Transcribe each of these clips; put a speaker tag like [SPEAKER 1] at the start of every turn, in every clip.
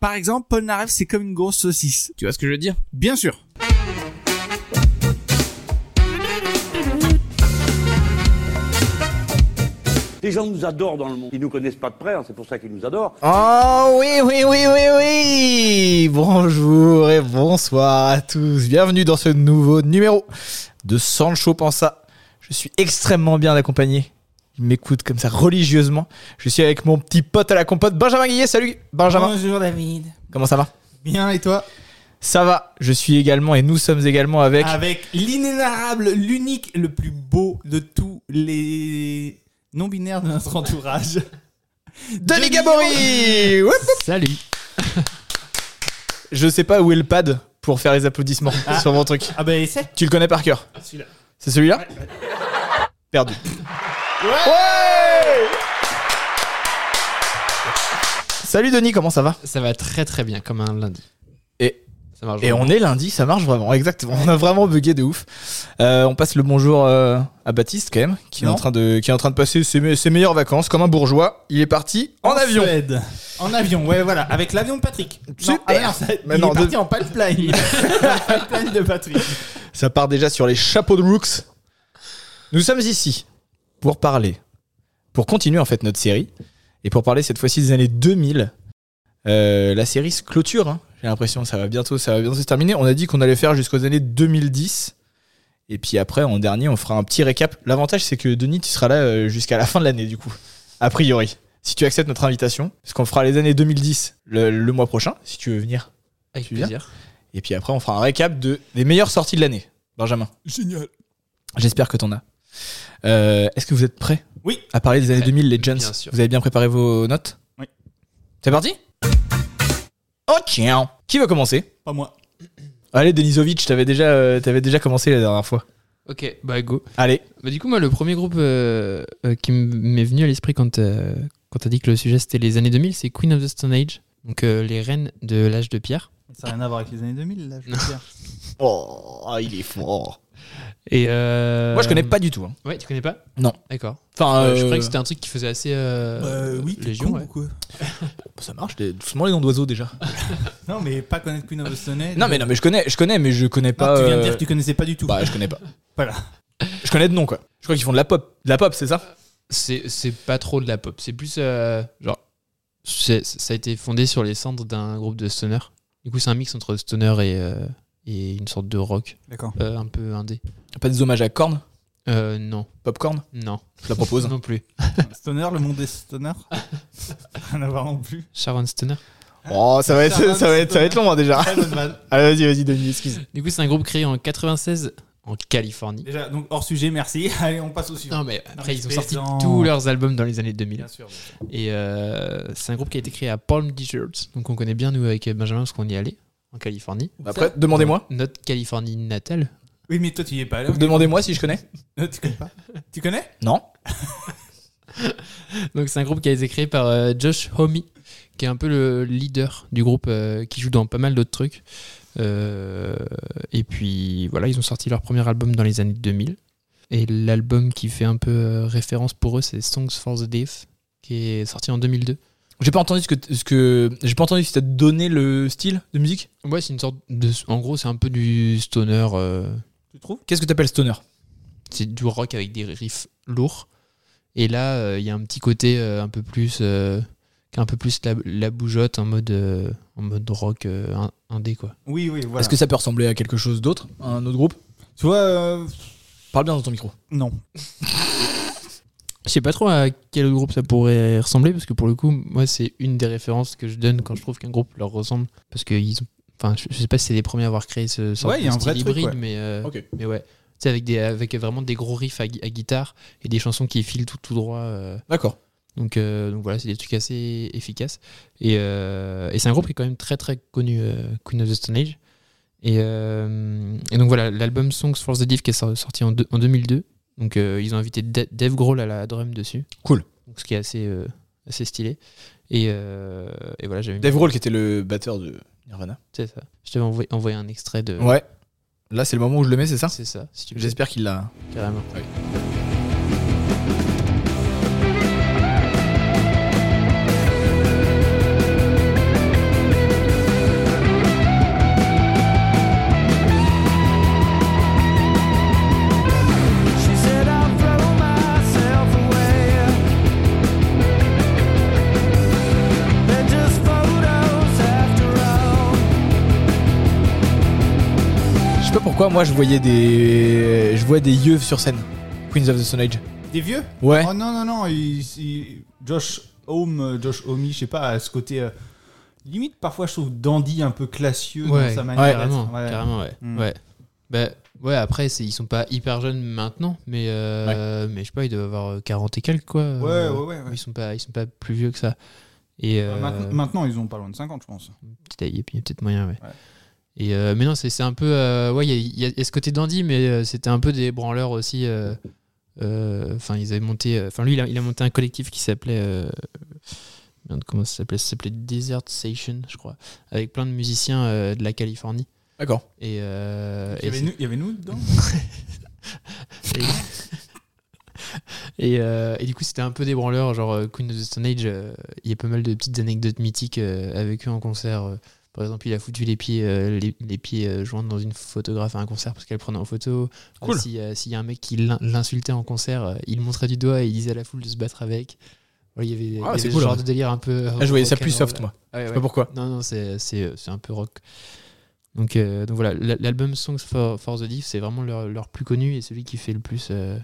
[SPEAKER 1] Par exemple, Paul Narev, c'est comme une grosse saucisse.
[SPEAKER 2] Tu vois ce que je veux dire
[SPEAKER 1] Bien sûr.
[SPEAKER 3] Les gens nous adorent dans le monde. Ils nous connaissent pas de près, hein, c'est pour ça qu'ils nous adorent.
[SPEAKER 4] Oh oui, oui, oui, oui, oui Bonjour et bonsoir à tous. Bienvenue dans ce nouveau numéro de Sancho Pensa. Je suis extrêmement bien accompagné. Il m'écoute comme ça religieusement. Je suis avec mon petit pote à la compote, Benjamin Guillet. Salut Benjamin,
[SPEAKER 1] Bonjour David.
[SPEAKER 4] comment ça va
[SPEAKER 1] Bien et toi
[SPEAKER 4] Ça va, je suis également et nous sommes également avec...
[SPEAKER 1] Avec l'inénarrable, l'unique, le plus beau de tous les non-binaires de notre entourage.
[SPEAKER 4] Denis Gabory Woup
[SPEAKER 2] Salut
[SPEAKER 4] Je sais pas où est le pad pour faire les applaudissements sur mon truc.
[SPEAKER 1] Ah bah essaie.
[SPEAKER 4] Tu le connais par cœur
[SPEAKER 1] Celui-là.
[SPEAKER 4] C'est celui-là Perdu. Ouais Salut Denis, comment ça va
[SPEAKER 2] Ça va très très bien, comme un lundi.
[SPEAKER 4] Et-
[SPEAKER 2] ça marche.
[SPEAKER 4] Et
[SPEAKER 2] vraiment.
[SPEAKER 4] on est lundi, ça marche vraiment, exactement. On a vraiment bugué de ouf. Euh, on passe le bonjour euh, à Baptiste quand même, qui est,
[SPEAKER 1] Non.
[SPEAKER 4] en train de, qui est en train de passer ses, me- ses meilleures vacances comme un bourgeois. Il est parti en, avion.
[SPEAKER 1] Suède. En avion, ouais, voilà. Avec l'avion de Patrick.
[SPEAKER 4] Super.
[SPEAKER 1] Non, ah non, ça- il
[SPEAKER 4] Mais non,
[SPEAKER 1] est parti
[SPEAKER 4] de-
[SPEAKER 1] en pipeline. En pipeline de Patrick.
[SPEAKER 4] Ça part déjà sur les chapeaux de Rooks. Nous sommes ici pour parler, pour continuer en fait notre série, et pour parler cette fois-ci des années 2000. Euh, la série se clôture, hein. j'ai l'impression, ça va bientôt ça va bientôt se terminer. On a dit qu'on allait faire jusqu'aux années 2010, et puis après, en dernier, on fera un petit récap. L'avantage, c'est que Denis, tu seras là euh, jusqu'à la fin de l'année, du coup, a priori. Si tu acceptes notre invitation, parce qu'on fera les années 2010 le- le mois prochain, si tu veux venir.
[SPEAKER 2] Avec
[SPEAKER 4] tu viens
[SPEAKER 2] plaisir.
[SPEAKER 4] Et puis après, on fera un récap de, des meilleures sorties de l'année. Benjamin.
[SPEAKER 1] Génial.
[SPEAKER 4] J'espère que t'en as. Euh, Est-ce que vous êtes prêts
[SPEAKER 1] Oui.
[SPEAKER 4] À parler des années
[SPEAKER 2] Prêt,
[SPEAKER 4] 2000, Legends.
[SPEAKER 2] bien sûr.
[SPEAKER 4] Vous avez bien préparé vos notes
[SPEAKER 1] Oui.
[SPEAKER 4] C'est parti Oh tiens Qui veut commencer
[SPEAKER 1] Pas moi.
[SPEAKER 4] Allez, Denisovic, t'avais déjà, euh, t'avais déjà commencé la dernière fois.
[SPEAKER 2] Ok, bah go.
[SPEAKER 4] Allez.
[SPEAKER 2] Bah, du coup, moi, le premier groupe euh, euh, qui m- m'est venu à l'esprit quand, euh, quand t'as dit que le sujet c'était les années 2000, c'est Queen of the Stone Age. Donc euh, les reines de l'âge de pierre.
[SPEAKER 1] Ça n'a rien à voir avec les années 2000, là, je veux dire.
[SPEAKER 4] Oh, il est fort.
[SPEAKER 2] Et euh,
[SPEAKER 4] Moi, je connais pas du tout. hein.
[SPEAKER 2] Ouais, tu connais pas
[SPEAKER 4] Non.
[SPEAKER 2] D'accord.
[SPEAKER 4] Enfin,
[SPEAKER 2] Euh, Je
[SPEAKER 4] euh,
[SPEAKER 2] croyais que c'était un truc qui faisait assez. Euh,
[SPEAKER 1] Euh, oui, t'es
[SPEAKER 2] légion,
[SPEAKER 1] con
[SPEAKER 2] ouais.
[SPEAKER 1] ou quoi
[SPEAKER 4] ça marche. des- Doucement les noms d'oiseaux déjà.
[SPEAKER 1] Ah, Non, mais pas connaître Queen of the Stone Age.
[SPEAKER 4] non, mais non, mais je connais, je connais, mais je connais
[SPEAKER 1] Non,
[SPEAKER 4] pas.
[SPEAKER 1] Ah, tu viens de
[SPEAKER 4] euh,
[SPEAKER 1] dire que tu connaissais pas du tout.
[SPEAKER 4] Bah, je connais pas.
[SPEAKER 1] Voilà.
[SPEAKER 4] Je connais de nom quoi. Je crois qu'ils font de la pop. De la pop, c'est ça
[SPEAKER 2] C'est c'est pas trop de la pop. C'est plus. euh, genre. c'est- Ça a été fondé sur les cendres d'un groupe de stoner. Du coup, c'est un mix entre stoner et, euh, et une sorte de rock
[SPEAKER 1] D'accord.
[SPEAKER 2] euh, un peu indé.
[SPEAKER 4] Pas des hommages à Korn
[SPEAKER 2] Euh, non.
[SPEAKER 4] Popcorn
[SPEAKER 2] Non.
[SPEAKER 4] Je la propose.
[SPEAKER 2] Non plus.
[SPEAKER 1] Stoner, le monde des stoners Rien à voir non plus.
[SPEAKER 2] Sharon Stoner.
[SPEAKER 4] oh, ça va, être, ça, va être, ça va être long hein, déjà.
[SPEAKER 1] Très bonne vanne.
[SPEAKER 4] Allez, vas-y, vas-y, Denis, excuse.
[SPEAKER 2] Du coup, c'est un groupe créé en 96 en Californie.
[SPEAKER 1] Déjà, donc hors sujet, merci. Allez, on passe au suivant.
[SPEAKER 2] Non, mais après,
[SPEAKER 1] mais
[SPEAKER 2] ils ont
[SPEAKER 1] je
[SPEAKER 2] sorti
[SPEAKER 1] plaisante.
[SPEAKER 2] tous leurs albums dans les années 2000.
[SPEAKER 1] sûr. bien sûr.
[SPEAKER 2] Et euh, c'est un groupe qui a été créé à Palm Desert. Donc, on connaît bien, nous, avec Benjamin, parce qu'on y allait en Californie.
[SPEAKER 4] Après, demandez-moi.
[SPEAKER 2] Notre Californie natale.
[SPEAKER 1] Oui, mais toi, tu y es pas allé.
[SPEAKER 4] Demandez-moi si je connais.
[SPEAKER 1] Non, tu connais pas Tu connais
[SPEAKER 4] Non.
[SPEAKER 2] Donc c'est un groupe qui a été créé par euh, Josh Homme, qui est un peu le leader du groupe, euh, qui joue dans pas mal d'autres trucs. Euh, et puis voilà, ils ont sorti leur premier album dans les années 2000. Et l'album qui fait un peu euh, référence pour eux, c'est Songs for the Deaf, qui est sorti en 2002.
[SPEAKER 4] J'ai pas entendu ce que. Ce que J'ai pas entendu si t'as donné le style de musique.
[SPEAKER 2] Ouais, c'est une sorte de... En gros, c'est un peu du stoner... euh,
[SPEAKER 1] Tu trouves
[SPEAKER 4] Qu'est-ce que t'appelles stoner
[SPEAKER 2] c'est du rock avec des riffs lourds. Et là, euh, il y a un petit côté euh, un peu plus, euh, qui est un peu plus la, la bougeotte en mode, euh, en mode rock euh, in- indé quoi.
[SPEAKER 1] Oui, oui, voilà.
[SPEAKER 4] Est-ce que ça peut ressembler à quelque chose d'autre à Un autre groupe
[SPEAKER 1] Tu vois, euh,
[SPEAKER 4] Parle bien dans ton micro.
[SPEAKER 1] non.
[SPEAKER 2] Je sais pas trop à quel groupe ça pourrait ressembler parce que pour le coup, moi, c'est une des références que je donne quand je trouve qu'un groupe leur ressemble parce que ils ont, enfin, je, je sais pas si c'est les premiers à avoir créé ce sorte
[SPEAKER 1] Ouais, il y
[SPEAKER 2] de
[SPEAKER 1] a un
[SPEAKER 2] style
[SPEAKER 1] vrai truc,
[SPEAKER 2] hybride,
[SPEAKER 1] ouais.
[SPEAKER 2] mais euh,
[SPEAKER 4] Ok.
[SPEAKER 2] mais ouais, tu sais avec des avec vraiment des gros riffs à, gui- à guitare et des chansons qui filent tout tout droit. euh,
[SPEAKER 4] D'accord.
[SPEAKER 2] Donc, euh, donc voilà, c'est des trucs assez efficaces. Et, euh, et c'est un groupe qui est quand même très très connu, euh, Queen of the Stone Age. Et, euh, et donc voilà, l'album Songs for the Div qui est sor- sorti en, deux- en 2002. Donc euh, ils ont invité Da- Dave Grohl à la drum dessus.
[SPEAKER 4] Cool.
[SPEAKER 2] Donc, ce qui est assez, euh, assez stylé. Et, euh, et voilà, j'avais mis-
[SPEAKER 4] Dave Grohl qui était le batteur de Nirvana.
[SPEAKER 2] c'est ça. Je t'avais envoyé, envoyé un extrait de.
[SPEAKER 4] Euh, Ouais. Là, c'est le moment où je le mets, c'est ça
[SPEAKER 2] C'est ça, si tu veux.
[SPEAKER 4] J'espère qu'il l'a.
[SPEAKER 2] Carrément.
[SPEAKER 4] pourquoi moi je voyais des. Je vois des yeux sur scène. Queens of the Stone Age.
[SPEAKER 1] Des vieux
[SPEAKER 4] Ouais.
[SPEAKER 1] Oh non, non, non. il- il- Josh Home, euh, Josh Homie, je sais pas, à ce côté. euh, limite, parfois, je trouve dandy un peu classieux dans sa manière. d'être.
[SPEAKER 2] carrément,
[SPEAKER 1] Ouais.
[SPEAKER 2] carrément, ouais.
[SPEAKER 1] Mm.
[SPEAKER 2] ouais. Bah, ouais, après, c'est- ils sont pas hyper jeunes maintenant, mais, euh, mais je sais pas, ils doivent avoir euh, 40 et quelques, quoi. Euh,
[SPEAKER 1] Ouais, ouais, ouais. ouais.
[SPEAKER 2] Ils sont pas, ils sont pas plus vieux que ça. Et euh,
[SPEAKER 1] Maintenant, maintenant, ils ont pas loin de 50, je pense.
[SPEAKER 2] petit à- il y a il y a peut-être moyen, ouais.
[SPEAKER 1] Ouais.
[SPEAKER 2] Et euh, mais non, c'est c'est un peu, euh, ouais, il y a- il y, a- il y a ce côté dandy, mais euh, c'était un peu des branleurs aussi. euh, euh, Enfin, ils avaient monté, euh, enfin lui, il a, il a monté un collectif qui s'appelait, euh, merde, comment ça s'appelait Ça s'appelait Desert Station, je crois, avec plein de musiciens euh, de la Californie.
[SPEAKER 4] D'accord.
[SPEAKER 2] Et, euh,
[SPEAKER 1] Il y
[SPEAKER 2] et
[SPEAKER 1] avait nous, il y avait nous dedans
[SPEAKER 2] Et, euh, et du coup, c'était un peu des branleurs, genre euh, Queen of the Stone Age. euh, Il y a pas mal de petites anecdotes mythiques euh, avec eux en concert. euh. par exemple, il a foutu les pieds, euh, les, les pieds euh, joints dans une photographe à un concert parce qu'elle prenait en photo. Euh,
[SPEAKER 4] Cool.
[SPEAKER 2] si, euh, S'il y a un mec qui l'in- l'insultait en concert, euh, il le montrait du doigt et il disait à la foule de se battre avec. Voilà, il y avait,
[SPEAKER 4] Ah,
[SPEAKER 2] il y
[SPEAKER 4] c'est
[SPEAKER 2] avait
[SPEAKER 4] cool,
[SPEAKER 2] ce genre
[SPEAKER 4] ouais.
[SPEAKER 2] de délire un peu. euh,
[SPEAKER 4] Là, Ah, je voyais ça plus soft, moi.
[SPEAKER 2] Ouais,
[SPEAKER 4] Je sais
[SPEAKER 2] ouais.
[SPEAKER 4] pas pourquoi.
[SPEAKER 2] Non, non, c'est c'est- c'est un peu rock. Donc, euh, donc voilà, l- l'album Songs for, for the Deaf, c'est vraiment leur, leur plus connu et celui qui fait le plus, euh,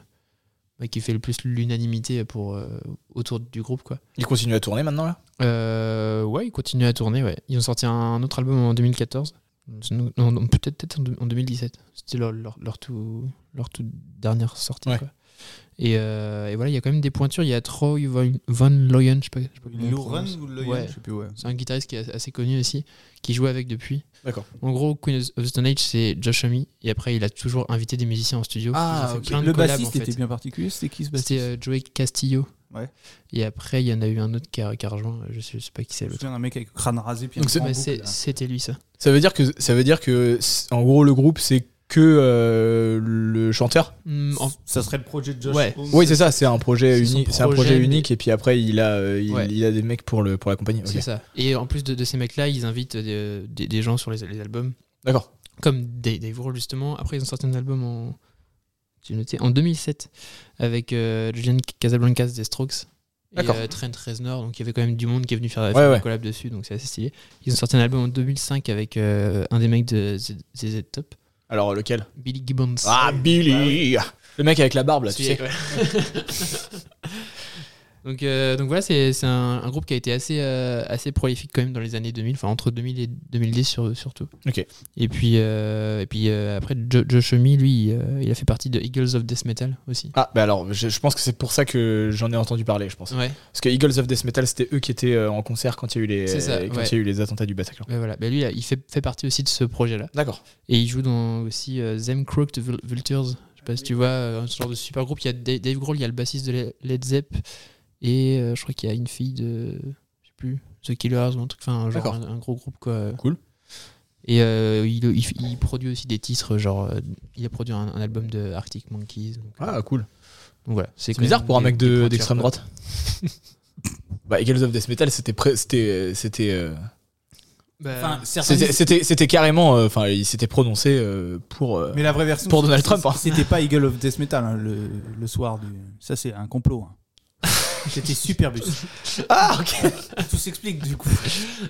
[SPEAKER 2] ouais, qui fait le plus l'unanimité pour euh, autour du groupe, quoi.
[SPEAKER 4] Il continue à tourner maintenant là
[SPEAKER 2] Euh, ouais, ils continuent à tourner. Ouais, ils ont sorti un autre album en 2014. Non, non, peut-être peut-être en deux- en 2017. C'était leur, leur, leur tout leur toute dernière sortie.
[SPEAKER 4] Ouais.
[SPEAKER 2] quoi. Et, euh, et voilà, il y a quand même des pointures. Il y a Troy Von, Von Loyen, je sais pas, je sais pas comment on
[SPEAKER 1] Lauren
[SPEAKER 2] prononce.
[SPEAKER 1] ou Loyan,
[SPEAKER 2] Ouais.
[SPEAKER 1] je sais plus, ouais.
[SPEAKER 2] C'est un guitariste qui est assez connu aussi, qui joue avec depuis.
[SPEAKER 4] D'accord.
[SPEAKER 2] En gros, Queen of the Stone Age, c'est Josh Homme, et après, il a toujours invité des musiciens en studio. Ils ont fait plein de
[SPEAKER 1] Ah, Le
[SPEAKER 2] collabs,
[SPEAKER 1] bassiste
[SPEAKER 2] en fait.
[SPEAKER 1] était bien particulier, c'était qui ce
[SPEAKER 2] C'était
[SPEAKER 1] bassiste
[SPEAKER 2] euh, Joey Castillo.
[SPEAKER 1] Ouais.
[SPEAKER 2] Et après, il y en a eu un autre qui a, qui a rejoint, euh, je sais, je sais pas qui c'est
[SPEAKER 1] Je me
[SPEAKER 2] l'autre.
[SPEAKER 1] souviens d'un mec avec le crâne rasé. Puis
[SPEAKER 4] Donc
[SPEAKER 1] un
[SPEAKER 4] c'est-
[SPEAKER 1] grand
[SPEAKER 2] Mais
[SPEAKER 1] boucle,
[SPEAKER 2] c'est-
[SPEAKER 1] là.
[SPEAKER 2] C'était lui, ça.
[SPEAKER 4] Ça veut dire que ça veut dire que c'est- en gros le groupe c'est que euh, le chanteur.
[SPEAKER 2] Hmm, en-
[SPEAKER 1] Ça serait le projet de Josh
[SPEAKER 2] Ouais.
[SPEAKER 1] Homme.
[SPEAKER 4] Oui c'est ça, c'est un projet
[SPEAKER 2] C'est son
[SPEAKER 4] unique, c'est un
[SPEAKER 2] projet,
[SPEAKER 4] projet
[SPEAKER 2] mais-
[SPEAKER 4] unique et puis après il a euh, il,
[SPEAKER 2] Ouais.
[SPEAKER 4] il a des mecs pour le pour la compagnie.
[SPEAKER 2] C'est
[SPEAKER 4] Ok.
[SPEAKER 2] ça. Et en plus de, de ces mecs-là, ils invitent des, des- des gens sur les, les albums,
[SPEAKER 4] D'accord.
[SPEAKER 2] comme Dave Dave Grohl, justement. Après, ils ont sorti un album en, j'ai noté, en 2007 avec euh, Julian Casablancas des Strokes. Et
[SPEAKER 4] D'accord.
[SPEAKER 2] euh, Trent Reznor, donc il y avait quand même du monde qui est venu faire, la
[SPEAKER 4] ouais.
[SPEAKER 2] collab dessus, donc c'est assez stylé. Ils ont sorti un album en 2005 avec euh, un des mecs de Z- ZZ Top,
[SPEAKER 4] Alors lequel
[SPEAKER 2] Billy Gibbons.
[SPEAKER 4] Ah Billy
[SPEAKER 2] Bah
[SPEAKER 4] Le mec avec la barbe là, tu
[SPEAKER 2] Celui-
[SPEAKER 4] sais.
[SPEAKER 2] ouais. donc, euh, donc voilà, c'est c'est un, un groupe qui a été assez, euh, assez prolifique quand même dans les années 2000, enfin entre 2000 et 2010 sur- surtout.
[SPEAKER 4] Ok.
[SPEAKER 2] Et puis, euh, et puis euh, après, Jo- Josh Homme, lui, euh, il a fait partie de Eagles of Death Metal aussi.
[SPEAKER 4] Ah bah alors je, je pense que c'est pour ça que j'en ai entendu parler, je pense.
[SPEAKER 2] Ouais.
[SPEAKER 4] Parce que Eagles of Death Metal c'était eux qui étaient euh, en concert quand il y a eu les
[SPEAKER 2] C'est ça,
[SPEAKER 4] quand
[SPEAKER 2] ouais.
[SPEAKER 4] il y a eu les attentats du Bataclan.
[SPEAKER 2] Ben voilà, ben lui, il fait, fait partie aussi de ce projet-là.
[SPEAKER 4] D'accord.
[SPEAKER 2] Et il joue dans aussi euh, Them Crooked Vul- Vultures. Je sais pas si tu vois, euh, un genre de super groupe. Il y a Dave, Dave Grohl, il y a le bassiste de Le- Led Zepp. Et euh, je crois qu'il y a une fille de. Je sais plus. The Killers ou un truc. Enfin, genre
[SPEAKER 4] D'accord.
[SPEAKER 2] un, un gros groupe quoi.
[SPEAKER 4] Cool.
[SPEAKER 2] Et euh, il, il, il produit aussi des titres, genre. euh, il a produit un, un album de Arctic Monkeys. Donc, euh,
[SPEAKER 4] Ah cool.
[SPEAKER 2] donc voilà.
[SPEAKER 4] C'est bizarre pour un mec de- d'extrême
[SPEAKER 2] droite
[SPEAKER 4] droite. bah Eagles of Death Metal c'était pré- c'était euh, c'était euh,
[SPEAKER 1] Enfin, certains-
[SPEAKER 4] C'était- C'était c'était carrément, euh, enfin, il s'était prononcé euh, pour. euh,
[SPEAKER 1] Mais la vraie version.
[SPEAKER 4] Pour
[SPEAKER 1] c'est-
[SPEAKER 4] Donald Trump,
[SPEAKER 1] c'est-
[SPEAKER 4] hein.
[SPEAKER 1] C'était pas Eagle of Death Metal hein, le, le soir du. Ça, c'est un complot. hein. C'était Superbus.
[SPEAKER 4] Ah, ok.
[SPEAKER 1] Tout s'explique du coup.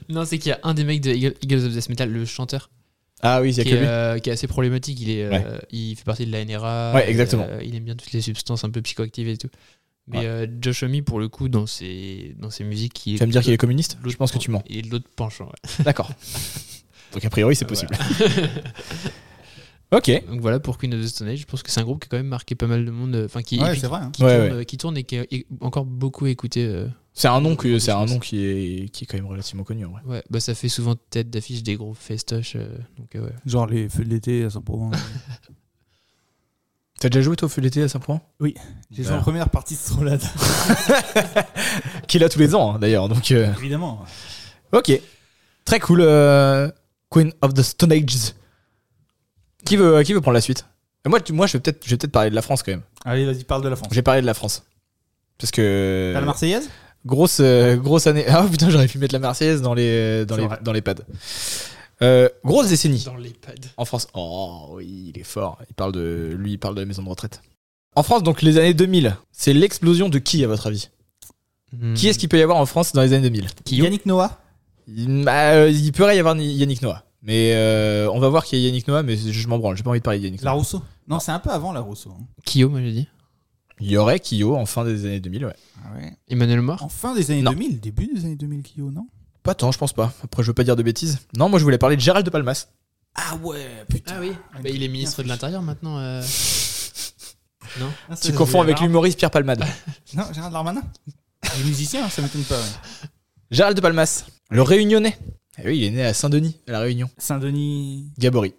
[SPEAKER 2] non, c'est qu'il y a un des mecs de Eagle- Eagles of Death Metal, le chanteur,
[SPEAKER 4] Ah oui, il y a
[SPEAKER 2] qui,
[SPEAKER 4] que
[SPEAKER 2] est,
[SPEAKER 4] lui.
[SPEAKER 2] euh, qui est assez problématique. Il, est, euh, il fait partie de la NRA.
[SPEAKER 4] Ouais, exactement.
[SPEAKER 2] et, euh, il aime bien toutes les substances un peu psychoactives et tout. Mais
[SPEAKER 4] Ouais.
[SPEAKER 2] euh, Josh Homme, pour le coup, dans ses, dans ses musiques, il
[SPEAKER 4] Tu vas me dire qu'il est communiste Je pense que tu mens.
[SPEAKER 2] Il est de l'autre penchant. ouais.
[SPEAKER 4] D'accord. Donc a priori, c'est possible. ok.
[SPEAKER 2] Donc voilà, pour Queen of the Stone Age, je pense que c'est un groupe qui a quand même marqué pas mal de monde. euh, Enfin, qui,
[SPEAKER 1] Ouais,
[SPEAKER 2] qui,
[SPEAKER 1] c'est vrai. hein.
[SPEAKER 2] qui
[SPEAKER 4] Ouais,
[SPEAKER 2] tourne,
[SPEAKER 4] ouais.
[SPEAKER 2] euh, qui tourne et qui est encore beaucoup écouté. euh.
[SPEAKER 4] C'est un nom que c'est un nom qui est qui est quand même relativement connu en vrai.
[SPEAKER 2] Ouais, bah ça fait souvent tête d'affiche des groupes festoches. euh, donc euh, ouais.
[SPEAKER 1] Genre les feux de l'été à Saint-Provence.
[SPEAKER 4] T'as déjà joué toi au feu d'été à Saint-Point
[SPEAKER 1] J'ai joué
[SPEAKER 4] Voilà.
[SPEAKER 1] en première partie de Strolade.
[SPEAKER 4] Qui est là tous les ans hein, d'ailleurs. Donc euh,
[SPEAKER 1] Évidemment.
[SPEAKER 4] ok, très cool. euh, Queen of the Stone Age. Qui veut euh, qui veut prendre la suite Euh, Moi tu- moi je vais peut-être je vais peut-être parler de la France quand même.
[SPEAKER 1] Allez, vas-y, parle de la France.
[SPEAKER 4] J'ai parlé de la France parce que
[SPEAKER 1] T'as la Marseillaise
[SPEAKER 4] Grosse, euh, grosse année. Ah putain, j'aurais pu mettre la Marseillaise dans les, dans
[SPEAKER 1] C'est
[SPEAKER 4] les,
[SPEAKER 1] vrai.
[SPEAKER 4] dans les pads. Euh, grosse décennie
[SPEAKER 2] Dans les pads.
[SPEAKER 4] en France. Oh oui, il est fort. Il parle de, lui, il parle de la maison de retraite. En France, donc les années 2000, c'est l'explosion de qui à votre avis
[SPEAKER 2] Hmm.
[SPEAKER 1] Hmm.
[SPEAKER 4] Qui est-ce qu'il peut y avoir en France dans les années 2000
[SPEAKER 1] Yannick Noah
[SPEAKER 4] il, bah, euh, il pourrait y avoir Yannick Noah. Mais euh, on va voir qu'il y a Yannick Noah, mais je m'en branle, j'ai pas envie de parler de Yannick
[SPEAKER 1] La
[SPEAKER 4] Noah.
[SPEAKER 1] Rousseau Non, c'est un peu avant la Rousseau. hein.
[SPEAKER 2] Kyo, moi j'ai dit.
[SPEAKER 4] Il y aurait Kyo en fin des années 2000, Ah ouais.
[SPEAKER 2] Emmanuel Mort
[SPEAKER 1] En fin des années
[SPEAKER 4] Non.
[SPEAKER 1] 2000, début des années 2000, Kyo, non
[SPEAKER 4] Pas tant, je pense pas. Après, je veux pas dire de bêtises. Non, moi je voulais parler de Gérald de Palmas.
[SPEAKER 1] Ah ouais, putain.
[SPEAKER 2] oui. Bah, il est ministre de l'Intérieur maintenant. euh. non
[SPEAKER 4] Tu
[SPEAKER 1] Ah,
[SPEAKER 4] confonds avec l'humoriste Pierre Palmade.
[SPEAKER 1] Non, Gérard Darmanin. Il est
[SPEAKER 4] hein,
[SPEAKER 1] musicien, ça m'étonne pas. ouais.
[SPEAKER 4] Gérald de Palmas, le Réunionnais. Eh oui, il est né à Saint-Denis, à La Réunion.
[SPEAKER 1] Saint-Denis.
[SPEAKER 4] Gabory.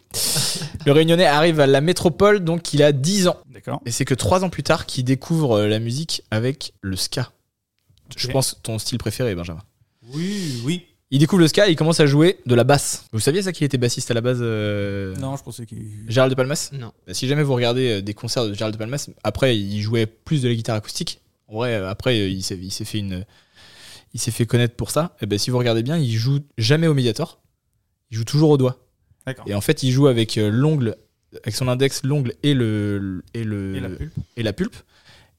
[SPEAKER 4] le Réunionnais arrive à la métropole, donc il a 10 ans.
[SPEAKER 1] D'accord.
[SPEAKER 4] Et c'est que 3 ans plus tard qu'il découvre euh, la musique avec le ska. Je
[SPEAKER 1] Ok.
[SPEAKER 4] pense ton style préféré, Benjamin.
[SPEAKER 1] Oui, oui.
[SPEAKER 4] Il découvre le ska et il commence à jouer de la basse. Vous saviez ça qu'il était bassiste à la base euh,
[SPEAKER 1] Non, je pensais qu'il.
[SPEAKER 4] Gérald de Palmas
[SPEAKER 2] Non.
[SPEAKER 4] Bah, Si jamais vous regardez euh, des concerts de Gérald de Palmas, après il jouait plus de la guitare acoustique. En vrai, euh, après euh, il s'est il s'est fait une, il s'est fait connaître pour ça. Et ben si vous regardez bien, il joue jamais au médiator. Il joue toujours au doigt.
[SPEAKER 1] D'accord.
[SPEAKER 4] Et en fait, il joue avec euh, l'ongle, avec son index, l'ongle et le et le
[SPEAKER 1] Et la pulpe.
[SPEAKER 4] et la pulpe.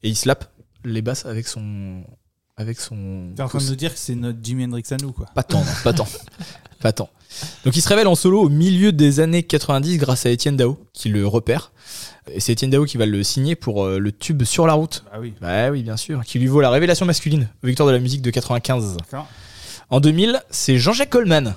[SPEAKER 4] Et il slappe les basses avec son avec son.
[SPEAKER 1] T'es en train de
[SPEAKER 4] pouce.
[SPEAKER 1] nous dire que c'est notre Jimi Hendrix à nous, quoi.
[SPEAKER 4] Pas tant, non, pas tant. Pas tant. Donc il se révèle en solo au milieu des années 90 grâce à Étienne Dao qui le repère. Et c'est Étienne Dao qui va le signer pour euh, le tube Sur la route.
[SPEAKER 1] Ah oui.
[SPEAKER 4] Bah oui, bien sûr, qui lui vaut la révélation masculine, victoire de la musique de 95.
[SPEAKER 1] D'accord.
[SPEAKER 4] En 2000, c'est Jean-Jacques Coleman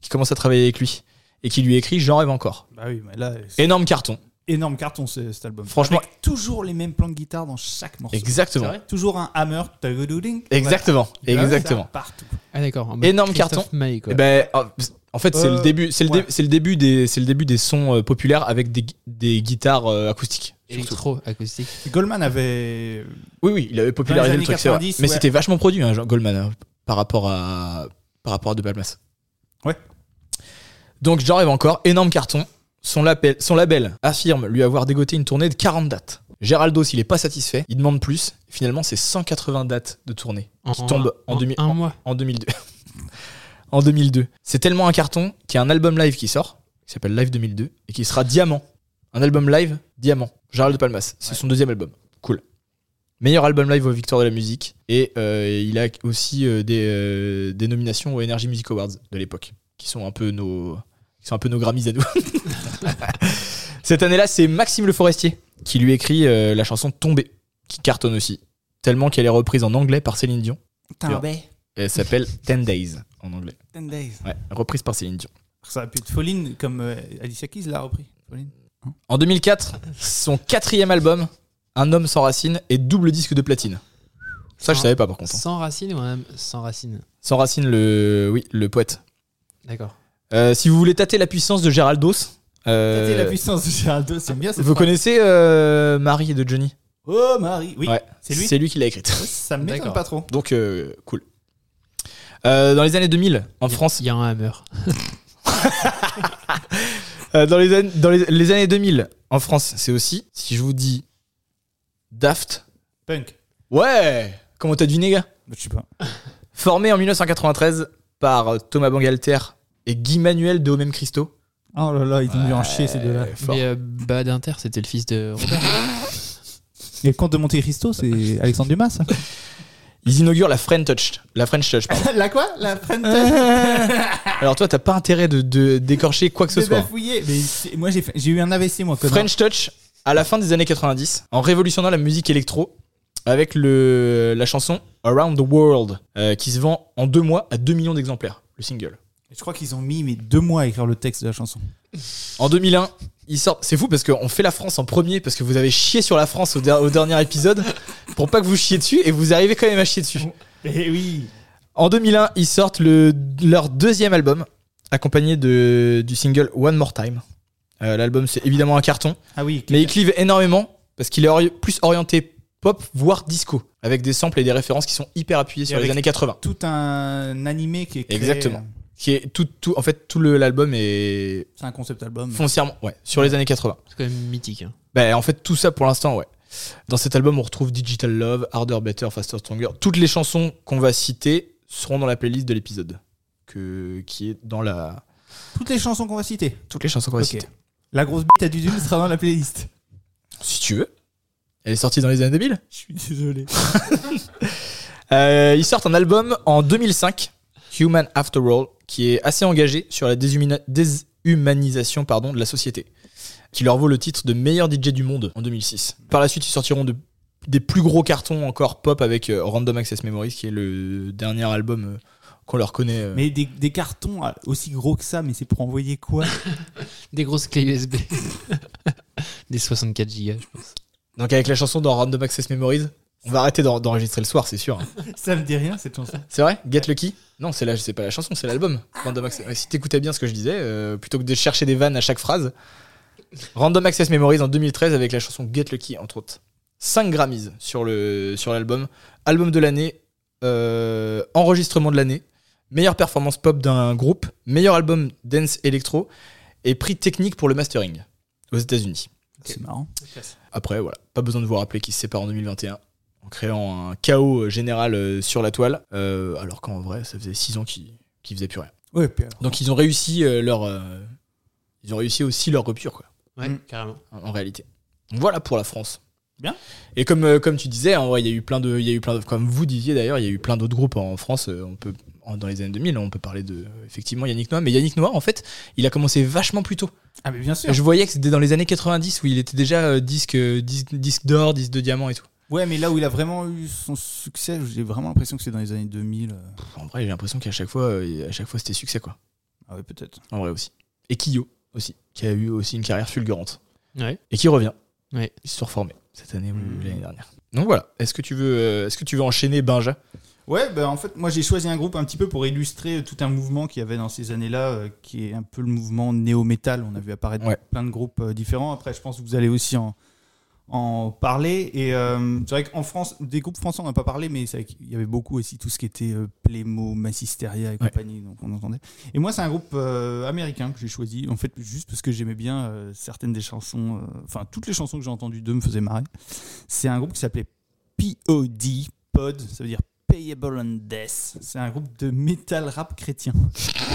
[SPEAKER 4] qui commence à travailler avec lui et qui lui écrit J'en rêve encore.
[SPEAKER 1] Bah oui, mais là, c'est
[SPEAKER 4] Énorme carton.
[SPEAKER 1] énorme carton ce- cet album.
[SPEAKER 4] Franchement-
[SPEAKER 1] Avec toujours les mêmes plans de guitare dans chaque morceau.
[SPEAKER 4] Exactement.
[SPEAKER 2] vrai
[SPEAKER 1] Toujours un hammer. tagododing.
[SPEAKER 4] Exactement.
[SPEAKER 1] Voilà.
[SPEAKER 4] Exactement.
[SPEAKER 1] Ça, Partout.
[SPEAKER 2] Ah d'accord. en mode
[SPEAKER 4] Énorme
[SPEAKER 2] Christophe
[SPEAKER 4] carton.
[SPEAKER 2] Maé, quoi.
[SPEAKER 4] Eh ben, en- en fait, c'est
[SPEAKER 1] Euh,
[SPEAKER 4] le début, c'est le, dé-
[SPEAKER 1] ouais.
[SPEAKER 4] c'est le début des, c'est le début des sons euh, populaires avec des, gui- des guitares euh, acoustiques. surtout.
[SPEAKER 2] Électro acoustique.
[SPEAKER 1] Goldman avait. euh,
[SPEAKER 4] Oui, oui, il avait
[SPEAKER 1] Dans
[SPEAKER 4] popularisé
[SPEAKER 1] les
[SPEAKER 4] le truc,
[SPEAKER 1] années
[SPEAKER 4] c'est vrai.
[SPEAKER 1] 90,
[SPEAKER 4] Mais
[SPEAKER 1] ouais.
[SPEAKER 4] c'était vachement produit, hein, Jean- Goldman, hein, par rapport à par rapport à De Palmas.
[SPEAKER 1] Ouais.
[SPEAKER 4] Donc j'en rêve encore, énorme carton. Son label, son label affirme lui avoir dégoté une tournée de 40 dates. Géraldo, s'il est pas satisfait, il demande plus. Finalement, c'est 180 dates de tournée qui tombent en,
[SPEAKER 2] en
[SPEAKER 4] 2000
[SPEAKER 2] un mois.
[SPEAKER 4] en 2002. en 2002. C'est tellement un carton qu'il y a un album live qui sort, qui s'appelle Live 2002, et qui sera Diamant. Un album live, Diamant. Gérald de Palmas. C'est son deuxième album. Cool. Meilleur album live aux Victoires de la musique. Et euh, il a aussi euh, des, euh, des nominations aux Energy Music Awards de l'époque, qui sont un peu nos, qui sont un peu nos Grammys à nous. Cette année-là, c'est Maxime Le Forestier qui lui écrit euh, la chanson Tomber, qui cartonne aussi, tellement qu'elle est reprise en anglais par Céline Dion.
[SPEAKER 1] Timbay.
[SPEAKER 4] Elle s'appelle 10 Days en anglais.
[SPEAKER 1] Ten Days.
[SPEAKER 4] Ouais, reprise par Céline Dion.
[SPEAKER 1] Ça a pu être Folline, comme euh, Alicia Keys l'a repris. Folline.
[SPEAKER 4] En 2004, son quatrième album, Un homme sans racines, et double disque de platine. Ça,
[SPEAKER 1] Ah.
[SPEAKER 4] je
[SPEAKER 2] Sans-
[SPEAKER 4] savais pas par contre. hein.
[SPEAKER 2] Sans racine ou un- sans racine
[SPEAKER 4] Sans racines, le, oui, le poète.
[SPEAKER 2] D'accord.
[SPEAKER 4] Euh, si vous voulez tâter la puissance de Géraldos, euh,
[SPEAKER 1] C'était la puissance de Géraldo, c'est bien. cette
[SPEAKER 4] vous
[SPEAKER 1] phrase.
[SPEAKER 4] connaissez euh, Marie de Johnny
[SPEAKER 1] Oh Marie, oui.
[SPEAKER 4] Ouais,
[SPEAKER 1] C'est lui
[SPEAKER 4] C'est lui qui l'a écrite.
[SPEAKER 1] Ça m'étonne
[SPEAKER 2] D'accord.
[SPEAKER 1] pas trop.
[SPEAKER 4] Donc, euh, cool. Euh, dans les années 2000, en France,
[SPEAKER 2] Il y a un hammer.
[SPEAKER 4] Euh, dans les, an- dans les, les années 2000, en France, c'est aussi, si je vous dis Daft,
[SPEAKER 1] Punk.
[SPEAKER 4] Ouais Comment t'as deviné, gars
[SPEAKER 1] Je sais pas.
[SPEAKER 4] Formé en 1993 par euh, Thomas Bangalter et Guy Manuel de Homem Christo.
[SPEAKER 1] Oh là là, ils ont dû en chier ces deux-là.
[SPEAKER 4] Euh, fort.
[SPEAKER 2] Mais euh, Badinter, c'était le fils de Robert.
[SPEAKER 1] Et le comte de Monte Cristo, c'est Alexandre Dumas. ça
[SPEAKER 4] Ils inaugurent la French Touch. La French Touch, pardon.
[SPEAKER 1] la quoi La prenne
[SPEAKER 4] Alors toi, t'as pas intérêt de, de- d'écorcher quoi que ce
[SPEAKER 1] de
[SPEAKER 4] soit.
[SPEAKER 1] bafouiller. Mais bah, c'est- moi j'ai fait- j'ai eu un AVC moi. connard.
[SPEAKER 4] French Touch, à la fin des années 90, en révolutionnant la musique électro avec le, la chanson Around the World, euh, qui se vend en deux mois à 2 millions d'exemplaires, le single.
[SPEAKER 1] Je crois qu'ils ont mis mais deux mois à écrire le texte de la chanson.
[SPEAKER 4] En 2001, ils sortent. C'est fou parce qu'on fait la France en premier parce que vous avez chié sur la France au, der- au dernier épisode pour pas que vous chiez dessus et vous arrivez quand même à chier dessus.
[SPEAKER 1] Eh oui.
[SPEAKER 4] En 2001, ils sortent le- leur deuxième album accompagné de, du single One More Time. Euh, L'album c'est évidemment un carton,
[SPEAKER 1] Ah oui.
[SPEAKER 4] mais il clive énormément parce qu'il est ori- plus orienté pop voire disco avec des samples et des références qui sont hyper appuyées sur les
[SPEAKER 1] avec-
[SPEAKER 4] années 80.
[SPEAKER 1] Tout un animé qui est créé.
[SPEAKER 4] Exactement. Qui est tout, tout en fait tout le- l'album est
[SPEAKER 1] C'est un concept album.
[SPEAKER 4] foncièrement ouais sur les années 80.
[SPEAKER 2] C'est quand même mythique. hein.
[SPEAKER 4] Bah, en fait, tout ça pour l'instant, ouais. Dans cet album, on retrouve Digital Love, Harder, Better, Faster, Stronger. Toutes les chansons qu'on va citer seront dans la playlist de l'épisode. Que, qui est dans la.
[SPEAKER 1] Toutes les chansons qu'on va citer.
[SPEAKER 4] Toutes les chansons qu'on va
[SPEAKER 1] Ok.
[SPEAKER 4] citer.
[SPEAKER 1] La grosse bite à Dudune sera dans la playlist.
[SPEAKER 4] Si tu veux. Elle est sortie dans les années 2000.
[SPEAKER 1] Je suis désolé.
[SPEAKER 4] Euh, ils sortent un album en 2005, Human After All, qui est assez engagé sur la désumina- dés- humanisation pardon, de la société, qui leur vaut le titre de meilleur DJ du monde en 2006. Par la suite, ils sortiront de- des plus gros cartons encore pop avec euh, Random Access Memories, qui est le dernier album euh, qu'on leur connaît. euh.
[SPEAKER 1] Mais des, des cartons euh, aussi gros que ça, mais c'est pour envoyer quoi
[SPEAKER 2] Des grosses clés USB. Des 64 gigas, je pense.
[SPEAKER 4] Donc avec la chanson dans Random Access Memories, on va arrêter d'en- d'enregistrer le soir, c'est sûr. hein.
[SPEAKER 1] Ça me dit rien cette chanson.
[SPEAKER 4] C'est vrai Get Lucky Non, c'est la- c'est pas la chanson, c'est l'album. Random Access- Si t'écoutais bien ce que je disais, euh, plutôt que de chercher des vannes à chaque phrase, Random Access Memories en 2013 avec la chanson Get Lucky, entre autres. 5 Grammys sur le- sur l'album. album de l'année, euh, enregistrement de l'année, meilleure performance pop d'un groupe, meilleur album dance électro et prix technique pour le mastering aux États-Unis.
[SPEAKER 1] C'est marrant.
[SPEAKER 4] Après, voilà, pas besoin de vous rappeler qu'ils se séparent en 2021 en créant un chaos général euh, sur la toile, euh, alors qu'en vrai, ça faisait 6 ans qu'ils qu'ils faisaient plus rien.
[SPEAKER 1] Ouais, puis alors,
[SPEAKER 4] Donc ils ont réussi euh, leur, euh, ils ont réussi aussi leur rupture, quoi,
[SPEAKER 2] Ouais,
[SPEAKER 1] Mm.
[SPEAKER 2] carrément.
[SPEAKER 4] en, en réalité. Voilà pour la France.
[SPEAKER 1] Bien.
[SPEAKER 4] Et comme euh, comme tu disais, en vrai, il y a eu plein de, il y a eu plein de, comme vous disiez d'ailleurs, il y a eu plein d'autres groupes en France. euh, on peut en- dans les années 2000, on peut parler de effectivement Yannick Noah, mais Yannick Noah, en fait, il a commencé vachement plus tôt.
[SPEAKER 1] Ah, mais bien sûr.
[SPEAKER 4] Je voyais que c'était dans les années 90 où il était déjà euh, disque, euh, disque, disque d'or, disque de diamant et tout.
[SPEAKER 1] Ouais, mais là où il a vraiment eu son succès, j'ai vraiment l'impression que c'est dans les années 2000. euh.
[SPEAKER 4] Pff, En vrai, j'ai l'impression qu'à chaque fois, euh, à chaque fois, c'était succès quoi.
[SPEAKER 1] Ah, ouais, peut-être.
[SPEAKER 4] En vrai aussi. Et Kyo aussi, qui a eu aussi une carrière fulgurante
[SPEAKER 2] Ouais.
[SPEAKER 4] et qui revient.
[SPEAKER 2] Ouais.
[SPEAKER 4] Ils se sont reformés cette année ou
[SPEAKER 1] Mhm.
[SPEAKER 4] l'année dernière. Donc voilà. Est-ce que tu veux, euh, est-ce que tu veux enchaîner Benja
[SPEAKER 1] Ouais, bah, en fait, moi j'ai choisi un groupe un petit peu pour illustrer euh, tout un mouvement qu'il y avait dans ces années-là, euh, qui est un peu le mouvement néo-metal. On a vu apparaître
[SPEAKER 4] Ouais.
[SPEAKER 1] plein de groupes euh, différents. Après, je pense que vous allez aussi en, en parler. Et euh, c'est vrai qu'en France, des groupes français, on n'a pas parlé, mais c'est vrai qu'il y avait beaucoup aussi tout ce qui était euh, Plémo, Massisteria et compagnie, donc on entendait. Et moi, c'est un groupe euh, américain que j'ai choisi, en fait, juste parce que j'aimais bien euh, certaines des chansons, euh, enfin, toutes les chansons que j'ai entendues d'eux me faisaient marrer. C'est un groupe qui s'appelait POD, POD, ça veut dire Payable and Death. C'est un groupe de metal rap chrétien.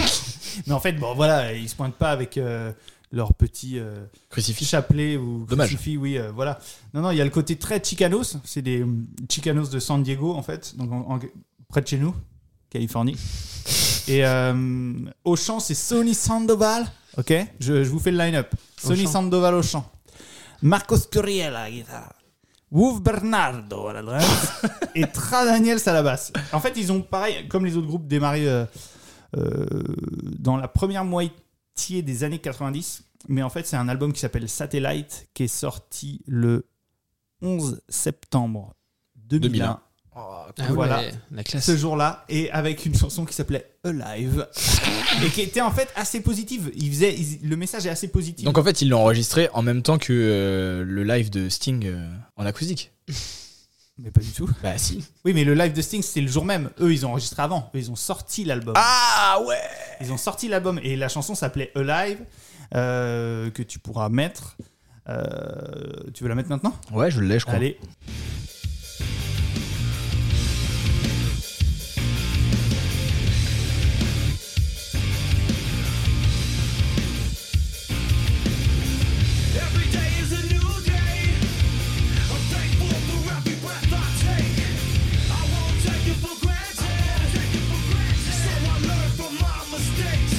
[SPEAKER 1] Mais en fait, bon, voilà, ils se pointent pas avec euh, leur petit euh,
[SPEAKER 4] Crucifix.
[SPEAKER 1] chapelet ou
[SPEAKER 4] Dommage.
[SPEAKER 1] crucifix, oui, euh, voilà. Non, non, il y a le côté très Chicanos. C'est des hum, Chicanos de San Diego, en fait, donc en- en- près de chez nous, Californie. Et euh, au chant, c'est Sonny Sandoval. Ok, je, je vous fais le line-up. Sonny
[SPEAKER 2] chant.
[SPEAKER 1] Sandoval au chant. Marcos Curiel à la guitare. Wolf Bernardo à la dresse. et Tra Daniels à la basse. En fait, ils ont, pareil, comme les autres groupes, démarré euh, euh, dans la première moitié des années 90. Mais en fait, c'est un album qui s'appelle Satellite, qui est sorti le 11 septembre 2001
[SPEAKER 2] Ah
[SPEAKER 1] Voilà.
[SPEAKER 2] ouais, la classe.
[SPEAKER 1] ce jour-là et avec une chanson qui s'appelait Alive et qui était en fait assez positive. Il faisait, il- le message est assez positif.
[SPEAKER 4] Donc en fait, ils l'ont enregistré en même temps que euh, le live de Sting euh, en acoustique.
[SPEAKER 1] mais pas du tout.
[SPEAKER 4] Bah si.
[SPEAKER 1] Oui, mais le live de Sting, c'était le jour même. Eux, ils ont enregistré avant. Eux, ils ont sorti l'album.
[SPEAKER 4] Ah ouais.
[SPEAKER 1] Ils ont sorti l'album et la chanson s'appelait Alive euh, que tu pourras mettre. Euh, tu veux la mettre maintenant
[SPEAKER 4] Ouais, je l'ai, je crois.
[SPEAKER 1] Allez.
[SPEAKER 5] Every day is a new day. I'm thankful for every breath I take. I won't take it for granted. So I learn from my mistakes.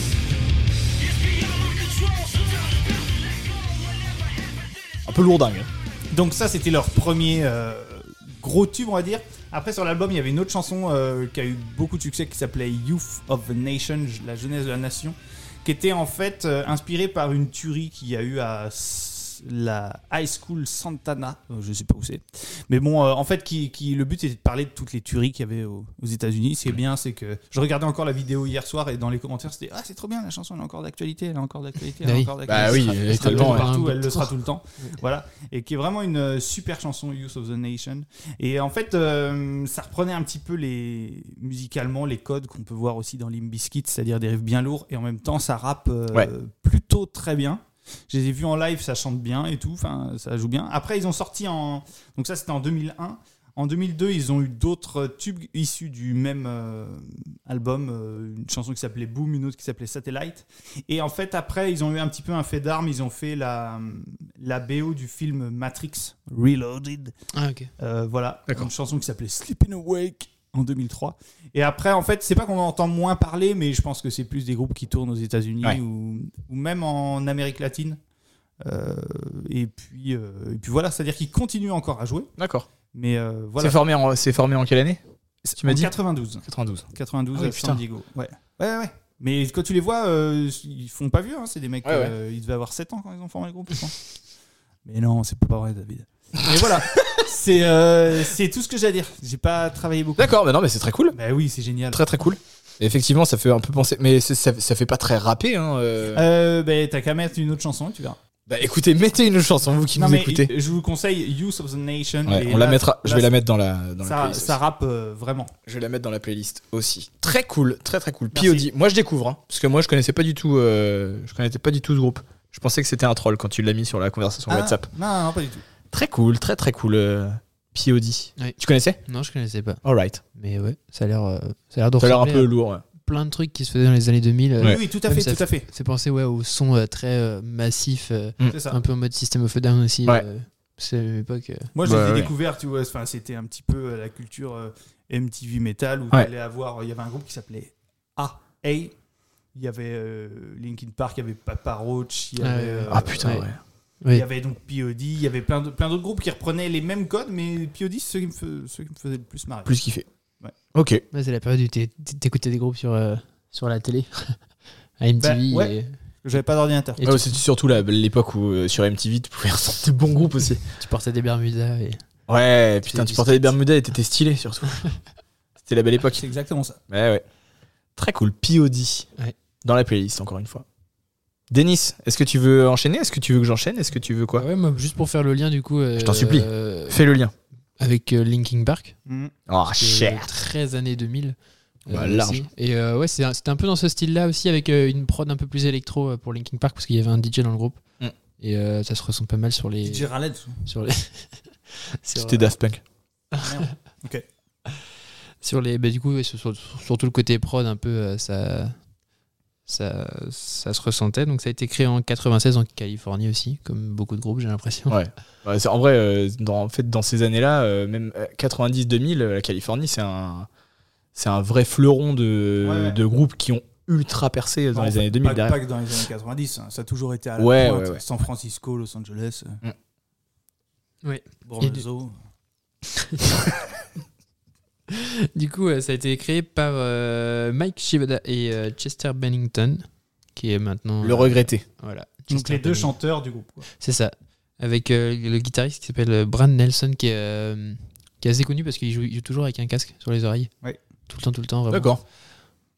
[SPEAKER 5] It's beyond my control. Sometimes it's better to let go. Whatever happens, it is
[SPEAKER 4] Un peu lourdingue. hein.
[SPEAKER 1] Donc ça, c'était leur premier euh, gros tube, on va dire. Après, sur l'album, il y avait une autre chanson euh, qui a eu beaucoup de succès qui s'appelait Youth of the Nation, la jeunesse de la nation, qui était en fait euh, inspirée par une tuerie qu'il y a eu à S- la High School Santana, Euh, je sais pas où c'est, mais bon, euh, en fait, qui, qui- le but était de parler de toutes les tueries qu'il y avait aux, aux États-Unis. C'est bien, c'est que je regardais encore la vidéo hier soir et dans les commentaires, c'était ah c'est trop bien la chanson, elle est encore d'actualité, elle est encore d'actualité, elle est
[SPEAKER 2] Bah oui.
[SPEAKER 1] encore d'actualité.
[SPEAKER 4] Bah oui,
[SPEAKER 1] Elle sera- elle sera
[SPEAKER 4] tellement,
[SPEAKER 1] toujours
[SPEAKER 2] ouais.
[SPEAKER 1] partout,
[SPEAKER 2] Un
[SPEAKER 1] elle
[SPEAKER 2] bout
[SPEAKER 1] le
[SPEAKER 2] de
[SPEAKER 1] sera
[SPEAKER 2] temps.
[SPEAKER 1] tout le temps voilà, et qui est vraiment une euh, super chanson, Use of the Nation. Et en fait, euh, ça reprenait un petit peu les musicalement les codes qu'on peut voir aussi dans Limbiskit, c'est-à-dire des riffs bien lourds, et en même temps, ça rappe euh,
[SPEAKER 4] Ouais.
[SPEAKER 1] plutôt très bien. Je les ai vus en live, ça chante bien et tout, enfin, ça joue bien. Après, ils ont sorti en. Donc, ça, c'était en 2001. En 2002, ils ont eu d'autres tubes issus du même euh, album, euh, une chanson qui s'appelait Boom, une autre qui s'appelait Satellite. Et en fait, après, ils ont eu un petit peu un fait d'armes, ils ont fait la, la BO du film Matrix Reloaded.
[SPEAKER 2] Ah, ok.
[SPEAKER 1] Euh, voilà,
[SPEAKER 4] D'accord.
[SPEAKER 1] une chanson qui s'appelait Sleeping Awake. en 2003. Et après, en fait, c'est pas qu'on en entend moins parler, mais je pense que c'est plus des groupes qui tournent aux États-Unis
[SPEAKER 4] Ouais.
[SPEAKER 1] ou, ou même en Amérique latine. Euh, et, puis, euh, et puis voilà, c'est-à-dire qu'ils continuent encore à jouer.
[SPEAKER 4] D'accord.
[SPEAKER 1] Mais euh, voilà.
[SPEAKER 4] C'est formé, en- c'est formé en quelle année tu m'as
[SPEAKER 1] En
[SPEAKER 4] dit
[SPEAKER 1] 92.
[SPEAKER 4] 92.
[SPEAKER 1] 92
[SPEAKER 4] Ah oui,
[SPEAKER 1] à
[SPEAKER 4] putain.
[SPEAKER 1] San Diego. Ouais. ouais, ouais. Mais quand tu les vois, euh, ils font pas vieux. hein, C'est des mecs,
[SPEAKER 4] Ouais, ouais.
[SPEAKER 1] euh, ils devaient avoir 7 ans quand ils ont formé le groupe, je pense. Mais non, c'est pas vrai, David. Mais voilà, c'est euh, c'est tout ce que j'ai à dire. J'ai pas travaillé beaucoup.
[SPEAKER 4] D'accord, mais non, mais c'est très cool.
[SPEAKER 1] Bah oui, c'est génial.
[SPEAKER 4] Très très cool. Et effectivement, ça fait un peu penser. Mais c'est- ça, ça fait pas très rappé. Hein, euh.
[SPEAKER 1] Euh, bah, T'as qu'à mettre une autre chanson, tu verras.
[SPEAKER 4] Bah écoutez, mettez une chanson, vous qui
[SPEAKER 1] non,
[SPEAKER 4] nous
[SPEAKER 1] mais
[SPEAKER 4] écoutez.
[SPEAKER 1] je vous conseille Use of the Nation.
[SPEAKER 4] Ouais,
[SPEAKER 1] et
[SPEAKER 4] on la
[SPEAKER 1] là,
[SPEAKER 4] mettra, je
[SPEAKER 1] là,
[SPEAKER 4] vais la mettre dans la, dans la
[SPEAKER 1] Ça,
[SPEAKER 4] playlist.
[SPEAKER 1] ça rappe euh, vraiment.
[SPEAKER 4] Je vais la mettre dans la playlist aussi. Très cool, très très cool.
[SPEAKER 1] Merci.
[SPEAKER 4] POD, moi je découvre, hein, parce que moi je connaissais pas du tout, euh, je connaissais pas du tout ce groupe. Je pensais que c'était un troll quand tu l'as mis sur la conversation
[SPEAKER 1] Ah,
[SPEAKER 4] WhatsApp.
[SPEAKER 1] Non, non, pas du tout.
[SPEAKER 4] Très cool, très très cool. euh, POD.
[SPEAKER 2] Oui.
[SPEAKER 4] Tu connaissais
[SPEAKER 2] Non, je connaissais pas.
[SPEAKER 4] Alright.
[SPEAKER 2] Mais ouais, ça a l'air euh, ça a l'air de
[SPEAKER 4] Ça a l'air un peu
[SPEAKER 2] ressembler à
[SPEAKER 4] lourd. ouais.
[SPEAKER 2] plein de trucs qui se faisaient dans les années 2000. euh,
[SPEAKER 1] Oui,
[SPEAKER 4] Ouais.
[SPEAKER 1] oui, tout à
[SPEAKER 2] Même
[SPEAKER 1] fait,
[SPEAKER 2] ça
[SPEAKER 1] tout à fait.
[SPEAKER 2] C'est pensé ouais, au son euh, très euh, massif, euh,
[SPEAKER 1] C'est ça.
[SPEAKER 2] un peu en mode système of a Down aussi.
[SPEAKER 4] Ouais.
[SPEAKER 2] euh, c'est à l'époque. euh,
[SPEAKER 1] Moi, je
[SPEAKER 4] Bah,
[SPEAKER 1] les ai
[SPEAKER 4] ouais.
[SPEAKER 1] découverts, tu vois. Enfin, c'était un petit peu euh, la culture euh, MTV Metal où
[SPEAKER 4] Ouais.
[SPEAKER 1] t'allais avoir. Il y avait un groupe qui s'appelait A. A. Il y avait euh, Linkin Park, il y avait Papa Roach, il y
[SPEAKER 2] Ah,
[SPEAKER 1] avait.
[SPEAKER 2] ouais,
[SPEAKER 1] euh,
[SPEAKER 2] ouais.
[SPEAKER 4] Ah putain, ouais.
[SPEAKER 1] Il
[SPEAKER 2] oui.
[SPEAKER 1] y avait donc POD, il y avait plein d'autres plein d'autres groupes qui reprenaient les mêmes codes, mais POD, c'est ceux qui me, fais- ceux qui me faisaient le plus marrer.
[SPEAKER 4] Plus kiffé.
[SPEAKER 1] Ouais.
[SPEAKER 4] Ok.
[SPEAKER 2] Ouais, c'est la période où t'é- t'écoutais des groupes sur, euh, sur la télé, à MTV.
[SPEAKER 1] Bah, ouais.
[SPEAKER 2] et-
[SPEAKER 1] J'avais pas d'ordinateur.
[SPEAKER 2] Et
[SPEAKER 4] Ah
[SPEAKER 2] tu-
[SPEAKER 4] ouais, C'était surtout la- l'époque où euh, sur MTV tu pouvais ressortir des bons groupes aussi.
[SPEAKER 2] Tu portais des Bermudas. Et...
[SPEAKER 4] Ouais, putain,
[SPEAKER 2] C'est
[SPEAKER 4] tu
[SPEAKER 2] du
[SPEAKER 4] portais des
[SPEAKER 2] skate.
[SPEAKER 4] Bermudas et t'étais stylé surtout. c'était la belle époque.
[SPEAKER 1] C'est exactement ça.
[SPEAKER 4] Ouais, ouais. Très cool. POD.
[SPEAKER 2] Ouais.
[SPEAKER 4] Dans la playlist, encore une fois. Denis, est-ce que tu veux enchaîner Est-ce que tu veux que j'enchaîne Est-ce que tu veux quoi
[SPEAKER 2] Ouais, moi, juste pour faire le lien, du coup.
[SPEAKER 4] Je t'en supplie.
[SPEAKER 2] euh,
[SPEAKER 4] Fais le lien.
[SPEAKER 2] avec euh, Linkin Park.
[SPEAKER 1] Mhm.
[SPEAKER 4] Oh,
[SPEAKER 2] qui est
[SPEAKER 4] cher.
[SPEAKER 2] 13 années 2000.
[SPEAKER 4] Bah, large.
[SPEAKER 2] aussi. Et euh, ouais, c'est un- c'était un peu dans ce style-là aussi, avec euh, une prod un peu plus électro euh, pour Linkin Park, parce qu'il y avait un DJ dans le groupe.
[SPEAKER 4] Mm.
[SPEAKER 2] Et euh, ça se ressemble pas mal sur les.
[SPEAKER 1] DJ Raled.
[SPEAKER 2] Sur les sur,
[SPEAKER 4] C'était
[SPEAKER 2] euh,
[SPEAKER 4] Daft Punk.
[SPEAKER 2] sur les bah, du coup ouais, sur, sur- surtout le côté prod un peu euh, ça ça ça se ressentait donc ça a été créé en 96 en Californie aussi comme beaucoup de groupes j'ai l'impression
[SPEAKER 4] Ouais. Ouais, c'est- en vrai, euh, dans, en fait, dans ces années-là, euh, même 90-2000, la Californie, c'est un, c'est un vrai fleuron de,
[SPEAKER 1] Ouais, ouais.
[SPEAKER 4] de groupes qui ont ultra percé dans
[SPEAKER 1] Enfin,
[SPEAKER 4] les années 2000
[SPEAKER 1] pas,
[SPEAKER 4] derrière.
[SPEAKER 1] pas que dans les années 90, hein. ça a toujours été à la
[SPEAKER 4] Ouais,
[SPEAKER 1] pointe.
[SPEAKER 4] ouais, Mm. ouais.
[SPEAKER 1] San Francisco, Los Angeles,
[SPEAKER 2] Ouais. Et du-
[SPEAKER 1] Bronzo.
[SPEAKER 2] du coup euh, ça a été créé par euh, Mike Shibada et euh, Chester Bennington qui est maintenant
[SPEAKER 4] Le
[SPEAKER 2] euh,
[SPEAKER 4] regretter.
[SPEAKER 2] voilà
[SPEAKER 1] Donc
[SPEAKER 2] Chester
[SPEAKER 1] les deux
[SPEAKER 2] Bennington.
[SPEAKER 1] chanteurs du groupe. quoi.
[SPEAKER 2] C'est ça. Avec euh, le guitariste qui s'appelle euh, Brad Nelson, qui est, euh, qui est assez connu parce qu'il joue, il joue toujours avec un casque sur les oreilles.
[SPEAKER 1] Ouais.
[SPEAKER 2] Tout le temps, tout le temps, vraiment.
[SPEAKER 4] D'accord.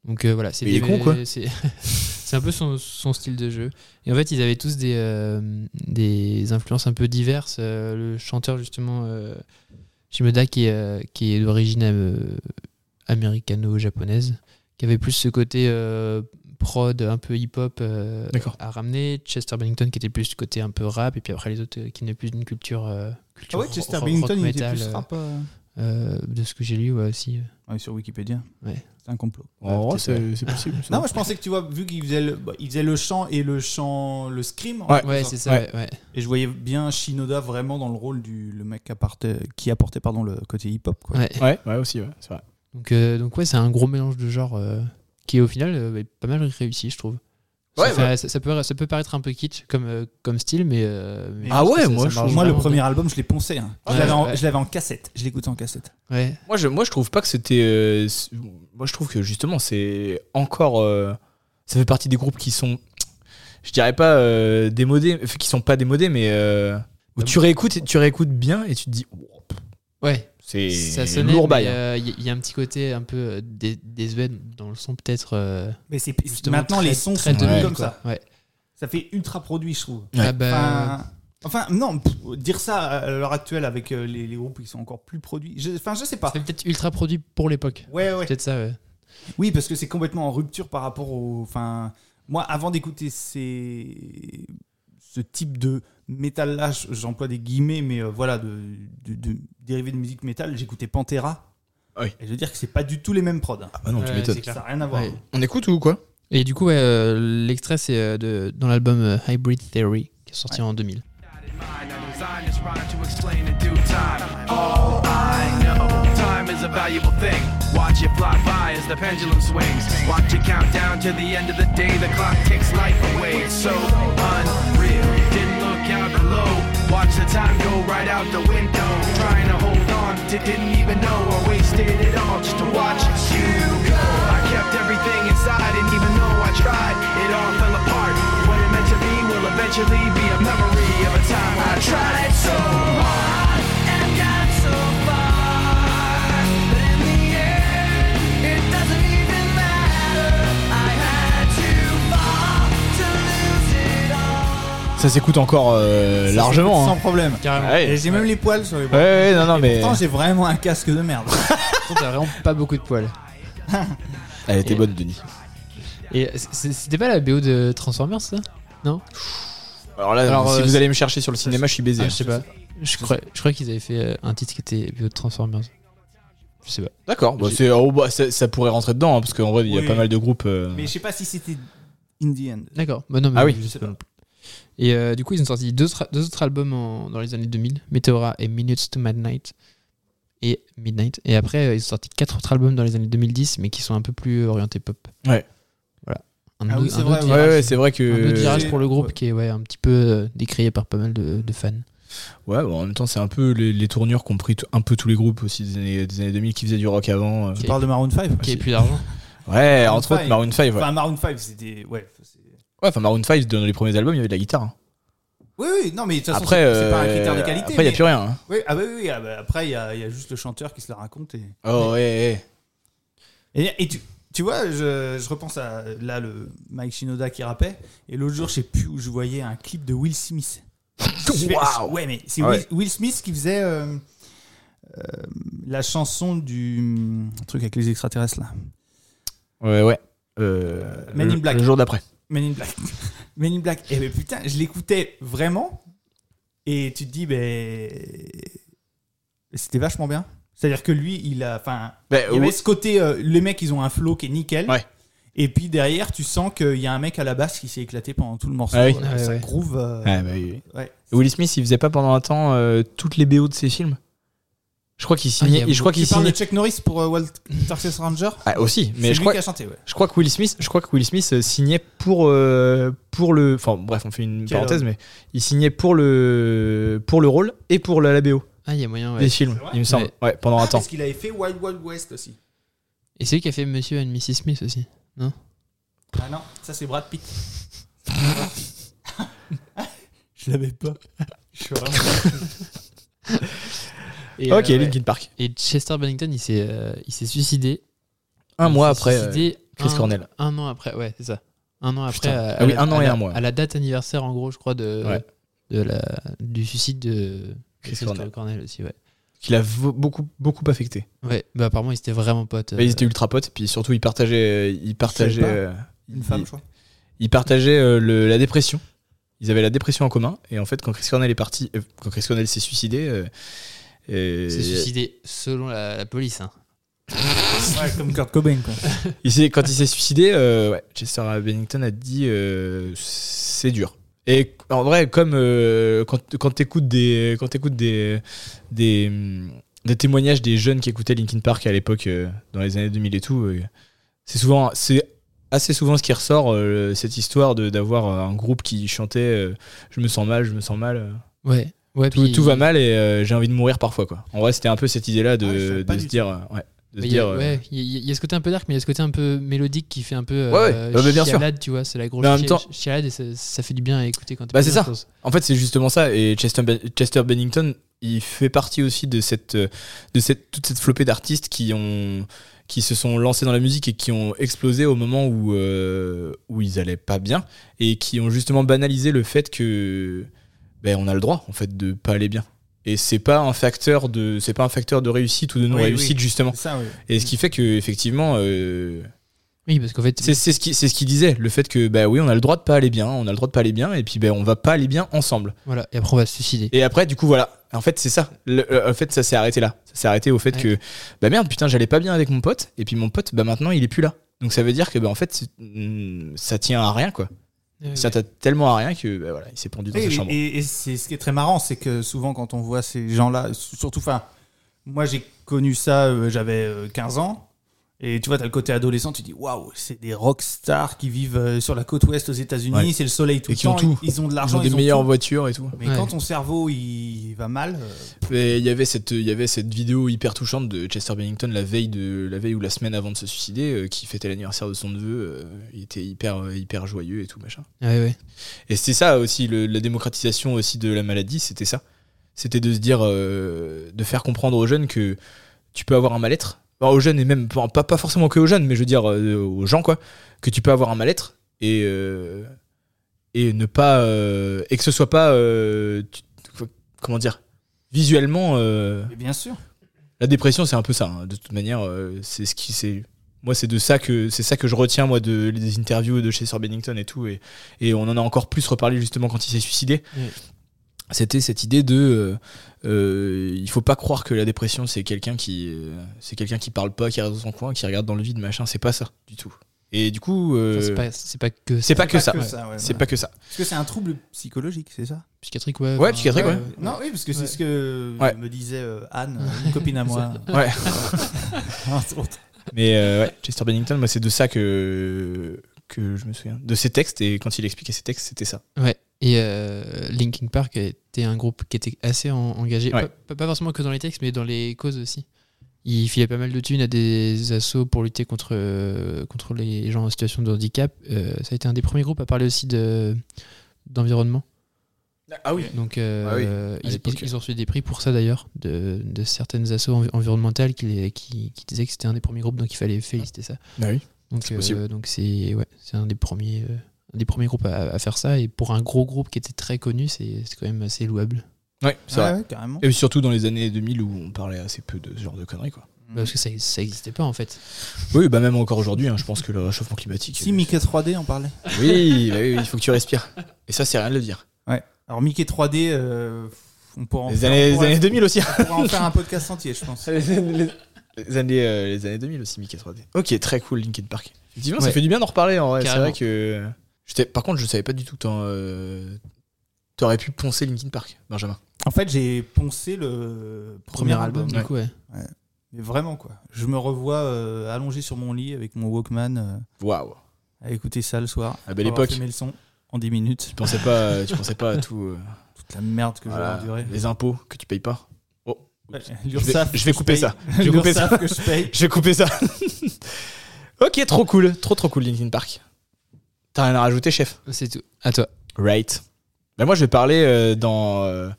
[SPEAKER 2] Donc euh, voilà, c'est
[SPEAKER 4] Il est
[SPEAKER 2] des-
[SPEAKER 4] con, quoi.
[SPEAKER 2] C'est c'est un peu son, son style de jeu. Et en fait, ils avaient tous des, euh, des influences un peu diverses. Euh, le chanteur, justement, euh, Shimoda, qui, est, euh, qui est d'origine euh, américano-japonaise, qui avait plus ce côté euh, prod, un peu hip-hop euh,
[SPEAKER 4] D'accord.
[SPEAKER 2] à ramener. Chester Bennington, qui était plus ce côté un peu rap, et puis après les autres euh, qui n'avaient plus d'une culture. euh,
[SPEAKER 1] Ah
[SPEAKER 2] culture
[SPEAKER 1] ouais, Chester
[SPEAKER 2] ro-
[SPEAKER 1] Bennington,
[SPEAKER 2] rock
[SPEAKER 1] il était
[SPEAKER 2] metal,
[SPEAKER 1] plus
[SPEAKER 2] euh,
[SPEAKER 1] rap. euh,
[SPEAKER 2] euh, de ce que j'ai lu, ouais, aussi.
[SPEAKER 1] ouais, Ah sur Wikipédia.
[SPEAKER 2] Ouais.
[SPEAKER 1] C'est un complot.
[SPEAKER 4] En vrai,
[SPEAKER 2] peut-être,
[SPEAKER 4] c'est c'est possible. ça.
[SPEAKER 1] Non, moi je pensais que tu vois, vu qu'il faisait, le, bah, il faisait le chant et le chant, le scream. en
[SPEAKER 4] Ouais.
[SPEAKER 1] quelque
[SPEAKER 2] Ouais,
[SPEAKER 1] sorte.
[SPEAKER 2] c'est ça,
[SPEAKER 4] Ouais.
[SPEAKER 2] ouais, ouais.
[SPEAKER 1] Et je voyais bien Shinoda vraiment dans le rôle du le mec qui apportait, qui apportait pardon, le côté hip-hop. quoi.
[SPEAKER 2] Ouais.
[SPEAKER 4] Ouais, ouais, aussi, ouais, c'est vrai.
[SPEAKER 2] Donc, euh, donc ouais, c'est un gros mélange de genres euh, qui au final euh, est pas mal réussi, je trouve.
[SPEAKER 4] Ouais,
[SPEAKER 2] ça, fait- ça, ça peut, ça peut paraître un peu kitsch comme, euh, comme style, mais, euh, mais
[SPEAKER 4] Ah
[SPEAKER 2] je pense
[SPEAKER 4] ouais,
[SPEAKER 2] que ça-
[SPEAKER 4] moi,
[SPEAKER 2] ça
[SPEAKER 4] je-
[SPEAKER 2] marche
[SPEAKER 1] Moi, le
[SPEAKER 2] vraiment
[SPEAKER 1] premier album, je l'ai poncé. hein.
[SPEAKER 2] Ouais,
[SPEAKER 1] je l'avais en,
[SPEAKER 2] ouais.
[SPEAKER 1] je l'avais en cassette. Je l'écoutais en cassette.
[SPEAKER 2] bien. Ouais.
[SPEAKER 4] Moi je, moi, je trouve pas que c'était. euh, c- moi, je trouve que justement, c'est encore. euh, ça fait partie des groupes qui sont. Je dirais pas euh, démodés, enfin, qui sont pas démodés, mais. euh, où tu réécoutes, tu réécoutes bien et tu te dis. oh, pff,
[SPEAKER 2] Ouais,
[SPEAKER 4] C'est
[SPEAKER 2] ça sonnait,
[SPEAKER 4] lourd
[SPEAKER 2] mais,
[SPEAKER 4] bail. hein.
[SPEAKER 2] euh, Il y, y a un petit côté un peu euh, dé- désuet dans le son, peut-être. euh,
[SPEAKER 1] Mais c'est
[SPEAKER 2] justement,
[SPEAKER 1] maintenant
[SPEAKER 2] très-
[SPEAKER 1] les sons
[SPEAKER 2] très
[SPEAKER 1] sont
[SPEAKER 2] 2000,
[SPEAKER 1] comme
[SPEAKER 2] quoi.
[SPEAKER 1] ça.
[SPEAKER 2] Ouais.
[SPEAKER 1] Ça fait ultra produit, je trouve.
[SPEAKER 4] Ouais.
[SPEAKER 2] Ah bah,
[SPEAKER 1] Enfin, enfin, non, pff, dire ça à l'heure actuelle avec euh, les, les groupes qui sont encore plus produits. Je- Enfin, je sais pas.
[SPEAKER 2] ça fait peut-être ultra produit pour l'époque.
[SPEAKER 1] Ouais, ouais.
[SPEAKER 2] Peut-être ça, ouais.
[SPEAKER 1] Oui, parce que c'est complètement en rupture par rapport au. Enfin, moi, avant d'écouter ces... ce type de métal-là, j- j'emploie des guillemets, mais euh, voilà, de, de, de dérivés de musique métal, j'écoutais Pantera.
[SPEAKER 4] Ah oui.
[SPEAKER 1] Et je veux dire que c'est pas du tout les mêmes prods. hein.
[SPEAKER 4] Ah bah non, tu
[SPEAKER 2] Ouais,
[SPEAKER 4] m'étonnes.
[SPEAKER 2] c'est clair.
[SPEAKER 1] Ça n'a rien à voir.
[SPEAKER 2] Ouais.
[SPEAKER 4] On écoute ou quoi
[SPEAKER 2] Et du coup, ouais, euh, l'extrait, c'est euh, de- dans l'album euh, Hybrid Theory, qui est sorti en 2000.
[SPEAKER 6] in mind. I designed this rhyme to explain in due time. All I know, time is a valuable thing. Watch it fly by as the pendulum swings. Watch it count down to the end of the day. The clock takes life away. It's so unreal. Didn't look out below. Watch the time go right out the window. Trying to hold on to didn't even know I wasted it all just to watch you go. I kept everything inside and even though I tried, it all fell apart. What it meant to be will eventually be a memory of a time I tried so hard and got so far. But in the end, it doesn't even matter. I had to fall to lose it all.
[SPEAKER 4] Ça s'écoute encore euh, largement.
[SPEAKER 1] Sans
[SPEAKER 4] hein.
[SPEAKER 1] problème.
[SPEAKER 2] Carrément.
[SPEAKER 4] Ouais.
[SPEAKER 1] Et j'ai même les poils sur les
[SPEAKER 4] Ouais,
[SPEAKER 1] bras.
[SPEAKER 4] ouais, non, non, mais
[SPEAKER 1] Pourtant, j'ai vraiment un casque de merde.
[SPEAKER 2] Par contre, T'as vraiment pas beaucoup de poils.
[SPEAKER 4] elle était bonne, Denis.
[SPEAKER 2] Et c- c- c'était pas la BO de Transformers, ça
[SPEAKER 4] Alors là,
[SPEAKER 2] Alors,
[SPEAKER 4] si
[SPEAKER 2] euh,
[SPEAKER 4] vous allez me chercher sur le cinéma, je suis baisé.
[SPEAKER 2] Ah, Je sais pas. Je crois, je crois qu'ils avaient fait euh, un titre qui était BO de Transformers. Je sais pas.
[SPEAKER 4] D'accord, bah,
[SPEAKER 2] J'ai-
[SPEAKER 4] c'est- oh, bah, ça, ça pourrait rentrer dedans, hein, parce qu'en vrai, il y a
[SPEAKER 1] Oui.
[SPEAKER 4] pas mal de groupes. euh,
[SPEAKER 1] Mais je sais pas si c'était in the end.
[SPEAKER 2] D'accord. Bah non, mais
[SPEAKER 4] Ah oui.
[SPEAKER 2] je sais pas. Et euh, du coup, ils ont sorti deux, tra- deux autres albums en- dans les années 2000, Meteora et Minutes to Midnight. Et Midnight. Et après, euh, ils ont sorti quatre autres albums dans les années 2010, mais qui sont un peu plus orientés pop.
[SPEAKER 4] Ouais.
[SPEAKER 2] Voilà. Un,
[SPEAKER 1] Ah
[SPEAKER 2] au-
[SPEAKER 1] oui,
[SPEAKER 2] un
[SPEAKER 1] c'est
[SPEAKER 2] autre
[SPEAKER 1] vrai,
[SPEAKER 4] Ouais,
[SPEAKER 2] virage,
[SPEAKER 4] ouais, c'est vrai
[SPEAKER 2] un autre
[SPEAKER 4] que.
[SPEAKER 2] virage pour le groupe
[SPEAKER 1] Ouais.
[SPEAKER 2] qui est ouais, un petit peu euh, décrié par pas mal de, de fans.
[SPEAKER 4] Ouais, bon, en même temps, c'est un peu les, les tournures qu'ont pris t- un peu tous les groupes aussi des années, des années 2000 qui faisaient du rock avant. euh.
[SPEAKER 1] Tu parles de Maroon 5
[SPEAKER 2] Qui est plus d'argent.
[SPEAKER 4] Ouais,
[SPEAKER 1] Maroon
[SPEAKER 4] entre autres,
[SPEAKER 1] five.
[SPEAKER 4] Maroon 5. Ouais,
[SPEAKER 1] Enfin, Maroon 5, c'était. Ouais. c'est-
[SPEAKER 4] Ouais, enfin, Maroon 5, dans les premiers albums, il y avait de la guitare. hein.
[SPEAKER 1] Oui, oui, non, mais de toute façon,
[SPEAKER 4] Après,
[SPEAKER 1] c'est c'est pas un
[SPEAKER 4] euh,
[SPEAKER 1] critère de qualité.
[SPEAKER 4] Après, il n'y a
[SPEAKER 1] mais-
[SPEAKER 4] plus rien. hein.
[SPEAKER 1] Oui, ah, oui, oui, ah bah, après, il y a, il y a juste le chanteur qui se la raconte. Et,
[SPEAKER 4] Oh, ouais, ouais.
[SPEAKER 1] et, et tu, tu vois, je, je repense à là, le Mike Shinoda qui rappait. Et l'autre jour, je sais plus où je voyais un clip de Will Smith. Je fais-
[SPEAKER 4] Waouh.
[SPEAKER 1] Ouais, mais c'est
[SPEAKER 4] Ah
[SPEAKER 1] Will,
[SPEAKER 4] ouais.
[SPEAKER 1] Will Smith qui faisait euh, euh, la chanson du hum, truc avec les extraterrestres là.
[SPEAKER 4] Ouais, ouais. Euh,
[SPEAKER 1] Men in
[SPEAKER 4] le-
[SPEAKER 1] Black.
[SPEAKER 4] Le jour d'après.
[SPEAKER 1] Men in Black. Men in Black. Et ben putain, je l'écoutais vraiment. Et tu te dis, ben. C'était vachement bien. C'est-à-dire que lui, il a. Enfin,
[SPEAKER 4] Bah,
[SPEAKER 1] il y avait
[SPEAKER 4] ouais.
[SPEAKER 1] ce côté. euh, les mecs, ils ont un flow qui est nickel.
[SPEAKER 4] Ouais.
[SPEAKER 1] Et puis derrière, tu sens qu'il y a un mec à la basse qui s'est éclaté pendant tout le morceau.
[SPEAKER 4] Ah oui.
[SPEAKER 1] Euh,
[SPEAKER 2] Ouais,
[SPEAKER 1] ça
[SPEAKER 2] ouais.
[SPEAKER 1] groove. euh,
[SPEAKER 4] Ouais, bah, oui, oui.
[SPEAKER 1] ouais.
[SPEAKER 4] Will Smith, il faisait pas pendant un temps euh, toutes les BO de ses films Je crois qu'il signait.
[SPEAKER 2] Ah, il y a
[SPEAKER 4] je crois qu'il
[SPEAKER 1] Tu parles
[SPEAKER 4] signait.
[SPEAKER 1] de Chuck Norris pour euh, Walter Ranger
[SPEAKER 4] Ah, aussi, mais
[SPEAKER 1] C'est
[SPEAKER 4] je
[SPEAKER 1] lui
[SPEAKER 4] crois,
[SPEAKER 1] qui a chanté, ouais.
[SPEAKER 4] je crois que Will Smith, je crois que Will Smith euh, signait pour euh, pour le. Enfin bref, on fait une
[SPEAKER 1] Quel
[SPEAKER 4] parenthèse, mais il signait pour le pour le rôle et pour la, la BO
[SPEAKER 2] Ah, il y a moyen, ouais.
[SPEAKER 4] des films,
[SPEAKER 1] vrai
[SPEAKER 4] il me semble.
[SPEAKER 2] Ouais.
[SPEAKER 4] Ouais, pendant un
[SPEAKER 1] Ah,
[SPEAKER 4] temps.
[SPEAKER 1] Parce qu'il avait fait Wild Wild West aussi.
[SPEAKER 2] Et c'est lui qui a fait Monsieur and Mrs. Smith aussi.
[SPEAKER 1] Ah non, ça c'est Brad Pitt. Je l'avais pas. Je suis vraiment-
[SPEAKER 2] Et,
[SPEAKER 4] Ok,
[SPEAKER 2] euh, ouais.
[SPEAKER 4] Linkin Park.
[SPEAKER 2] Et Chester Bennington, il s'est euh, il s'est suicidé.
[SPEAKER 4] Un
[SPEAKER 2] Il
[SPEAKER 4] mois
[SPEAKER 2] s'est
[SPEAKER 4] après. euh,
[SPEAKER 2] suicidé
[SPEAKER 4] Chris
[SPEAKER 2] un-
[SPEAKER 4] Cornell.
[SPEAKER 2] Un an après, ouais, c'est ça. Un an après.
[SPEAKER 4] Putain.
[SPEAKER 2] à-
[SPEAKER 4] Ah
[SPEAKER 2] à
[SPEAKER 4] oui,
[SPEAKER 2] la-
[SPEAKER 4] un an
[SPEAKER 2] à
[SPEAKER 4] et
[SPEAKER 2] la-
[SPEAKER 4] un mois.
[SPEAKER 2] À la date anniversaire, en gros, je crois, de,
[SPEAKER 4] Ouais.
[SPEAKER 2] de la, du suicide de
[SPEAKER 4] Chris
[SPEAKER 2] de
[SPEAKER 4] Cornell.
[SPEAKER 2] aussi, ouais.
[SPEAKER 4] Qu'il a vo- beaucoup beaucoup affecté.
[SPEAKER 1] Euh,
[SPEAKER 2] Ouais, bah apparemment, ils étaient vraiment potes.
[SPEAKER 4] Bah, ils
[SPEAKER 2] euh,
[SPEAKER 4] étaient ultra potes, puis surtout ils partageaient, euh, ils partageaient,
[SPEAKER 1] pas.
[SPEAKER 4] euh,
[SPEAKER 1] Une femme,
[SPEAKER 4] ils-
[SPEAKER 1] je crois.
[SPEAKER 4] ils partageaient euh, le- la dépression. Ils avaient la dépression en commun, et en fait quand Chris Cornell est parti, euh, quand Chris Cornell s'est suicidé. euh, euh,
[SPEAKER 2] ils s'est suicidé selon la, la police. hein.
[SPEAKER 1] Ouais, comme Kurt Cobain, quoi.
[SPEAKER 4] Il s'est- quand il s'est suicidé, euh, ouais, Chester Bennington a dit euh, c'est dur. Et en vrai, comme euh, quand, quand t'écoutes des quand t'écoutes des des hum, des témoignages des jeunes qui écoutaient Linkin Park à l'époque euh, dans les années 2000 et tout, euh, c'est souvent c'est assez souvent ce qui ressort euh, cette histoire de d'avoir euh, un groupe qui chantait euh, je me sens mal, je me sens mal, euh,
[SPEAKER 2] Ouais, ouais.
[SPEAKER 4] tout,
[SPEAKER 2] puis-
[SPEAKER 4] tout va mal et euh, j'ai envie de mourir parfois quoi. En vrai, c'était un peu cette idée là
[SPEAKER 1] Ah, je
[SPEAKER 4] de,
[SPEAKER 1] savais pas
[SPEAKER 4] de
[SPEAKER 1] du
[SPEAKER 4] se
[SPEAKER 1] tout.
[SPEAKER 4] dire euh, ouais, de se
[SPEAKER 2] mais il y a-
[SPEAKER 4] dire, euh,
[SPEAKER 2] ouais, il y, a- il y a ce côté un peu dark, mais il y a ce côté un peu mélodique qui fait un peu euh,
[SPEAKER 4] Ouais, ouais. Ah, mais bien sûr.
[SPEAKER 2] chialade, tu vois. C'est la grosse
[SPEAKER 4] Mais en même
[SPEAKER 2] chi-
[SPEAKER 4] temps-
[SPEAKER 2] chialade et ça, ça fait du bien à écouter quand t'es
[SPEAKER 4] Bah,
[SPEAKER 2] pas
[SPEAKER 4] c'est
[SPEAKER 2] bien,
[SPEAKER 4] ça.
[SPEAKER 2] je pense.
[SPEAKER 4] En fait, c'est justement ça. Et Chester, Ben- Chester Bennington, il fait partie aussi de cette, euh, de cette, toute cette flopée d'artistes qui ont, qui se sont lancés dans la musique et qui ont explosé au moment où, euh, où ils allaient pas bien et qui ont justement banalisé le fait que, ben, on a le droit en fait de pas aller bien. Et c'est pas un facteur de, c'est pas un facteur de réussite ou de non
[SPEAKER 1] Oui,
[SPEAKER 4] réussite
[SPEAKER 1] oui.
[SPEAKER 4] justement.
[SPEAKER 1] C'est ça, oui.
[SPEAKER 4] Et ce qui fait que effectivement, euh,
[SPEAKER 2] Oui, parce qu'en fait,
[SPEAKER 4] c'est c'est ce qui, c'est ce qu'il disait, le fait que, bah oui, on a le droit de pas aller bien, on a le droit de pas aller bien, et puis ben on va pas aller bien ensemble.
[SPEAKER 2] voilà. Et après, on va se suicider.
[SPEAKER 4] Et après, du coup, voilà. En fait, c'est ça. Le- euh, en fait, ça s'est arrêté là. Ça s'est arrêté au fait
[SPEAKER 2] Ouais.
[SPEAKER 4] que, bah merde, putain, j'allais pas bien avec mon pote. Et puis mon pote, bah maintenant, il est plus là. Donc ça veut dire que, bah en fait, c'est- mm, ça tient à rien, quoi.
[SPEAKER 2] Ouais,
[SPEAKER 4] Ça tient tellement à rien que, bah voilà, il s'est pendu dans
[SPEAKER 1] Et,
[SPEAKER 4] sa chambre.
[SPEAKER 1] et- et c'est ce qui est très marrant, c'est que souvent quand on voit ces gens-là, surtout, enfin, Moi, j'ai connu ça, euh, j'avais euh, 15 ans. Et tu vois, t'as le côté adolescent, tu dis waouh, c'est des rockstars qui vivent euh, sur la côte ouest aux États-Unis,
[SPEAKER 4] Ouais.
[SPEAKER 1] c'est le soleil tout
[SPEAKER 4] Et
[SPEAKER 1] le
[SPEAKER 4] qui ont
[SPEAKER 1] temps,
[SPEAKER 4] tout.
[SPEAKER 1] Ils, ils ont de
[SPEAKER 4] Ils
[SPEAKER 1] l'argent,
[SPEAKER 4] ont des
[SPEAKER 1] ils ont
[SPEAKER 4] meilleures
[SPEAKER 1] tout.
[SPEAKER 4] voitures et tout.
[SPEAKER 1] Mais
[SPEAKER 2] Ouais.
[SPEAKER 1] quand ton cerveau il va mal, euh,
[SPEAKER 4] Et il y avait cette, il y avait cette vidéo hyper touchante de Chester Bennington la veille de, la veille ou la semaine avant de se suicider, euh, qui fêtait l'anniversaire de son neveu. euh, il était hyper, euh, hyper joyeux et tout machin.
[SPEAKER 2] Ouais, ouais.
[SPEAKER 4] Et c'est ça aussi, le- la démocratisation aussi de la maladie, c'était ça. C'était de se dire, euh, de faire comprendre aux jeunes que tu peux avoir un mal-être. Enfin, aux jeunes et même pas, pas- pas forcément que aux jeunes, mais je veux dire euh, aux gens quoi, que tu peux avoir un mal-être et euh, et ne pas euh, et que ce soit pas euh, tu- comment dire visuellement euh,
[SPEAKER 1] mais bien sûr.
[SPEAKER 4] la dépression, c'est un peu ça. hein. De toute manière, euh, c'est ce qui c'est. Moi, c'est de ça que c'est ça que je retiens moi de des interviews de chez Sir Bennington et tout. Et, et on en a encore plus reparlé justement quand il s'est suicidé.
[SPEAKER 2] Oui.
[SPEAKER 4] C'était cette idée de euh, euh, il faut pas croire que la dépression c'est quelqu'un qui euh, c'est quelqu'un qui parle pas, qui reste dans son coin, qui regarde dans le vide, machin. C'est pas ça du tout. Et du coup, euh,
[SPEAKER 2] Ça, c'est pas- hein. c'est pas, que
[SPEAKER 4] c'est pas, que ça.
[SPEAKER 1] ouais.
[SPEAKER 4] Ouais.
[SPEAKER 1] ouais,
[SPEAKER 4] C'est
[SPEAKER 1] voilà.
[SPEAKER 4] pas que ça.
[SPEAKER 1] Parce que c'est un trouble psychologique, c'est ça Euh,
[SPEAKER 2] psychiatrique, ouais.
[SPEAKER 4] Ouais, psychiatrique, ouais.
[SPEAKER 1] Non, oui, parce que c'est
[SPEAKER 2] Ouais.
[SPEAKER 1] ce que
[SPEAKER 4] Ouais.
[SPEAKER 1] me disait euh, Anne, une copine à moi.
[SPEAKER 4] Ouais.
[SPEAKER 1] Entre autres.
[SPEAKER 4] Mais euh, ouais, Chester Bennington, moi, c'est de ça que que je me souviens de ses textes. Et quand il expliquait ses textes, c'était ça.
[SPEAKER 2] Ouais. Et euh, Linkin Park était un groupe qui était assez en- engagé,
[SPEAKER 4] Ouais.
[SPEAKER 2] pas, pas- pas forcément que dans les textes, mais dans les causes aussi. Il filait pas mal de thunes à des assauts pour lutter contre, euh, contre les gens en situation de handicap. Euh, ça a été un des premiers groupes à parler aussi de d'environnement.
[SPEAKER 4] Ah oui.
[SPEAKER 2] Donc euh,
[SPEAKER 4] Ah oui, à
[SPEAKER 2] ils,
[SPEAKER 4] l'époque.
[SPEAKER 2] ils- ils ont reçu des prix pour ça d'ailleurs, de, de certaines assos envi- environnementales qui, les- qui, qui disaient que c'était un des premiers groupes, donc il fallait féliciter ça.
[SPEAKER 4] Ah oui.
[SPEAKER 2] Donc
[SPEAKER 4] C'est possible.
[SPEAKER 2] euh, donc c'est ouais, c'est un des premiers euh, un des premiers groupes à, à faire ça et pour un gros groupe qui était très connu, c'est c'est quand même assez louable
[SPEAKER 4] Ouais, c'est
[SPEAKER 2] Ah
[SPEAKER 1] Ouais,
[SPEAKER 4] vrai.
[SPEAKER 1] ouais, carrément.
[SPEAKER 4] Et surtout dans les années 2000 où on parlait assez peu de ce genre de conneries quoi.
[SPEAKER 1] Mm.
[SPEAKER 2] parce que ça ça existait pas en fait.
[SPEAKER 4] Oui, bah même encore aujourd'hui, hein, je pense que le réchauffement climatique. euh,
[SPEAKER 1] Si Mickey 3D en parlait.
[SPEAKER 4] Oui, bah oui, il faut que tu respires. Et ça, c'est rien de le dire.
[SPEAKER 1] Alors Mickey 3D, euh, on pourra en
[SPEAKER 4] Les
[SPEAKER 1] faire-
[SPEAKER 4] années,
[SPEAKER 1] on
[SPEAKER 4] les
[SPEAKER 1] pourra-
[SPEAKER 4] années 2000 aussi.
[SPEAKER 1] on pourra en faire un podcast entier, je pense.
[SPEAKER 4] les, années, les, années, euh, les années 2000 aussi, Mickey 3D. Ok, très cool, Linkin Park. Effectivement, ça
[SPEAKER 2] Ouais.
[SPEAKER 4] fait du bien d'en reparler en vrai. C'est
[SPEAKER 2] Carrément.
[SPEAKER 4] vrai que. j'étais- Par contre, je savais pas du tout que t'en, euh, t'aurais pu poncer Linkin Park, Benjamin.
[SPEAKER 1] En fait, j'ai poncé le premier, album.
[SPEAKER 2] du coup ouais.
[SPEAKER 1] Mais vraiment, quoi. Je me revois euh, allongé sur mon lit avec mon Walkman euh,
[SPEAKER 4] Waouh.
[SPEAKER 1] à écouter ça le soir.
[SPEAKER 4] À belle
[SPEAKER 1] Pour avoir
[SPEAKER 4] époque.
[SPEAKER 1] fumé le son en 10 minutes.
[SPEAKER 4] Tu pensais pas, tu pensais pas à tout. euh,
[SPEAKER 1] Toute la merde que
[SPEAKER 4] voilà,
[SPEAKER 1] j'aurais enduré.
[SPEAKER 4] les impôts que tu payes pas. Oh,
[SPEAKER 1] Ouais,
[SPEAKER 4] je vais- je vais
[SPEAKER 1] que
[SPEAKER 4] couper
[SPEAKER 1] paye.
[SPEAKER 4] ça. Je vais couper
[SPEAKER 1] L'URSSAF
[SPEAKER 4] ça.
[SPEAKER 1] que je paye.
[SPEAKER 4] Je vais couper ça. ok, trop cool. Trop trop cool, Linkin Park. T'as rien à rajouter, chef
[SPEAKER 2] C'est tout. À toi.
[SPEAKER 4] Right. Bah moi, je vais parler euh, dans, euh,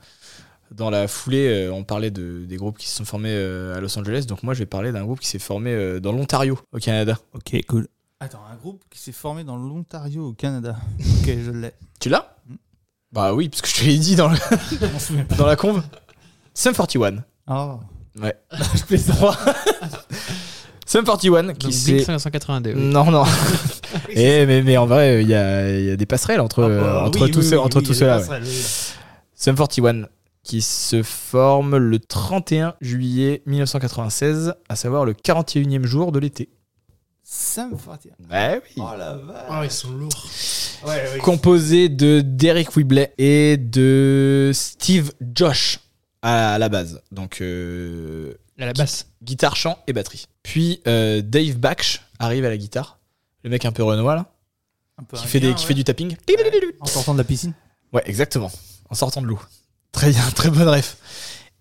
[SPEAKER 4] dans la foulée. euh, on parlait de, des groupes qui se sont formés euh, à Los Angeles. Donc moi, je vais parler d'un groupe qui s'est formé euh, dans l'Ontario, au Canada.
[SPEAKER 1] Ok, cool. Attends, un groupe qui s'est formé dans l'Ontario au Canada. Ok, je l'ai.
[SPEAKER 4] Tu l'as
[SPEAKER 1] Mm.
[SPEAKER 4] Bah oui, parce que je te l'ai dit dans, le-
[SPEAKER 1] Je m'en souviens pas.
[SPEAKER 4] dans la conve. Sum 41.
[SPEAKER 1] Oh.
[SPEAKER 4] je plaisante. Sum 41 qui Euh,
[SPEAKER 2] Donc,
[SPEAKER 4] s'est...
[SPEAKER 2] Blink 582. oui.
[SPEAKER 4] Non, non. Eh, mais, mais en vrai, il y a, il y a des passerelles entre,
[SPEAKER 1] Ah,
[SPEAKER 4] entre
[SPEAKER 1] oui,
[SPEAKER 4] tous
[SPEAKER 1] oui,
[SPEAKER 4] ceux-
[SPEAKER 1] oui,
[SPEAKER 4] entre
[SPEAKER 1] oui,
[SPEAKER 4] tous
[SPEAKER 1] il y a
[SPEAKER 4] ceux-là.
[SPEAKER 1] des passerelles,
[SPEAKER 4] ouais.
[SPEAKER 1] oui.
[SPEAKER 4] Sum 41 qui se forme le 31 juillet 1996, à savoir le 41e jour de l'été.
[SPEAKER 1] Ça me fera tirer.
[SPEAKER 4] Ouais, oui.
[SPEAKER 1] Oh la vache.
[SPEAKER 2] ils sont lourds.
[SPEAKER 1] Ouais, oui.
[SPEAKER 4] Composé de Derek Whibley et de Steve Josh à la base. Donc euh,
[SPEAKER 2] À la basse.
[SPEAKER 4] guitare, chant et batterie. Puis euh, Dave Baksh arrive à la guitare, le mec un peu renois là,
[SPEAKER 1] Un peu
[SPEAKER 4] qui
[SPEAKER 1] un
[SPEAKER 4] fait, des,
[SPEAKER 1] gain,
[SPEAKER 4] qui
[SPEAKER 1] ouais.
[SPEAKER 4] fait du tapping.
[SPEAKER 1] En sortant de la piscine.
[SPEAKER 4] Ouais, exactement. En sortant de l'eau. Très bien, très bonne ref.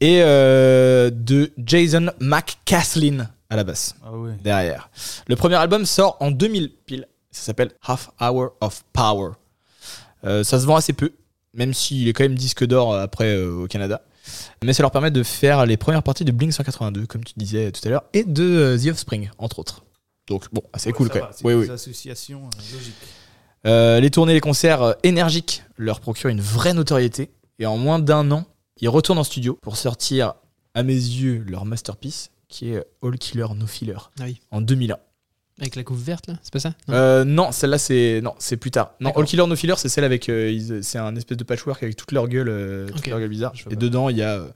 [SPEAKER 4] Et euh, de Jason McCaslin à la basse,
[SPEAKER 1] Ah ouais.
[SPEAKER 4] derrière. Le premier album sort en 2000 pile. Ça s'appelle Half Hour of Power. Euh, ça se vend assez peu, même s'il est quand même disque d'or euh, après euh, au Canada. Mais ça leur permet de faire les premières parties de Blink 182, comme tu disais tout à l'heure, et de euh, The Offspring, entre autres. Donc bon, assez cool quand même.
[SPEAKER 1] C'est
[SPEAKER 4] Oui,
[SPEAKER 1] des
[SPEAKER 4] oui.
[SPEAKER 1] associations euh, logiques.
[SPEAKER 4] Euh, les tournées, les concerts euh, énergiques leur procurent une vraie notoriété. Et en moins d'un an, ils retournent en studio pour sortir, à mes yeux, leur masterpiece, qui est euh, All Killer No Filler,
[SPEAKER 2] Ah oui.
[SPEAKER 4] en 2001.
[SPEAKER 2] Avec la coupe verte là, c'est pas ça Non.
[SPEAKER 4] Euh, non, celle-là, c'est non, c'est plus tard. Non,
[SPEAKER 2] Mmh. D'accord.
[SPEAKER 4] All Killer No Filler, c'est celle avec, euh, ils- c'est un espèce de patchwork avec toute leur gueule, euh, toute
[SPEAKER 2] Ok.
[SPEAKER 4] leur gueule bizarre.
[SPEAKER 2] Je vois
[SPEAKER 4] Et
[SPEAKER 2] pas.
[SPEAKER 4] dedans, il y a euh,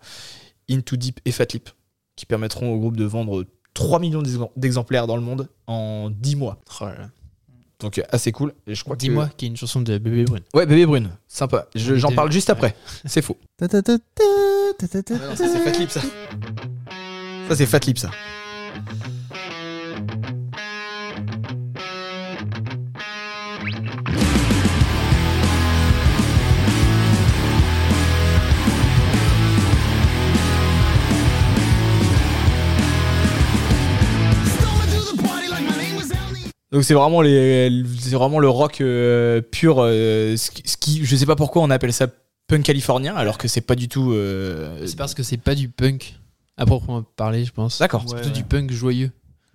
[SPEAKER 4] Into Deep et Fatlip, qui permettront au groupe de vendre 3 millions d'exem- d'exemplaires dans le monde en 10 mois.
[SPEAKER 2] Oh là là.
[SPEAKER 4] Donc euh, assez cool. Et je crois que-
[SPEAKER 2] Dis-moi qu'il y a une chanson de Bébé Brune.
[SPEAKER 4] Ouais, bébé brune, sympa. Je- J'en
[SPEAKER 2] Ah, Bébé
[SPEAKER 4] parle
[SPEAKER 2] Brune,
[SPEAKER 4] juste après. C'est faux.
[SPEAKER 1] Ta, ta, ta, ta, ta, ta, ta, ta.
[SPEAKER 4] c'est Fatlip ça.
[SPEAKER 2] Mm.
[SPEAKER 4] Ça, c'est Fat Lip, ça. Donc c'est vraiment les, c'est vraiment le rock euh, pur. euh, ce qui, ce qui- je sais pas pourquoi on appelle ça punk californien, alors que c'est pas du tout. euh,
[SPEAKER 2] C'est parce que c'est pas du punk à proprement parler, je pense.
[SPEAKER 4] D'accord.
[SPEAKER 2] C'est
[SPEAKER 1] Ouais,
[SPEAKER 2] plutôt
[SPEAKER 1] ouais.
[SPEAKER 2] du punk joyeux.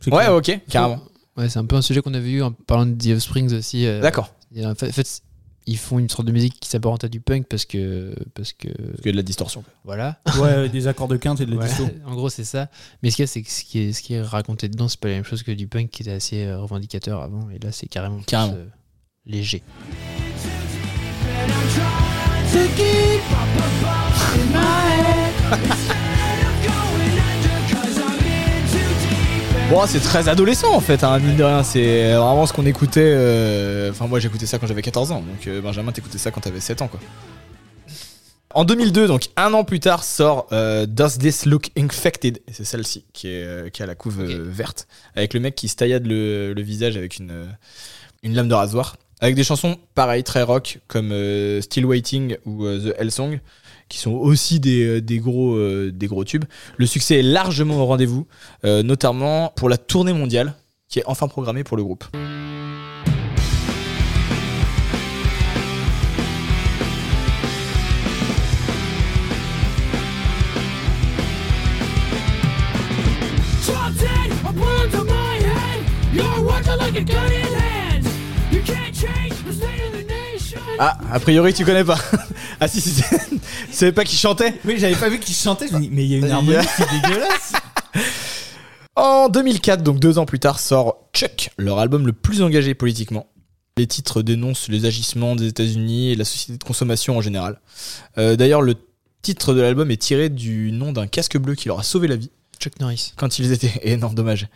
[SPEAKER 4] Ouais, ok, carrément.
[SPEAKER 2] Ouais, c'est un peu un sujet qu'on avait eu en parlant de The Offsprings aussi. euh,
[SPEAKER 4] D'accord.
[SPEAKER 2] il y a- En fait, en fait, ils font une sorte de musique qui s'apparente à du punk parce que. Parce que.
[SPEAKER 4] Parce qu'il y a de la distorsion.
[SPEAKER 2] Voilà.
[SPEAKER 1] Ouais, des accords de quinte et de la
[SPEAKER 2] Voilà.
[SPEAKER 1] disto.
[SPEAKER 2] En gros, c'est ça. Mais ce qu'il y a, c'est que ce qui, est, ce qui est raconté dedans, c'est pas la même chose que du punk qui était assez euh, revendicateur avant. Et là, c'est carrément, plus,
[SPEAKER 4] Carrément.
[SPEAKER 2] euh, léger.
[SPEAKER 4] Bon, c'est très adolescent en fait, hein, mine de rien. C'est vraiment ce qu'on écoutait. euh, Enfin, moi j'écoutais ça quand j'avais 14 ans. Donc euh, Benjamin, t'écoutais ça quand t'avais 7 ans, quoi. En 2002, donc un an plus tard, sort euh, Does This Look Infected Et c'est celle-ci qui, est, euh, qui a la couve euh, verte, avec le mec qui se taillade le, le visage avec une, euh, une lame de rasoir. Avec des chansons, pareil, très rock, comme euh, Still Waiting ou euh, The Hell Song, qui sont aussi des, euh, des gros, euh, des gros tubes. Le succès est largement au rendez-vous, euh, notamment pour la tournée mondiale, qui est enfin programmée pour le groupe. Ah, a priori tu connais pas. Ah si, si, si. tu savais pas qui chantait
[SPEAKER 1] Oui, j'avais pas vu qu'il chantait, je me dis, mais il y a une harmonie, c'est dégueulasse.
[SPEAKER 4] En 2004, donc deux ans plus tard, sort Chuck, leur album le plus engagé politiquement. Les titres dénoncent les agissements des États-Unis et la société de consommation en général. Euh, D'ailleurs, le titre de l'album est tiré du nom d'un casque bleu qui leur a sauvé la vie
[SPEAKER 2] Chuck Norris.
[SPEAKER 4] quand ils étaient. Et non, dommage.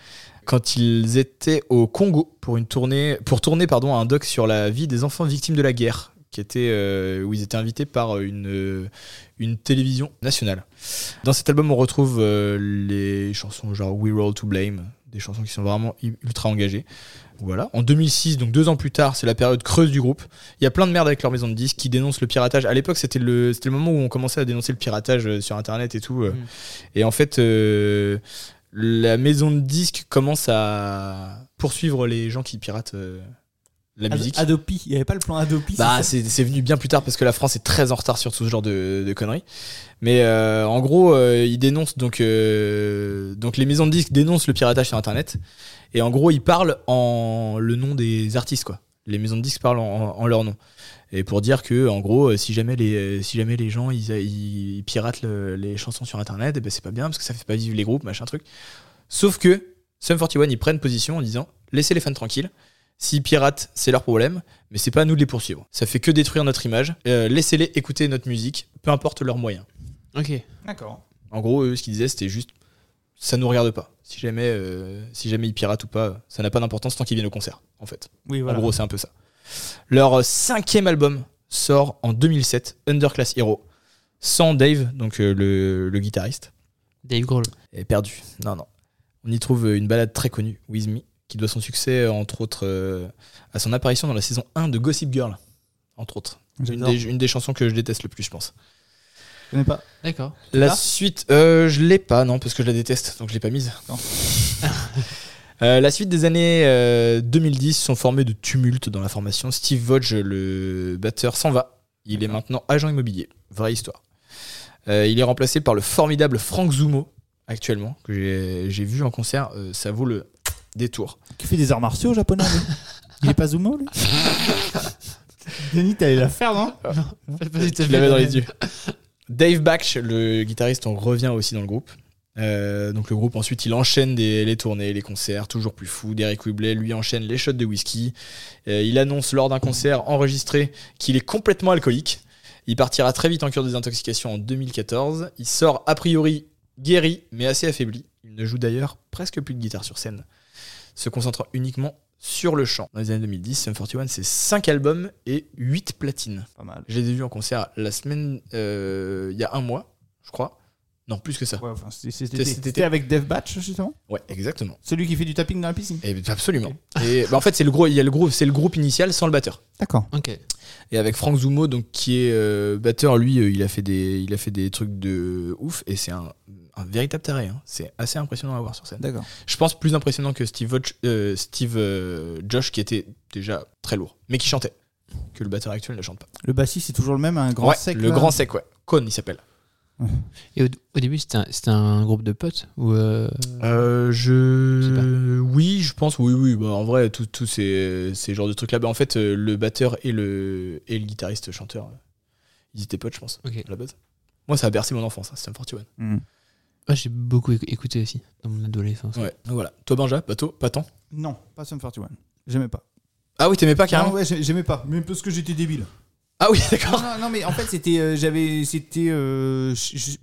[SPEAKER 4] Quand ils étaient au Congo pour une tournée, pour tourner pardon, un doc sur la vie des enfants victimes de la guerre, qui était euh, où ils étaient invités par une euh, une télévision nationale. Dans cet album, on retrouve euh, les chansons genre We Roll to Blame, des chansons qui sont vraiment u- ultra engagées. Voilà. En 2006, donc deux ans plus tard, c'est la période creuse du groupe. Il y a plein de merde avec leur maison de disques qui dénoncent le piratage. À l'époque, c'était le, c'était le moment où on commençait à dénoncer le piratage euh, sur Internet et tout. euh.
[SPEAKER 2] Mm.
[SPEAKER 4] Et en fait, euh, la maison de disques commence à poursuivre les gens qui piratent euh, la musique.
[SPEAKER 1] Adopi, il y avait pas le plan Adopi. c'est
[SPEAKER 4] Bah,
[SPEAKER 1] ça
[SPEAKER 4] c'est c'est venu bien plus tard parce que la France est très en retard sur tout ce genre de, de conneries. Mais euh, en gros, euh, ils dénoncent donc euh, donc les maisons de disques dénoncent le piratage sur Internet et en gros ils parlent en le nom des artistes quoi. Les maisons de disques parlent en, en- en leur nom et pour dire que en gros, euh, si jamais les euh, si jamais les gens ils, ils piratent le- les chansons sur Internet, eh ben c'est pas bien parce que ça fait pas vivre les groupes machin truc. Sauf que Sum 41 ils prennent position en disant laissez les fans tranquilles. S'ils piratent, c'est leur problème mais c'est pas à nous de les poursuivre. Ça fait que détruire notre image. Euh, Laissez-les écouter notre musique, peu importe leurs moyens.
[SPEAKER 2] Ok.
[SPEAKER 1] D'accord.
[SPEAKER 4] En gros, eux, ce qu'ils disaient, c'était juste ça nous regarde pas. Si jamais, euh, si jamais ils piratent ou pas, ça n'a pas d'importance tant qu'ils viennent au concert, en fait.
[SPEAKER 1] Oui, voilà.
[SPEAKER 4] En gros, c'est un peu ça. Leur euh, cinquième album sort en 2007, Underclass Hero, sans Dave, donc euh, le, le guitariste,
[SPEAKER 2] Dave Grohl.
[SPEAKER 4] est perdu. Non, non. On y trouve euh, une balade très connue, With Me, qui doit son succès, euh, entre autres, euh, à son apparition dans la saison 1 de Gossip Girl, entre autres. Une
[SPEAKER 1] J'adore.
[SPEAKER 4] des, une des chansons que je déteste le plus, je pense.
[SPEAKER 1] Je connais pas.
[SPEAKER 2] D'accord.
[SPEAKER 4] La
[SPEAKER 1] Ah.
[SPEAKER 4] suite, euh, je l'ai pas, non, parce que je la déteste, donc je l'ai pas mise.
[SPEAKER 1] Non.
[SPEAKER 4] Euh, la suite des années euh, 2010 sont formées de tumultes dans la formation. Steve Vodge, le batteur, s'en va. Il est maintenant agent immobilier. Vraie histoire. Euh, il est remplacé par le formidable Frank Zumo, actuellement, que j'ai- j'ai vu en concert. Euh, ça vaut le détour.
[SPEAKER 1] Qui fait des arts martiaux japonais lui Il est pas Zumo, lui Denis, t'allais la faire, non
[SPEAKER 4] Je l'avais dans les yeux. Dave Bach, le guitariste, on revient aussi dans le groupe. Euh, donc le groupe ensuite il enchaîne des- les tournées, les concerts, toujours plus fou. Derek Whibley lui enchaîne les shots de whisky. Euh, il annonce lors d'un concert enregistré qu'il est complètement alcoolique. Il partira très vite en cure des intoxications en 2014. Il sort a priori guéri mais assez affaibli. Il ne joue d'ailleurs presque plus de guitare sur scène, se concentrant uniquement sur le chant. Dans les années 2010, Sum 41 c'est 5 albums et 8 platines.
[SPEAKER 1] Pas mal.
[SPEAKER 4] Je les ai vus en concert la semaine, euh, il y a un mois, je crois. Non, plus que ça.
[SPEAKER 1] Ouais, enfin, c'était- c'était-
[SPEAKER 4] C'était-
[SPEAKER 1] C'était avec Dev Batch, justement
[SPEAKER 4] Ouais, exactement.
[SPEAKER 1] Celui qui fait du tapping dans la piscine
[SPEAKER 4] Et, ben, absolument. Et bah, en fait, c'est le gros, il y a le groupe, c'est le groupe initial sans le batteur.
[SPEAKER 1] D'accord.
[SPEAKER 2] Ok.
[SPEAKER 4] Et avec Frank Zumo, donc qui est euh, batteur, lui, euh, il a fait des, il a fait des trucs de ouf. Et c'est un, un véritable taré. hein. C'est assez impressionnant à voir sur scène.
[SPEAKER 1] D'accord.
[SPEAKER 4] Je pense plus impressionnant que Steve, Votch- euh, Steve euh, Josh, qui était déjà très lourd, mais qui chantait. Que le batteur actuel ne chante pas.
[SPEAKER 1] Le bassiste, c'est toujours le même, un grand
[SPEAKER 4] Ouais,
[SPEAKER 1] sec.
[SPEAKER 4] le
[SPEAKER 1] là.
[SPEAKER 4] grand sec, ouais. Cohn, il s'appelle.
[SPEAKER 2] Et au, au début, c'était un, c'était un groupe de potes ou euh,
[SPEAKER 4] Euh,
[SPEAKER 2] Je sais
[SPEAKER 4] je. Oui, je pense. Oui, oui. Bah, en vrai, tous tous ces, ces genres de trucs-là. Bah, en fait, euh, le batteur et le, et le guitariste-chanteur, euh, ils étaient potes, je pense,
[SPEAKER 2] Ok.
[SPEAKER 4] à la base. Moi, ça a bercé mon enfance, hein, Sum 41.
[SPEAKER 1] Hmm.
[SPEAKER 2] moi, j'ai beaucoup éc- écouté aussi dans mon adolescence.
[SPEAKER 4] Ouais, donc voilà. Toi, Benja, Pato, pas tant.
[SPEAKER 1] Non, pas Sum 41. J'aimais pas.
[SPEAKER 4] Ah oui, t'aimais pas carrément
[SPEAKER 1] Non, ouais, j'ai- j'aimais pas. Mais parce que j'étais débile.
[SPEAKER 4] Ah oui, d'accord.
[SPEAKER 1] Non, non, mais en fait, c'était. euh, j'avais. C'était. euh, je- je-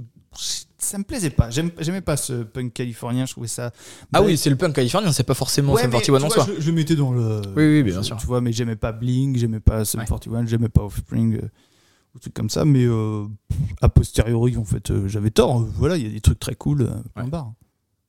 [SPEAKER 1] ça me plaisait pas. J'aime- J'aimais pas ce punk californien. Je trouvais ça.
[SPEAKER 4] Ah oui, c'est le punk californien, c'est pas forcément
[SPEAKER 1] Ouais,
[SPEAKER 4] Sum
[SPEAKER 1] mais,
[SPEAKER 4] 41
[SPEAKER 1] tu
[SPEAKER 4] en
[SPEAKER 1] vois,
[SPEAKER 4] soi.
[SPEAKER 1] Je, je le mettais dans le.
[SPEAKER 4] Oui, oui, bien
[SPEAKER 1] je-
[SPEAKER 4] sûr.
[SPEAKER 1] Tu vois, mais j'aimais pas Bling, j'aimais pas Sum
[SPEAKER 4] Ouais.
[SPEAKER 1] 41, j'aimais pas Offspring, euh, ou trucs comme ça. Mais euh, a posteriori, en fait, euh, j'avais tort. Euh, Voilà, il y a des trucs très cool. euh, point
[SPEAKER 4] Ouais.
[SPEAKER 1] barre.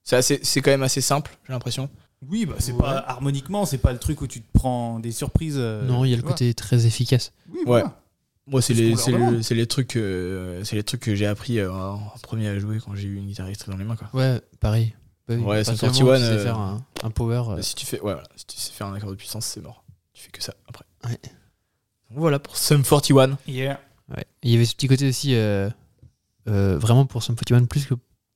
[SPEAKER 4] C'est assez- c'est quand même assez simple, j'ai l'impression.
[SPEAKER 1] Oui, bah, c'est pas harmoniquement, c'est pas le truc où tu te prends des surprises. euh,
[SPEAKER 2] non, il y a le
[SPEAKER 1] tu vois.
[SPEAKER 2] côté très efficace.
[SPEAKER 1] Oui,
[SPEAKER 4] Ouais.
[SPEAKER 1] voilà.
[SPEAKER 4] Moi, c'est
[SPEAKER 1] Parce
[SPEAKER 4] les,
[SPEAKER 1] qu'on leur
[SPEAKER 4] c'est le-
[SPEAKER 1] demande.
[SPEAKER 4] c'est les trucs, euh, c'est les trucs que j'ai appris euh, en premier à jouer quand j'ai eu une guitare électrique dans les mains, quoi.
[SPEAKER 2] Ouais, pareil. Bah oui,
[SPEAKER 4] Ouais,
[SPEAKER 2] à partir
[SPEAKER 4] Sum
[SPEAKER 2] du moment où
[SPEAKER 4] 41,
[SPEAKER 2] tu sais
[SPEAKER 4] euh,
[SPEAKER 2] faire un, un power. euh,
[SPEAKER 4] Bah, Si tu fais, ouais, voilà, si tu sais faire un accord de puissance, c'est mort. Tu fais que ça après.
[SPEAKER 2] Ouais.
[SPEAKER 4] Donc Voilà pour Sum 41.
[SPEAKER 1] Yeah.
[SPEAKER 2] ouais. Il y avait ce petit côté aussi, euh, euh, vraiment pour Sum 41, plus que,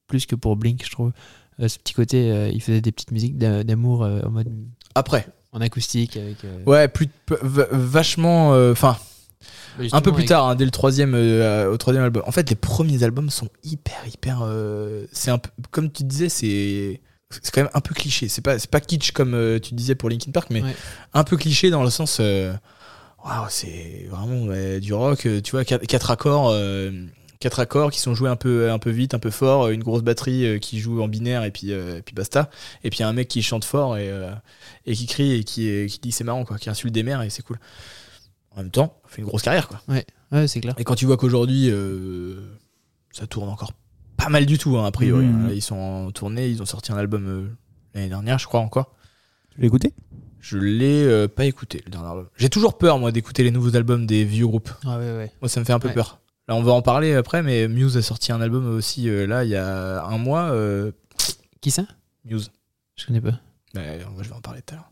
[SPEAKER 2] plus que pour Blink, je trouve. Euh, ce petit côté, euh, il faisait des petites musiques d'a- d'amour euh, en mode
[SPEAKER 4] Après,
[SPEAKER 2] en acoustique avec. euh,
[SPEAKER 4] ouais, plus p- v- vachement, euh, enfin,
[SPEAKER 2] bah,
[SPEAKER 4] un peu
[SPEAKER 2] justement,
[SPEAKER 4] plus
[SPEAKER 2] avec-
[SPEAKER 4] tard, hein, dès le troisième, euh, euh, au troisième album. En fait, les premiers albums sont hyper, hyper. euh, c'est un peu, comme tu disais, c'est c'est quand même un peu cliché. C'est pas, c'est pas kitsch comme euh, tu disais pour Linkin Park, mais
[SPEAKER 2] Ouais.
[SPEAKER 4] un peu cliché dans le sens. euh, Waouh, c'est vraiment ouais, du rock. euh, Tu vois, quatre, quatre accords. euh, Quatre accords qui sont joués un peu, un peu vite, un peu fort, euh, une grosse batterie euh, qui joue en binaire et puis, euh, et puis basta. Et puis un mec qui chante fort et, euh, et qui crie et qui, et qui dit c'est marrant, quoi, qui insulte des mères et c'est cool. En même temps, on fait une grosse carrière quoi.
[SPEAKER 2] Ouais, c'est clair.
[SPEAKER 4] Et quand tu vois qu'aujourd'hui, euh, ça tourne encore pas mal du tout, hein, a priori.
[SPEAKER 1] Mhm.
[SPEAKER 4] Là, Ils sont en tournée, ils ont sorti un album euh, l'année dernière, je crois encore.
[SPEAKER 1] Tu l'as écouté
[SPEAKER 4] Je l'ai euh, pas écouté, le dernier album. J'ai toujours peur, moi, d'écouter les nouveaux albums des vieux groupes.
[SPEAKER 2] Ah ouais, ouais.
[SPEAKER 4] Moi, ça me fait un peu
[SPEAKER 2] Ouais.
[SPEAKER 4] peur. Là, on va en parler après, mais Muse a sorti un album aussi, euh, là, il y a un mois. euh,
[SPEAKER 2] Qui ça
[SPEAKER 4] Muse.
[SPEAKER 2] Je connais pas.
[SPEAKER 4] Mais, on va- je vais en parler tout à l'heure.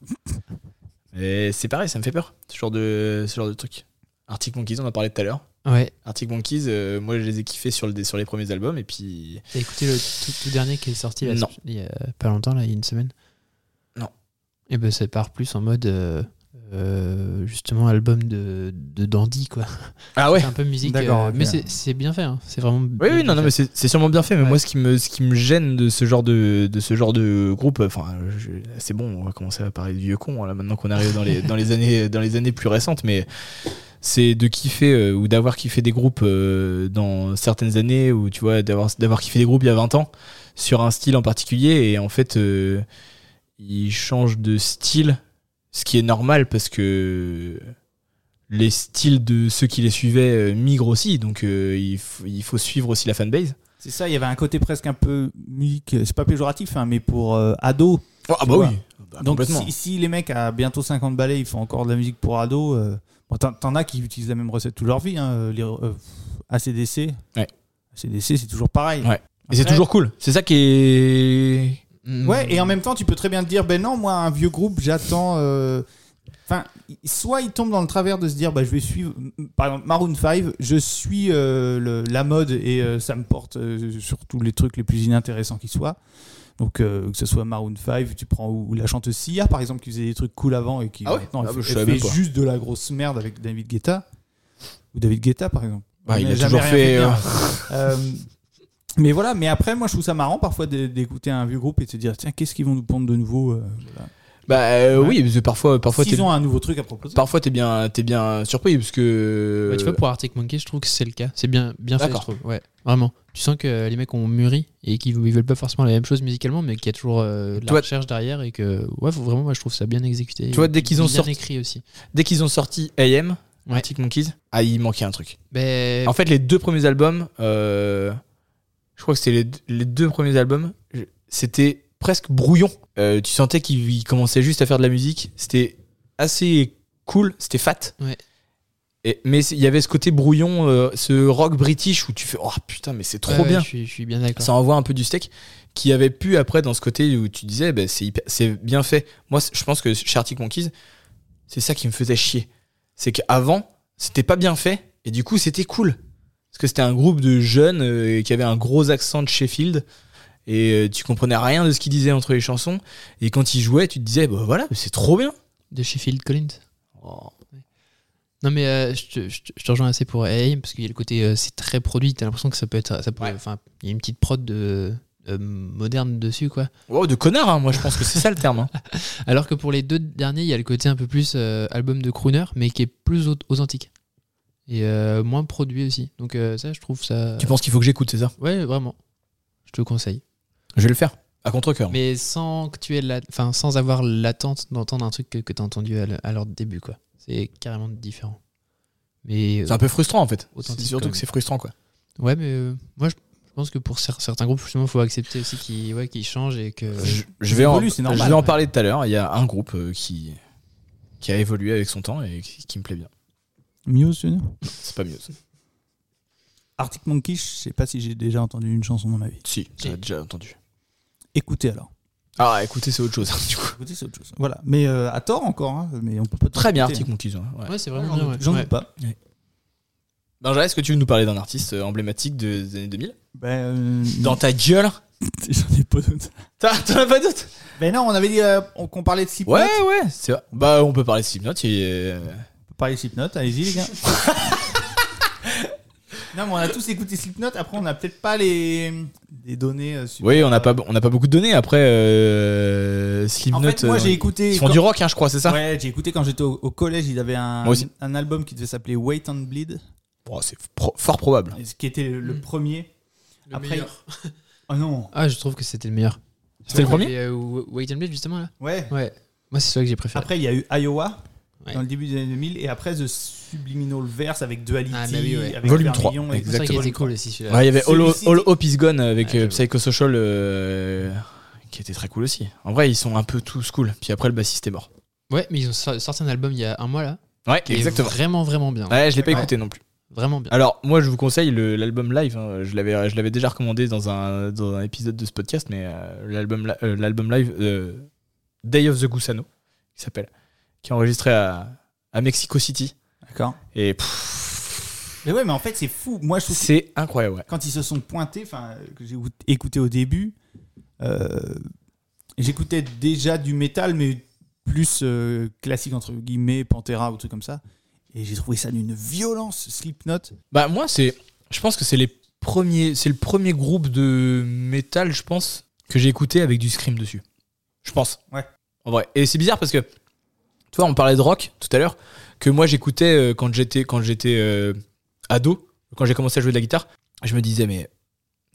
[SPEAKER 4] Mais c'est pareil, ça me fait peur, ce genre de, ce genre de truc. Arctic Monkeys, on en parlait tout à l'heure.
[SPEAKER 2] Ouais,
[SPEAKER 4] Arctic Monkeys, euh, moi je les ai kiffés sur, le, sur les premiers albums et puis
[SPEAKER 2] t'as écouté le tout, tout dernier qui est sorti là,
[SPEAKER 4] Non.
[SPEAKER 2] il y a pas longtemps, là, il y a une semaine
[SPEAKER 4] Non.
[SPEAKER 2] Et ben ça part plus en mode euh, euh, justement album de, de dandy quoi.
[SPEAKER 4] Ah ouais
[SPEAKER 2] C'est un peu musique.
[SPEAKER 1] D'accord,
[SPEAKER 2] euh,
[SPEAKER 1] ok.
[SPEAKER 2] Mais c'est- c'est bien fait, hein. c'est vraiment.
[SPEAKER 4] Oui, oui, non, non, mais c'est c'est sûrement bien fait. Mais
[SPEAKER 2] Ouais.
[SPEAKER 4] moi, ce qui me, ce qui me gêne de ce genre de, de ce genre de groupe, enfin, je- c'est bon, on va commencer à parler de vieux cons là maintenant qu'on arrive dans les, dans les années, dans les années plus récentes, mais c'est de kiffer euh, ou d'avoir kiffé des groupes euh, dans certaines années ou tu vois d'avoir d'avoir kiffé des groupes il y a 20 ans sur un style en particulier et en fait euh, ils changent de style, ce qui est normal parce que les styles de ceux qui les suivaient euh, migrent aussi, donc euh, il, f- il faut suivre aussi la fanbase.
[SPEAKER 1] C'est ça, il y avait un côté presque un peu musique, euh, c'est pas péjoratif, hein, mais pour euh, ados.
[SPEAKER 4] ah
[SPEAKER 1] bah oui. Donc
[SPEAKER 4] complètement.
[SPEAKER 1] si, si les mecs à bientôt 50 balais, ils font encore de la musique pour ados, euh, bon, t'en- t'en as qui utilisent la même recette toute leur vie, hein, euh, les, euh, ACDC.
[SPEAKER 4] Ouais.
[SPEAKER 1] ACDC, c'est toujours pareil.
[SPEAKER 4] Ouais. Et c'est
[SPEAKER 1] Après-
[SPEAKER 4] toujours cool. C'est ça qui est.
[SPEAKER 1] Ouais, et en même temps, tu peux très bien te dire, ben non, moi, un vieux groupe, j'attends. euh, Enfin, i- soit ils tombent dans le travers de se dire, bah, je vais suivre, m- m- par exemple, Maroon 5, je suis euh, le- la mode et euh, ça me porte euh, sur tous les trucs les plus inintéressants qui soient. Donc, euh, que ce soit Maroon 5, tu prends ou, ou la chanteuse Sia, par exemple, qui faisait des trucs cool avant et qui
[SPEAKER 4] Ah ouais
[SPEAKER 1] maintenant
[SPEAKER 4] Ah
[SPEAKER 1] elle
[SPEAKER 4] bah, je
[SPEAKER 1] fait, elle
[SPEAKER 4] savais
[SPEAKER 1] fait
[SPEAKER 4] même pas.
[SPEAKER 1] juste de la grosse merde avec David Guetta. Ou David Guetta, par exemple. On
[SPEAKER 4] Ouais, Bah, il
[SPEAKER 1] n'a
[SPEAKER 4] a
[SPEAKER 1] jamais
[SPEAKER 4] toujours
[SPEAKER 1] rien
[SPEAKER 4] fait.
[SPEAKER 1] bien.
[SPEAKER 4] euh,
[SPEAKER 1] Euh, mais voilà, mais après, moi, je trouve ça marrant parfois d'é- d'écouter un vieux groupe et de se dire, tiens, qu'est-ce qu'ils vont nous pondre de nouveau euh, voilà.
[SPEAKER 4] Bah euh,
[SPEAKER 1] Ouais.
[SPEAKER 4] oui, parce que parfois, parfois t'es,
[SPEAKER 1] S'ils ont un nouveau truc à proposer.
[SPEAKER 4] parfois t'es bien, t'es bien surpris parce que.
[SPEAKER 2] Ouais, Bah, tu vois, pour Arctic Monkey, je trouve que c'est le cas. C'est bien, bien fait,
[SPEAKER 4] Euh,
[SPEAKER 2] je
[SPEAKER 4] D'accord.
[SPEAKER 2] trouve. Ouais, vraiment. Tu sens que euh, les mecs ont mûri et qu'ils ils veulent pas forcément la même chose musicalement, mais qu'il y a toujours euh, de la
[SPEAKER 4] Toi-
[SPEAKER 2] recherche derrière et que, ouais, faut- vraiment, moi, je trouve ça bien exécuté.
[SPEAKER 4] Tu vois, dès qu'ils ont
[SPEAKER 2] bien
[SPEAKER 4] sorti-
[SPEAKER 2] écrit aussi.
[SPEAKER 4] Dès qu'ils ont sorti AM,
[SPEAKER 2] Ouais.
[SPEAKER 4] Arctic Monkeys, ah il manquait un truc.
[SPEAKER 2] Ben,
[SPEAKER 4] En fait, les deux premiers albums, euh, je crois que c'était les, d- les deux premiers albums, je- c'était presque brouillon. Euh, tu sentais qu'il il commençait juste à faire de la musique. C'était assez cool, c'était fat.
[SPEAKER 2] Ouais.
[SPEAKER 4] Et, mais c'est- il y avait ce côté brouillon, euh, ce rock british où tu fais, oh putain, mais c'est trop
[SPEAKER 2] Ouais,
[SPEAKER 4] bien.
[SPEAKER 2] ouais, Je suis, je suis bien d'accord.
[SPEAKER 4] Ça envoie un peu du steak qui avait pu après dans ce côté où tu disais bah, c'est hyper- c'est bien fait. Moi c- je pense que chez Arctic Monkeys c'est ça qui me faisait chier. C'est qu'avant c'était pas bien fait et du coup c'était cool parce que c'était un groupe de jeunes euh, qui avait un gros accent de Sheffield et euh, tu comprenais rien de ce qu'ils disaient entre les chansons et quand ils jouaient tu te disais bah voilà c'est trop bien.
[SPEAKER 2] De Sheffield Collins.
[SPEAKER 4] Oh.
[SPEAKER 2] Non mais euh, je, te, je te- je te rejoins assez pour AIM parce qu'il y a le côté euh, c'est très produit, t'as l'impression que ça peut être ça pourrait- enfin il y a une petite prod de euh, moderne dessus quoi.
[SPEAKER 4] Wow, de connard hein, moi je pense que c'est ça le terme. hein.
[SPEAKER 2] Alors que pour les deux derniers, il y a le côté un peu plus euh, album de crooner mais qui est plus au- authentique et euh, moins produit aussi. Donc euh, ça je trouve ça
[SPEAKER 4] Tu penses qu'il faut que j'écoute c'est ça
[SPEAKER 2] Ouais, vraiment. Je te le conseille.
[SPEAKER 4] Je vais le faire à contre cœur.
[SPEAKER 2] Mais sans que tu aies la enfin sans avoir l'attente d'entendre un truc que, que t'as entendu à, l- à leur début quoi. C'est carrément différent. Mais
[SPEAKER 4] C'est un peu frustrant en fait.
[SPEAKER 2] Authentique,
[SPEAKER 4] C'est
[SPEAKER 2] quand
[SPEAKER 4] Surtout que
[SPEAKER 2] même.
[SPEAKER 4] c'est frustrant quoi.
[SPEAKER 2] Ouais, mais euh, moi, je je pense que pour cer- certains groupes, justement, il faut accepter aussi qu'ils ouais, qu'ils changent et que.
[SPEAKER 4] je, je vais,
[SPEAKER 1] évolue,
[SPEAKER 4] en,
[SPEAKER 1] c'est normal.
[SPEAKER 4] je vais en
[SPEAKER 1] Ouais.
[SPEAKER 4] parler tout à l'heure. Il y a un groupe euh, qui, qui a évolué avec son temps et qui, qui me plaît bien.
[SPEAKER 1] Muse, tu veux dire
[SPEAKER 4] C'est pas mieux. ça.
[SPEAKER 1] Arctic Monkeys, je sais pas si j'ai déjà entendu une chanson dans ma vie.
[SPEAKER 4] Si, j'ai déjà entendu.
[SPEAKER 1] Écoutez alors.
[SPEAKER 4] Ah, écoutez, c'est autre chose. du coup.
[SPEAKER 1] Écoutez, c'est autre chose. Voilà. Mais euh, à tort encore, hein, mais on peut pas tout
[SPEAKER 4] Très bien,
[SPEAKER 1] écouter,
[SPEAKER 4] Arctic Monkeys. hein, ouais.
[SPEAKER 2] Ouais, c'est
[SPEAKER 1] hein. J'en
[SPEAKER 2] vraiment bien.
[SPEAKER 1] doute-
[SPEAKER 2] ouais.
[SPEAKER 1] J'en
[SPEAKER 2] Ouais.
[SPEAKER 1] doute pas.
[SPEAKER 4] Benjamin, est-ce que tu veux nous parler d'un artiste euh, emblématique de- des années 2000
[SPEAKER 1] Ben, euh,
[SPEAKER 4] Dans ta gueule
[SPEAKER 1] J'en ai pas d'autres.
[SPEAKER 4] T'as- T'en as pas d'autres
[SPEAKER 1] Mais non, on avait dit euh, on- qu'on parlait de Slipknot.
[SPEAKER 4] Ouais, ouais. c'est vrai. Bah, on peut parler de Slipknot. il est- euh,
[SPEAKER 1] On peut parler de Slipknot, allez-y les gars. non, mais on a tous écouté Slipknot. Après, on n'a peut-être pas les, les données. euh, sur-
[SPEAKER 4] Oui, on n'a pas, on n'a pas beaucoup de données. Après, euh, Slipknot.
[SPEAKER 1] En fait, moi,
[SPEAKER 4] euh,
[SPEAKER 1] j'ai écouté.
[SPEAKER 4] Ils font
[SPEAKER 1] quand-
[SPEAKER 4] du rock, hein, je crois, c'est ça
[SPEAKER 1] Ouais, j'ai écouté quand j'étais au, au collège. Ils avaient un,
[SPEAKER 4] Moi aussi.
[SPEAKER 1] un album qui devait s'appeler Wait and Bleed,
[SPEAKER 4] Oh, C'est pro- fort probable.
[SPEAKER 1] et ce qui était le, le
[SPEAKER 2] Mm.
[SPEAKER 1] premier.
[SPEAKER 2] Le
[SPEAKER 1] Après-
[SPEAKER 2] meilleur.
[SPEAKER 1] Oh non.
[SPEAKER 2] Ah, je trouve que c'était le meilleur.
[SPEAKER 4] C'était le premier
[SPEAKER 2] Et, euh, Wait and Bleed, justement, là
[SPEAKER 1] Ouais.
[SPEAKER 2] Ouais. Moi, c'est celui que j'ai préféré.
[SPEAKER 1] Après, il y a eu Iowa
[SPEAKER 2] Ouais.
[SPEAKER 1] dans le début des années 2000, et après The Subliminal Verse avec Duality,
[SPEAKER 2] Ah, bah oui, ouais.
[SPEAKER 1] avec
[SPEAKER 4] Volume
[SPEAKER 1] Vermilion,
[SPEAKER 4] 3,
[SPEAKER 1] et
[SPEAKER 2] c'est ça qui
[SPEAKER 1] Volume
[SPEAKER 2] était
[SPEAKER 1] 3.
[SPEAKER 2] cool aussi, celui-là.
[SPEAKER 4] Ouais, il y avait All,
[SPEAKER 1] Celui-ci,
[SPEAKER 4] All
[SPEAKER 1] c'est-
[SPEAKER 4] Hope is Gone avec
[SPEAKER 2] Ouais,
[SPEAKER 4] euh,
[SPEAKER 2] j'avoue.
[SPEAKER 4] Psychosocial euh, qui était très cool aussi. En vrai, ils sont un peu tous cool. Puis après, le bassiste est mort.
[SPEAKER 2] Ouais, mais ils ont sor- sorti un album il y a un mois, là.
[SPEAKER 4] Ouais,
[SPEAKER 2] qui est Vraiment, vraiment bien.
[SPEAKER 4] Ouais, je l'ai pas
[SPEAKER 2] D'accord.
[SPEAKER 4] écouté non plus.
[SPEAKER 2] Vraiment bien.
[SPEAKER 4] Alors, moi, je vous conseille le- l'album live. hein. Je l'avais, je l'avais déjà recommandé dans un, dans un épisode de ce podcast, mais euh, l'album, li- euh, l'album live euh, Day of the Gusano, qui s'appelle, qui est enregistré à, à Mexico City.
[SPEAKER 1] D'accord.
[SPEAKER 4] Et pff,
[SPEAKER 1] Mais ouais, mais en fait, c'est fou. Moi, je trouve que
[SPEAKER 4] c'est incroyable. Ouais.
[SPEAKER 1] quand ils se sont pointés, enfin, que j'ai ou- écouté au début, euh, j'écoutais déjà du métal, mais plus euh, classique, entre guillemets, Pantera ou trucs comme ça. Et j'ai trouvé ça d'une violence, Slipknot.
[SPEAKER 4] Bah moi c'est je pense que c'est les premiers c'est le premier groupe de métal je pense que j'ai écouté avec du scream dessus. Je pense.
[SPEAKER 1] Ouais.
[SPEAKER 4] En vrai et c'est bizarre parce que toi on parlait de rock tout à l'heure que moi j'écoutais euh, quand j'étais quand j'étais euh, ado quand j'ai commencé à jouer de la guitare, je me disais mais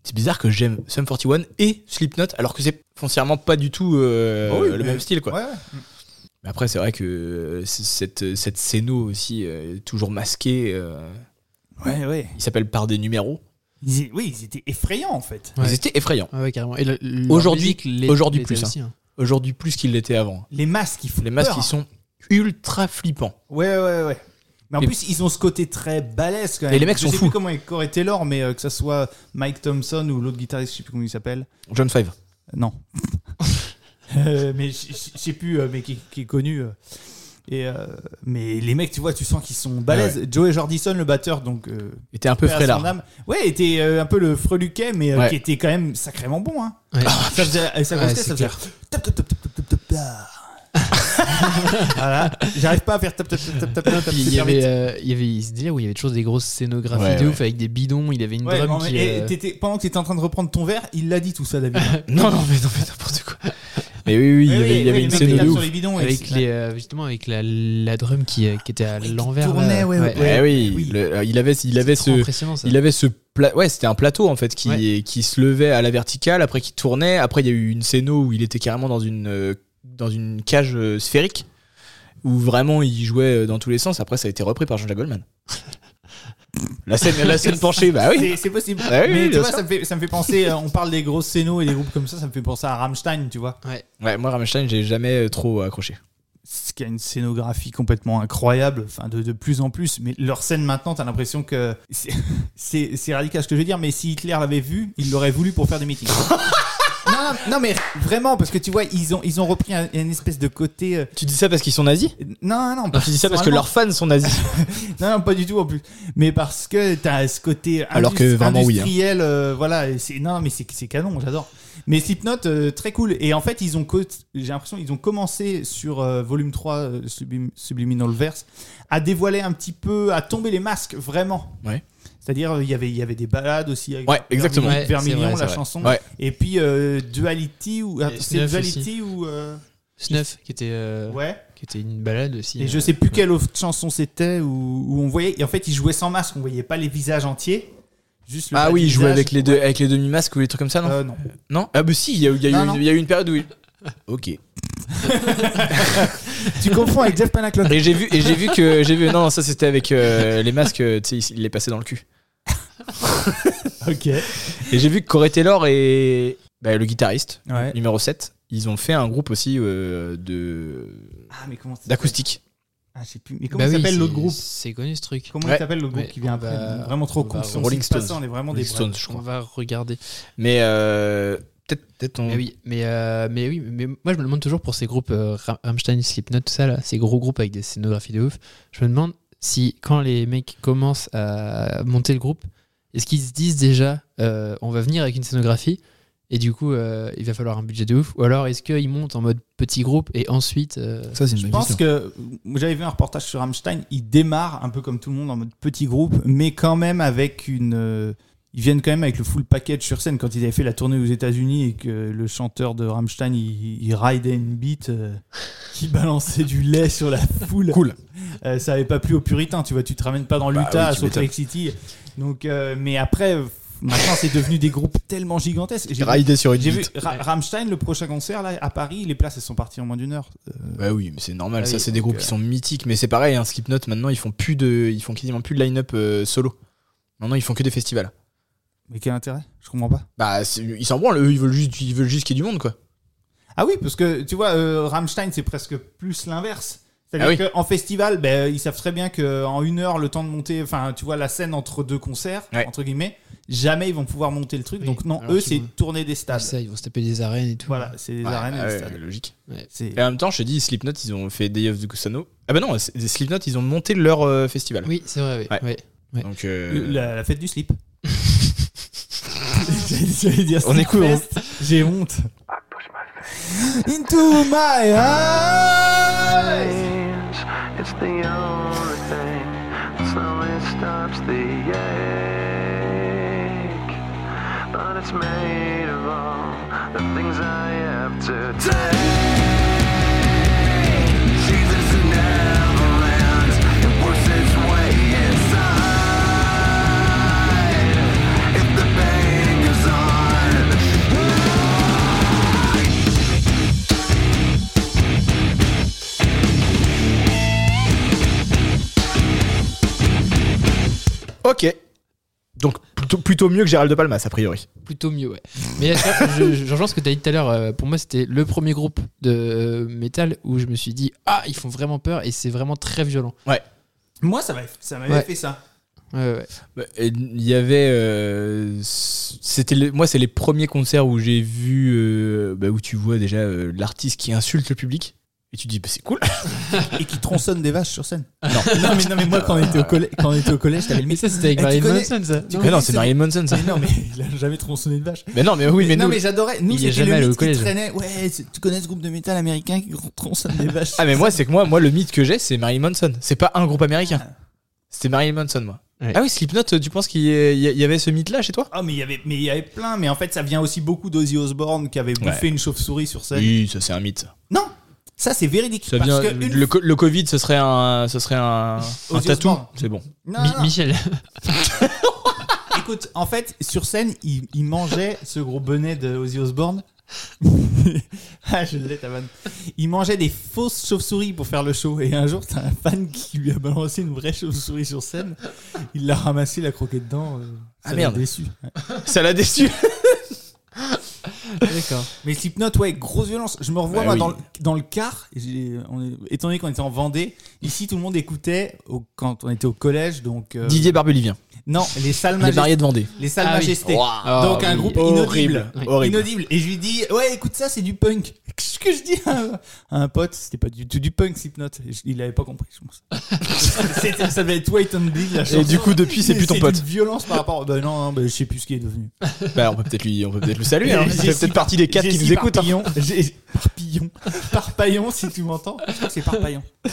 [SPEAKER 4] c'est bizarre que j'aime Sum 41 et Slipknot alors que c'est foncièrement pas du tout euh,
[SPEAKER 1] Ah oui,
[SPEAKER 4] le
[SPEAKER 1] mais-
[SPEAKER 4] même style quoi.
[SPEAKER 1] Ouais, ouais.
[SPEAKER 4] Mais après, c'est vrai que euh, c- cette, cette scéno aussi, euh, toujours masquée, euh,
[SPEAKER 1] Ouais, ouais.
[SPEAKER 4] il s'appelle par des numéros.
[SPEAKER 1] Ils é- oui, ils étaient effrayants, en fait.
[SPEAKER 2] Ouais.
[SPEAKER 4] Ils étaient effrayants.
[SPEAKER 2] Ah Ouais, ouais, carrément. Et le- le-
[SPEAKER 4] Aujourd'hui-
[SPEAKER 2] leur musique l'est-
[SPEAKER 4] aujourd'hui
[SPEAKER 2] l'était
[SPEAKER 4] plus,
[SPEAKER 2] aussi, hein.
[SPEAKER 4] Aujourd'hui, plus qu'ils l'étaient avant.
[SPEAKER 1] Les masques, ils font
[SPEAKER 4] Les masques,
[SPEAKER 1] peur. hein.
[SPEAKER 4] ils sont ultra flippants.
[SPEAKER 1] Ouais, ouais, ouais. Mais en
[SPEAKER 4] Et-
[SPEAKER 1] plus, ils ont ce côté très balèze quand
[SPEAKER 4] Et
[SPEAKER 1] même.
[SPEAKER 4] les mecs
[SPEAKER 1] je
[SPEAKER 4] sont
[SPEAKER 1] sais
[SPEAKER 4] fous.
[SPEAKER 1] plus comment est Corey Taylor, mais euh, que ça soit Mike Thompson ou l'autre guitariste, je sais plus comment il s'appelle.
[SPEAKER 4] John Five.
[SPEAKER 1] Non. Euh, mais je je- je sais plus, euh, mais qui, qui est connu. euh. Et euh, mais les mecs, tu vois, tu sens qu'ils sont balèzes. Joey Jordison, le batteur, donc. euh,
[SPEAKER 4] était un Ah peu
[SPEAKER 1] paix à son
[SPEAKER 4] frêlard.
[SPEAKER 1] âme. Ouais, était euh, un peu le freluquet, mais euh,
[SPEAKER 4] Ouais.
[SPEAKER 1] qui était quand même sacrément bon. Hein.
[SPEAKER 4] Ah,
[SPEAKER 2] Ouais.
[SPEAKER 1] Ça faisait, euh, ça
[SPEAKER 2] Ouais,
[SPEAKER 1] faisait- ça
[SPEAKER 2] c'est
[SPEAKER 1] faisait- Tap, tap, tap, tap, tap, tap, tap, ta. voilà, j'arrive pas à faire tap tap tap tap tap tap.
[SPEAKER 2] Puis il y
[SPEAKER 1] super
[SPEAKER 2] avait,
[SPEAKER 1] vite.
[SPEAKER 2] euh, il y avait ce délire où il y avait toujours des grosses scénographies
[SPEAKER 4] Ouais,
[SPEAKER 2] de
[SPEAKER 4] ouais.
[SPEAKER 2] ouf avec des bidons, il avait une
[SPEAKER 1] Ouais,
[SPEAKER 2] drum
[SPEAKER 1] non, mais-
[SPEAKER 2] qui.
[SPEAKER 1] et
[SPEAKER 2] euh,
[SPEAKER 1] t'étais- pendant que t'étais en train de reprendre ton verre, il l'a dit tout ça, David.
[SPEAKER 4] Non, non, mais non, mais n'importe quoi. Mais oui, oui, il y
[SPEAKER 1] Ouais,
[SPEAKER 4] avait,
[SPEAKER 1] ouais,
[SPEAKER 4] il y avait
[SPEAKER 1] ouais,
[SPEAKER 4] une
[SPEAKER 1] les mecs,
[SPEAKER 4] scène
[SPEAKER 1] ils
[SPEAKER 4] de
[SPEAKER 1] tapent sur
[SPEAKER 4] ouf.
[SPEAKER 1] les bidons et
[SPEAKER 2] avec
[SPEAKER 1] c'est-
[SPEAKER 2] les, euh, justement avec la, la drum qui, euh, qui était à l'envers là.
[SPEAKER 1] tournait, ouais, ouais,
[SPEAKER 4] Eh oui,
[SPEAKER 1] Oui.
[SPEAKER 4] le- euh, il avait, il avait
[SPEAKER 2] Trop
[SPEAKER 4] ce,
[SPEAKER 2] impressionnant ça.
[SPEAKER 4] il avait ce, pla- ouais, c'était un plateau en fait qui,
[SPEAKER 2] Ouais.
[SPEAKER 4] qui se levait à la verticale, après qui tournait, après il y a eu une scène où il était carrément dans une, euh, dans une cage euh, sphérique où vraiment il jouait euh, dans tous les sens. Après, ça a été repris par Jean-Jacques Goldman. La scène, la scène penchée, bah oui.
[SPEAKER 1] C'est- C'est possible.
[SPEAKER 4] Ah oui,
[SPEAKER 1] mais
[SPEAKER 4] oui,
[SPEAKER 1] tu
[SPEAKER 4] bien
[SPEAKER 1] vois,
[SPEAKER 4] sûr.
[SPEAKER 1] ça me, fait, ça me fait penser. euh, on parle des grosses scénos et des groupes comme ça, ça me fait penser à Rammstein, tu vois.
[SPEAKER 4] Ouais, moi, Rammstein, j'ai jamais euh, trop accroché.
[SPEAKER 1] Ce qui a une scénographie complètement incroyable, enfin de, de plus en plus. Mais leur scène maintenant, t'as l'impression que. c'est- C'est c'est radical ce que je veux dire, mais si Hitler l'avait vu, il l'aurait voulu pour faire des meetings. Non, non, non, mais vraiment, parce que tu vois, ils ont, ils ont repris un- une espèce de côté. euh,
[SPEAKER 4] Tu dis ça parce qu'ils sont nazis
[SPEAKER 1] Non, non,
[SPEAKER 4] Non, tu dis ça parce que leurs fans sont nazis.
[SPEAKER 1] Non, non, pas du tout en plus. Mais parce que t'as ce côté
[SPEAKER 4] Alors que
[SPEAKER 1] indus-
[SPEAKER 4] vraiment, oui, hein.
[SPEAKER 1] industriel, euh, voilà. et c'est- Non, mais c'est c'est canon, j'adore. Mais Slipknot, euh, très cool. Et en fait, ils ont co- j'ai l'impression ils ont commencé sur euh, volume 3, euh, Sublim- Subliminal Verse, à dévoiler un petit peu, à tomber les masques, vraiment.
[SPEAKER 4] Ouais.
[SPEAKER 1] C'est-à-dire, euh, il y avait- il y avait des balades aussi. Avec
[SPEAKER 4] Ouais, exactement.
[SPEAKER 1] Vermi-
[SPEAKER 2] Ouais,
[SPEAKER 1] Vermilion,
[SPEAKER 2] c'est vrai,
[SPEAKER 1] la
[SPEAKER 2] c'est vrai.
[SPEAKER 1] chanson.
[SPEAKER 4] Ouais.
[SPEAKER 1] Et puis euh, Duality, ou. attends, C'est
[SPEAKER 2] Snuff
[SPEAKER 1] Duality ou. euh,
[SPEAKER 2] Snuff, qui était, euh,
[SPEAKER 1] Ouais.
[SPEAKER 2] qui était une balade aussi.
[SPEAKER 1] Et je
[SPEAKER 2] euh,
[SPEAKER 1] sais plus
[SPEAKER 2] ouais.
[SPEAKER 1] quelle autre chanson c'était où, où on voyait. Et en fait, ils jouaient sans masque, on voyait pas les visages entiers. Juste le
[SPEAKER 4] Ah
[SPEAKER 1] bas
[SPEAKER 4] oui,
[SPEAKER 1] du
[SPEAKER 4] ils jouaient
[SPEAKER 1] visage.
[SPEAKER 4] avec les, deux, avec les demi-masques ou les trucs comme ça, non
[SPEAKER 1] Euh, non.
[SPEAKER 4] Non Ah bah si, il y a, eu- il y a eu
[SPEAKER 1] Non,
[SPEAKER 4] une-
[SPEAKER 1] non.
[SPEAKER 4] il y a eu une période où... il- Ok.
[SPEAKER 1] tu confonds avec Jeff Panaclock.
[SPEAKER 4] Et j'ai vu, et j'ai vu que... j'ai vu. Non, ça c'était avec euh, les masques, euh, tu sais, il il les passait dans le cul.
[SPEAKER 1] ok.
[SPEAKER 4] Et j'ai vu que Corey Taylor et bah, le guitariste,
[SPEAKER 1] Ouais.
[SPEAKER 4] numéro 7, ils ont fait un groupe aussi euh, de
[SPEAKER 1] Ah, mais comment ça s'appelle
[SPEAKER 4] d'acoustique.
[SPEAKER 1] Ah, je sais plus. Mais
[SPEAKER 2] Bah
[SPEAKER 1] comment
[SPEAKER 2] oui,
[SPEAKER 1] s'appelle
[SPEAKER 2] c'est-
[SPEAKER 1] l'autre groupe
[SPEAKER 2] C'est connu ce truc.
[SPEAKER 1] Comment
[SPEAKER 4] Ouais.
[SPEAKER 1] il s'appelle le groupe
[SPEAKER 2] Ouais,
[SPEAKER 1] qui vient
[SPEAKER 2] on
[SPEAKER 1] après
[SPEAKER 2] va-
[SPEAKER 1] Vraiment trop
[SPEAKER 2] on
[SPEAKER 1] con.
[SPEAKER 2] va-
[SPEAKER 1] Si on
[SPEAKER 4] Rolling
[SPEAKER 1] sait pas ça,
[SPEAKER 4] Stones.
[SPEAKER 1] On est vraiment
[SPEAKER 4] Rolling
[SPEAKER 1] des
[SPEAKER 4] Stones,
[SPEAKER 1] Stones.
[SPEAKER 4] je
[SPEAKER 2] On
[SPEAKER 4] crois.
[SPEAKER 2] va regarder.
[SPEAKER 4] Mais euh, peut-être peut-être on...
[SPEAKER 2] Mais oui, mais, euh, mais oui, mais moi je me demande toujours pour ces groupes euh, Ra- Rammstein, Slipknot, tout ça là, ces gros groupes avec des scénographies de ouf, je me demande si quand les mecs commencent à monter le groupe, est-ce qu'ils se disent déjà euh, on va venir avec une scénographie et du coup euh, il va falloir un budget de ouf ou alors est-ce qu'ils montent en mode petit groupe et ensuite euh,
[SPEAKER 4] Ça c'est une
[SPEAKER 1] Je
[SPEAKER 4] bonne
[SPEAKER 1] pense
[SPEAKER 4] question.
[SPEAKER 1] que j'avais vu un reportage sur Rammstein. Ils démarrent un peu comme tout le monde en mode petit groupe, mais quand même avec une. euh, Ils viennent quand même avec le full package sur scène quand ils avaient fait la tournée aux États-Unis et que le chanteur de Rammstein il, il ridait une beat euh, qui balançait du lait sur la foule.
[SPEAKER 4] Cool. Bah
[SPEAKER 1] Euh, ça avait pas plu aux puritains, tu vois. Tu te ramènes pas dans l'Utah
[SPEAKER 4] oui, tu
[SPEAKER 1] à Salt
[SPEAKER 4] m'étonnes.
[SPEAKER 1] Lake City. Donc, euh, mais après, euh, maintenant c'est devenu des groupes tellement gigantesques. J'ai vu-
[SPEAKER 4] Rider sur une
[SPEAKER 1] J'ai vu
[SPEAKER 4] bite.
[SPEAKER 1] Ra- Rammstein, le prochain concert là, à Paris, les places elles sont parties en moins d'une heure. Euh,
[SPEAKER 4] Bah oui, mais c'est normal.
[SPEAKER 1] Ah
[SPEAKER 4] ça,
[SPEAKER 1] oui,
[SPEAKER 4] c'est des
[SPEAKER 1] donc,
[SPEAKER 4] groupes
[SPEAKER 1] euh,
[SPEAKER 4] qui sont mythiques. Mais c'est pareil, hein, Slipknot, maintenant, ils font plus de, ils font quasiment plus de line-up euh, solo. Maintenant, ils font que des festivals.
[SPEAKER 1] mais quel intérêt Je comprends pas.
[SPEAKER 4] Bah, c'est- ils s'en branlent, eux, ils veulent juste, ils veulent juste qu'il y ait du monde, quoi.
[SPEAKER 1] Ah oui, parce que tu vois, euh, Rammstein, c'est presque plus l'inverse.
[SPEAKER 4] Ah oui.
[SPEAKER 1] C'est-à-dire qu'en festival, ben, ils savent très bien qu'en une heure, le temps de monter, enfin, tu vois, la scène entre deux concerts,
[SPEAKER 4] Ouais.
[SPEAKER 1] entre guillemets, jamais ils vont pouvoir monter le truc.
[SPEAKER 2] Oui, Ah,
[SPEAKER 1] Donc non,
[SPEAKER 2] alors
[SPEAKER 1] eux,
[SPEAKER 2] qu'ils
[SPEAKER 1] c'est
[SPEAKER 2] vont-
[SPEAKER 1] tourner des stades.
[SPEAKER 2] ça ils vont se taper des arènes et tout.
[SPEAKER 1] Voilà, c'est des
[SPEAKER 4] Ouais,
[SPEAKER 1] arènes et
[SPEAKER 4] ouais, Euh,
[SPEAKER 1] des stades.
[SPEAKER 4] logique.
[SPEAKER 1] C'est-
[SPEAKER 4] Et en même temps, je te dis, Slipknot, ils ont fait Day of the Gusano. Ah bah non, c'est- Slipknot, ils ont monté leur euh, festival.
[SPEAKER 2] Oui, c'est vrai. oui,
[SPEAKER 4] Ouais.
[SPEAKER 2] ouais.
[SPEAKER 4] Donc, euh,
[SPEAKER 1] Le- La, la fête du slip. J'allais dire
[SPEAKER 4] On est cool,
[SPEAKER 1] Slipfest. J'ai honte. Into my eyes.
[SPEAKER 7] It's the only thing that slowly stops the ache. But it's made of all the things I have to take. Jesus never ends. It works its way inside. If the pain goes on.
[SPEAKER 4] ok. Donc, plutôt, plutôt mieux que Gérald de Palmas, a priori.
[SPEAKER 2] plutôt mieux, ouais. Mais ça, je- je- je rejoins ce que tu as dit tout à l'heure. euh, Pour moi, c'était le premier groupe de euh, métal où je me suis dit Ah, ils font vraiment peur et c'est vraiment très violent.
[SPEAKER 1] Moi, ça m'avait ça m'avait
[SPEAKER 2] Ouais.
[SPEAKER 1] fait ça.
[SPEAKER 2] Ouais, ouais.
[SPEAKER 4] Bah, et Il y avait, euh, c'était le- moi c'est les premiers concerts où j'ai vu euh, bah, où tu vois déjà euh, l'artiste qui insulte le public et tu dis bah, c'est cool.
[SPEAKER 1] Et qui tronçonne des vaches sur scène. Non, mais, non, mais moi, quand on était au, collè- quand on était au collège, t'avais le
[SPEAKER 2] Mais
[SPEAKER 1] mec.
[SPEAKER 2] ça, c'était
[SPEAKER 1] Eh,
[SPEAKER 2] avec
[SPEAKER 1] tu
[SPEAKER 2] Marilyn
[SPEAKER 1] connais-
[SPEAKER 2] Manson, ça.
[SPEAKER 1] tu
[SPEAKER 4] mais
[SPEAKER 1] connais
[SPEAKER 4] non c'est
[SPEAKER 1] ce-
[SPEAKER 4] Marilyn Manson ça.
[SPEAKER 1] Mais non, mais il a jamais tronçonné de vache.
[SPEAKER 4] Mais non mais oui mais,
[SPEAKER 1] non,
[SPEAKER 4] nous-
[SPEAKER 1] mais j'adorais. Nous,
[SPEAKER 2] Il y
[SPEAKER 1] c'était
[SPEAKER 2] est jamais
[SPEAKER 1] le
[SPEAKER 2] allé au
[SPEAKER 1] mythe qui
[SPEAKER 2] collège.
[SPEAKER 1] traînait. Ouais, c'est- tu connais ce groupe de métal américain qui tronçonne des vaches.
[SPEAKER 4] ah mais moi c'est que moi moi le mythe que j'ai c'est Marilyn Manson. C'est pas un groupe américain. C'était Marilyn Manson moi.
[SPEAKER 2] Ouais.
[SPEAKER 4] Ah oui Slipknot tu penses qu'il y, a- il y a- il y avait ce mythe là chez toi?
[SPEAKER 1] Ah, mais il y avait, mais il y avait plein. Mais en fait, ça vient aussi beaucoup d'Ozzy Osbourne qui avait bouffé
[SPEAKER 4] Ouais.
[SPEAKER 1] une chauve-souris sur scène.
[SPEAKER 4] Oui ça c'est un mythe. ça.
[SPEAKER 1] Non, ça c'est véridique.
[SPEAKER 4] Ça
[SPEAKER 1] parce
[SPEAKER 4] vient- euh,
[SPEAKER 1] que une-
[SPEAKER 4] le, co- le Covid ce serait un ce serait un, un
[SPEAKER 1] Ozzy
[SPEAKER 4] tatou.
[SPEAKER 1] Osbourne.
[SPEAKER 4] C'est bon.
[SPEAKER 1] Non,
[SPEAKER 2] Mi-
[SPEAKER 1] non, non.
[SPEAKER 2] Michel.
[SPEAKER 1] écoute, en fait, sur scène, il, il mangeait ce gros bonnet de Ozzy Osbourne ah, je l'ai, ta vanne. Il mangeait des fausses chauves-souris pour faire le show. Et un jour, t'as un fan qui lui a balancé une vraie chauve-souris sur scène. Il l'a ramassé, il l'a croqué dedans. euh,
[SPEAKER 4] Ah,
[SPEAKER 1] ça l'a
[SPEAKER 4] merde.
[SPEAKER 1] déçu. Ouais.
[SPEAKER 4] Ça l'a déçu.
[SPEAKER 2] D'accord.
[SPEAKER 1] Mais Slipknot, ouais, grosse violence. Je me revois
[SPEAKER 4] Bah
[SPEAKER 1] moi,
[SPEAKER 4] oui.
[SPEAKER 1] dans, le, dans le car. J'ai- on est- étant donné qu'on était en Vendée, ici tout le monde écoutait au- quand on était au collège. Donc euh,
[SPEAKER 4] Didier Barbelivien,
[SPEAKER 1] non, les salles
[SPEAKER 4] les
[SPEAKER 1] majestés.
[SPEAKER 4] mariés de Vendée.
[SPEAKER 1] Les salles
[SPEAKER 2] Ah oui.
[SPEAKER 1] majestés.
[SPEAKER 2] Ah
[SPEAKER 1] Donc un
[SPEAKER 2] oui.
[SPEAKER 1] groupe
[SPEAKER 4] Horrible,
[SPEAKER 1] inaudible,
[SPEAKER 4] horrible.
[SPEAKER 1] inaudible. Et je lui dis, ouais, écoute ça, c'est du punk. Ce que je dis à un, à un pote, c'était pas du tout du punk, Slipknot. Et je- Il avait pas compris, je pense. C'était- ça devait être Wait and Bleed, la chanson.
[SPEAKER 4] Et du coup, depuis, c'est plus ton pote.
[SPEAKER 1] une violence par rapport. Ben non, non, ben, je sais plus ce qu'il est devenu.
[SPEAKER 4] Bah, on peut peut-être lui, on peut peut-être le saluer. hein.
[SPEAKER 1] J'ai-
[SPEAKER 4] Il
[SPEAKER 1] j'ai
[SPEAKER 4] fait
[SPEAKER 1] si-
[SPEAKER 4] peut-être partie des quatre qui
[SPEAKER 1] Jessie
[SPEAKER 4] nous écoutent. hein.
[SPEAKER 1] Parpillon. J'ai- Parpillon. Parpaillon, si tu m'entends. Je crois que c'est Parpaillon. Ouais.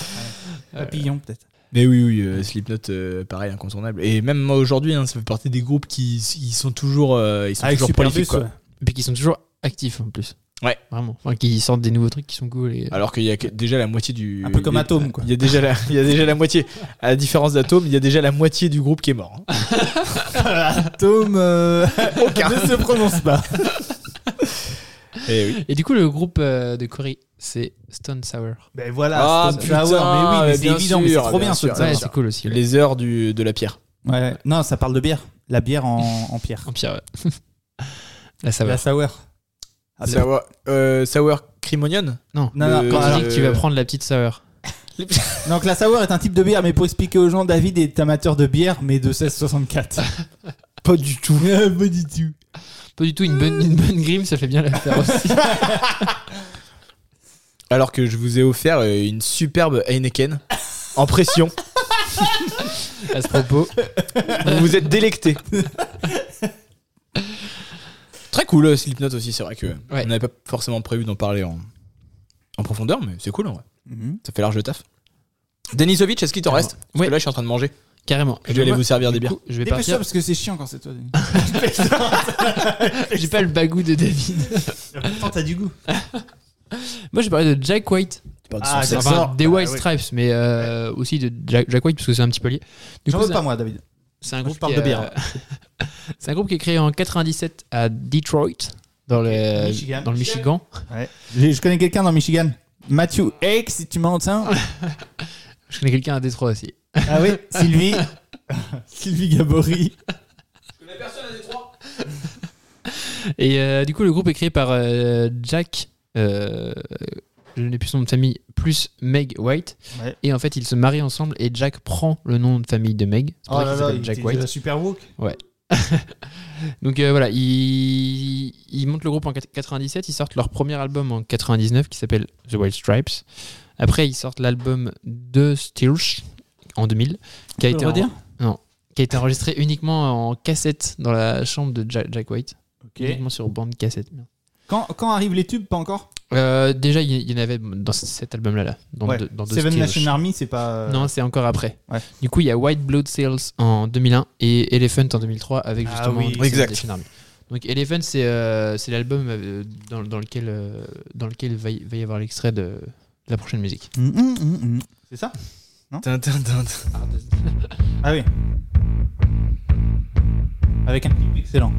[SPEAKER 1] Papillon, peut-être.
[SPEAKER 4] Mais oui, oui, euh, Slipknot, euh, pareil, incontournable. Et même moi, aujourd'hui, hein, ça fait partie des groupes qui ils sont toujours, euh, ils sont toujours prolifiques. quoi.
[SPEAKER 2] Puis qui sont toujours actifs en plus.
[SPEAKER 4] Ouais.
[SPEAKER 2] Vraiment. Enfin, qui sortent des nouveaux trucs qui sont cool. Et...
[SPEAKER 4] Alors qu'il y a que- déjà la moitié du.
[SPEAKER 1] Un peu comme
[SPEAKER 4] il y a-
[SPEAKER 1] Atom, quoi.
[SPEAKER 4] Il y a déjà la, il y a déjà la moitié. À la différence d'Atom, il y a déjà la moitié du groupe qui est mort. hein.
[SPEAKER 1] Tom euh, ne se prononce pas.
[SPEAKER 4] Eh oui.
[SPEAKER 2] Et du coup, le groupe euh, de Corey, c'est Stone Sour.
[SPEAKER 1] Ben voilà,
[SPEAKER 4] Ah,
[SPEAKER 1] Stone
[SPEAKER 4] putain,
[SPEAKER 1] Sour. Mais oui, mais
[SPEAKER 4] mais
[SPEAKER 1] c'est
[SPEAKER 4] bien
[SPEAKER 1] évident, mais c'est
[SPEAKER 4] sûr,
[SPEAKER 1] trop
[SPEAKER 4] bien
[SPEAKER 1] bien,
[SPEAKER 4] sûr.
[SPEAKER 1] Stone
[SPEAKER 2] ouais,
[SPEAKER 1] Sour.
[SPEAKER 2] c'est cool aussi. ouais.
[SPEAKER 4] Les heures du, de la pierre.
[SPEAKER 1] Ouais, non, ça parle de bière. La bière en, en pierre.
[SPEAKER 2] En pire, ouais. La saveur.
[SPEAKER 1] La sour. Ah, bien.
[SPEAKER 4] sour, euh, sour cream onion.
[SPEAKER 2] Non.
[SPEAKER 1] Non, euh, non,
[SPEAKER 4] Le-
[SPEAKER 2] Quand
[SPEAKER 1] quand-
[SPEAKER 2] tu dis que tu vas prendre la petite saveur.
[SPEAKER 1] Donc la sour est un type de bière, mais pour expliquer aux gens, David est amateur de bière, mais de 1664.
[SPEAKER 4] Pas du tout.
[SPEAKER 1] Pas du tout.
[SPEAKER 2] Pas du tout, une bonne, une bonne grime, ça fait bien l'affaire aussi.
[SPEAKER 4] Alors que je vous ai offert euh, une superbe Heineken en pression.
[SPEAKER 2] à ce propos.
[SPEAKER 4] vous vous êtes délecté. Très cool, euh, Slipknot aussi, c'est vrai que on n'avait pas forcément prévu d'en parler en, en profondeur, mais c'est cool en vrai.
[SPEAKER 1] Mhm.
[SPEAKER 4] Ça fait large de taf. Denisovic, est-ce qu'il t'en
[SPEAKER 2] Alors,
[SPEAKER 4] reste Parce
[SPEAKER 2] ouais.
[SPEAKER 4] que là, je suis en train de manger.
[SPEAKER 2] Carrément.
[SPEAKER 4] Je vais aller vous servir des
[SPEAKER 2] Du
[SPEAKER 4] bières.
[SPEAKER 2] coup, je vais
[SPEAKER 1] Dépêche-toi
[SPEAKER 2] partir.
[SPEAKER 1] parce que c'est chiant quand c'est toi. David.
[SPEAKER 2] J'ai pas le bagou de David.
[SPEAKER 1] Pourtant, t'as du goût.
[SPEAKER 2] Moi, j'ai parlé de Jack White.
[SPEAKER 1] Ah,
[SPEAKER 4] C'est
[SPEAKER 1] Jack
[SPEAKER 2] Enfin,
[SPEAKER 1] Sor-
[SPEAKER 2] des
[SPEAKER 1] Ah,
[SPEAKER 2] White
[SPEAKER 1] oui.
[SPEAKER 2] Stripes, mais euh, aussi de Jack, Jack White, parce que c'est un petit peu lié. Du
[SPEAKER 1] J'en
[SPEAKER 2] coup,
[SPEAKER 1] veux
[SPEAKER 2] c'est-
[SPEAKER 1] pas moi, David.
[SPEAKER 2] c'est un
[SPEAKER 1] Moi,
[SPEAKER 2] groupe
[SPEAKER 1] je parle
[SPEAKER 2] qui
[SPEAKER 1] de
[SPEAKER 2] est,
[SPEAKER 1] bière.
[SPEAKER 2] euh, c'est un groupe qui est créé en 97 à Detroit, dans le,
[SPEAKER 1] Michigan.
[SPEAKER 2] Dans le Michigan.
[SPEAKER 1] J'ai- Je connais quelqu'un dans Michigan. Matthew Hake, si tu m'entends.
[SPEAKER 2] Je connais quelqu'un à Detroit aussi.
[SPEAKER 1] Ah oui, Sylvie. Sylvie Gabory.
[SPEAKER 2] Et euh, du coup, le groupe est créé par euh, Jack, euh, je n'ai plus son nom de famille, plus Meg White.
[SPEAKER 1] Ouais.
[SPEAKER 2] Et en fait, ils se marient ensemble et Jack prend le nom de famille de Meg.
[SPEAKER 1] Oh
[SPEAKER 2] C'est pour ça qu'il s'appelle Jack White.
[SPEAKER 1] super woke.
[SPEAKER 2] Donc euh, voilà, ils, ils montent le groupe en 97, ils sortent leur premier album en 99 qui s'appelle The White Stripes. Après, ils sortent l'album de Stilch en 2000 qui a,
[SPEAKER 1] peut
[SPEAKER 2] été
[SPEAKER 1] le redire
[SPEAKER 2] en- non, qui a été enregistré uniquement en cassette dans la chambre de Ja- Jack, White. Uniquement sur bande cassette. merde.
[SPEAKER 1] Quand, quand arrivent les tubes, pas encore
[SPEAKER 2] Euh, déjà, il y- il y en avait dans cet album-là, là, dans,
[SPEAKER 1] Ouais.
[SPEAKER 2] de- dans The
[SPEAKER 1] Seven
[SPEAKER 2] Stilch.
[SPEAKER 1] Nation Army, c'est pas. euh,
[SPEAKER 2] Non, c'est encore après.
[SPEAKER 1] Ouais.
[SPEAKER 2] Du coup, il y a White Blood Cells en 2001 et Elephant en 2003 avec
[SPEAKER 1] Ah
[SPEAKER 2] justement
[SPEAKER 1] oui.
[SPEAKER 2] Seven
[SPEAKER 4] Exact.
[SPEAKER 2] Nation Army. Donc Elephant, c'est euh, c'est l'album euh, dans, dans lequel, euh, dans lequel va y, va y avoir l'extrait de la prochaine musique.
[SPEAKER 1] Mm, mm, mm, mm. C'est ça Ah oui. Avec un clip excellent.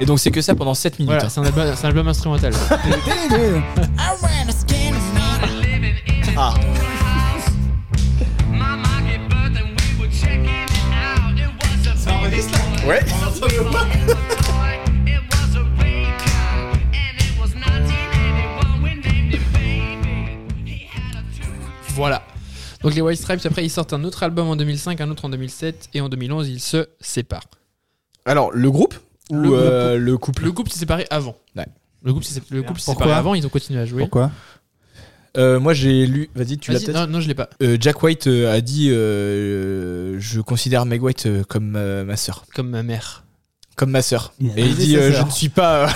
[SPEAKER 4] Et donc, c'est que ça pendant 7 minutes.
[SPEAKER 2] Voilà, c'est un, album- c'est un album instrumental.
[SPEAKER 4] Ouais.
[SPEAKER 2] voilà. Donc les White Stripes, après, ils sortent un autre album en 2005, un autre en 2007 et en 2011, ils se séparent.
[SPEAKER 4] Alors, le groupe ou
[SPEAKER 2] Le
[SPEAKER 4] euh, hein. le couple
[SPEAKER 2] Le groupe s'est séparé avant.
[SPEAKER 4] Ouais.
[SPEAKER 2] Le groupe s'est le groupe s'est
[SPEAKER 1] Pourquoi
[SPEAKER 2] séparé avant, ils ont continué à jouer.
[SPEAKER 1] Pourquoi
[SPEAKER 4] Euh, Moi, j'ai lu. Vas-y, tu l'as
[SPEAKER 2] Vas-y,
[SPEAKER 4] peut-être
[SPEAKER 2] non, non, je l'ai pas.
[SPEAKER 4] Euh, Jack White euh, a dit euh, euh, Je considère Meg White euh, comme euh, ma sœur.
[SPEAKER 2] Comme ma mère.
[SPEAKER 4] Comme ma sœur.
[SPEAKER 1] Il a
[SPEAKER 4] Et il
[SPEAKER 1] baisé
[SPEAKER 4] dit
[SPEAKER 1] sa
[SPEAKER 4] euh, Je
[SPEAKER 1] sœur.
[SPEAKER 4] ne suis pas. euh,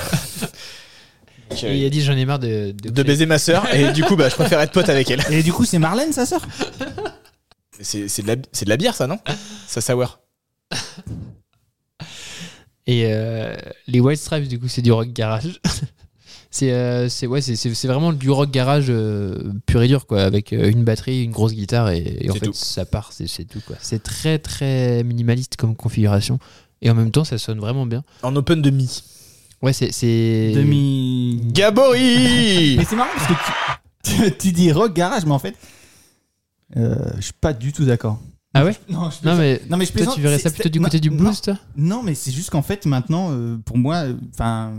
[SPEAKER 2] Et il a dit j'en ai marre de,
[SPEAKER 4] de baiser ma sœur et du coup bah je préfère être pote avec elle.
[SPEAKER 1] Et du coup, c'est Marlène, sa sœur
[SPEAKER 4] C'est c'est de, la- c'est de la bière ça non Ça sour.
[SPEAKER 2] Et euh, les White Stripes, du coup, c'est du rock garage. c'est euh, c'est- ouais, c'est- c'est- c'est vraiment du rock garage euh, pur et dur, quoi, avec euh, une batterie, une grosse guitare, et, et en
[SPEAKER 4] C'est
[SPEAKER 2] fait,
[SPEAKER 4] tout.
[SPEAKER 2] ça part, c'est- c'est tout, quoi. C'est très, très minimaliste comme configuration, et en même temps, ça sonne vraiment bien.
[SPEAKER 4] En open de mi.
[SPEAKER 2] Ouais, c'est- c'est.
[SPEAKER 1] Demi.
[SPEAKER 4] Gabori
[SPEAKER 1] Mais c'est marrant parce que tu, tu dis rock garage, mais en fait, euh, je suis pas du tout d'accord.
[SPEAKER 2] Ah ouais
[SPEAKER 1] Non, je
[SPEAKER 2] Non, mais.
[SPEAKER 1] Non, mais je
[SPEAKER 2] Toi,
[SPEAKER 1] plaisante,
[SPEAKER 2] tu verrais ça
[SPEAKER 1] c'est-
[SPEAKER 2] plutôt du
[SPEAKER 1] c'est-
[SPEAKER 2] côté du
[SPEAKER 1] non,
[SPEAKER 2] blues, toi
[SPEAKER 1] Non, mais c'est juste qu'en fait, maintenant, euh, pour moi, enfin,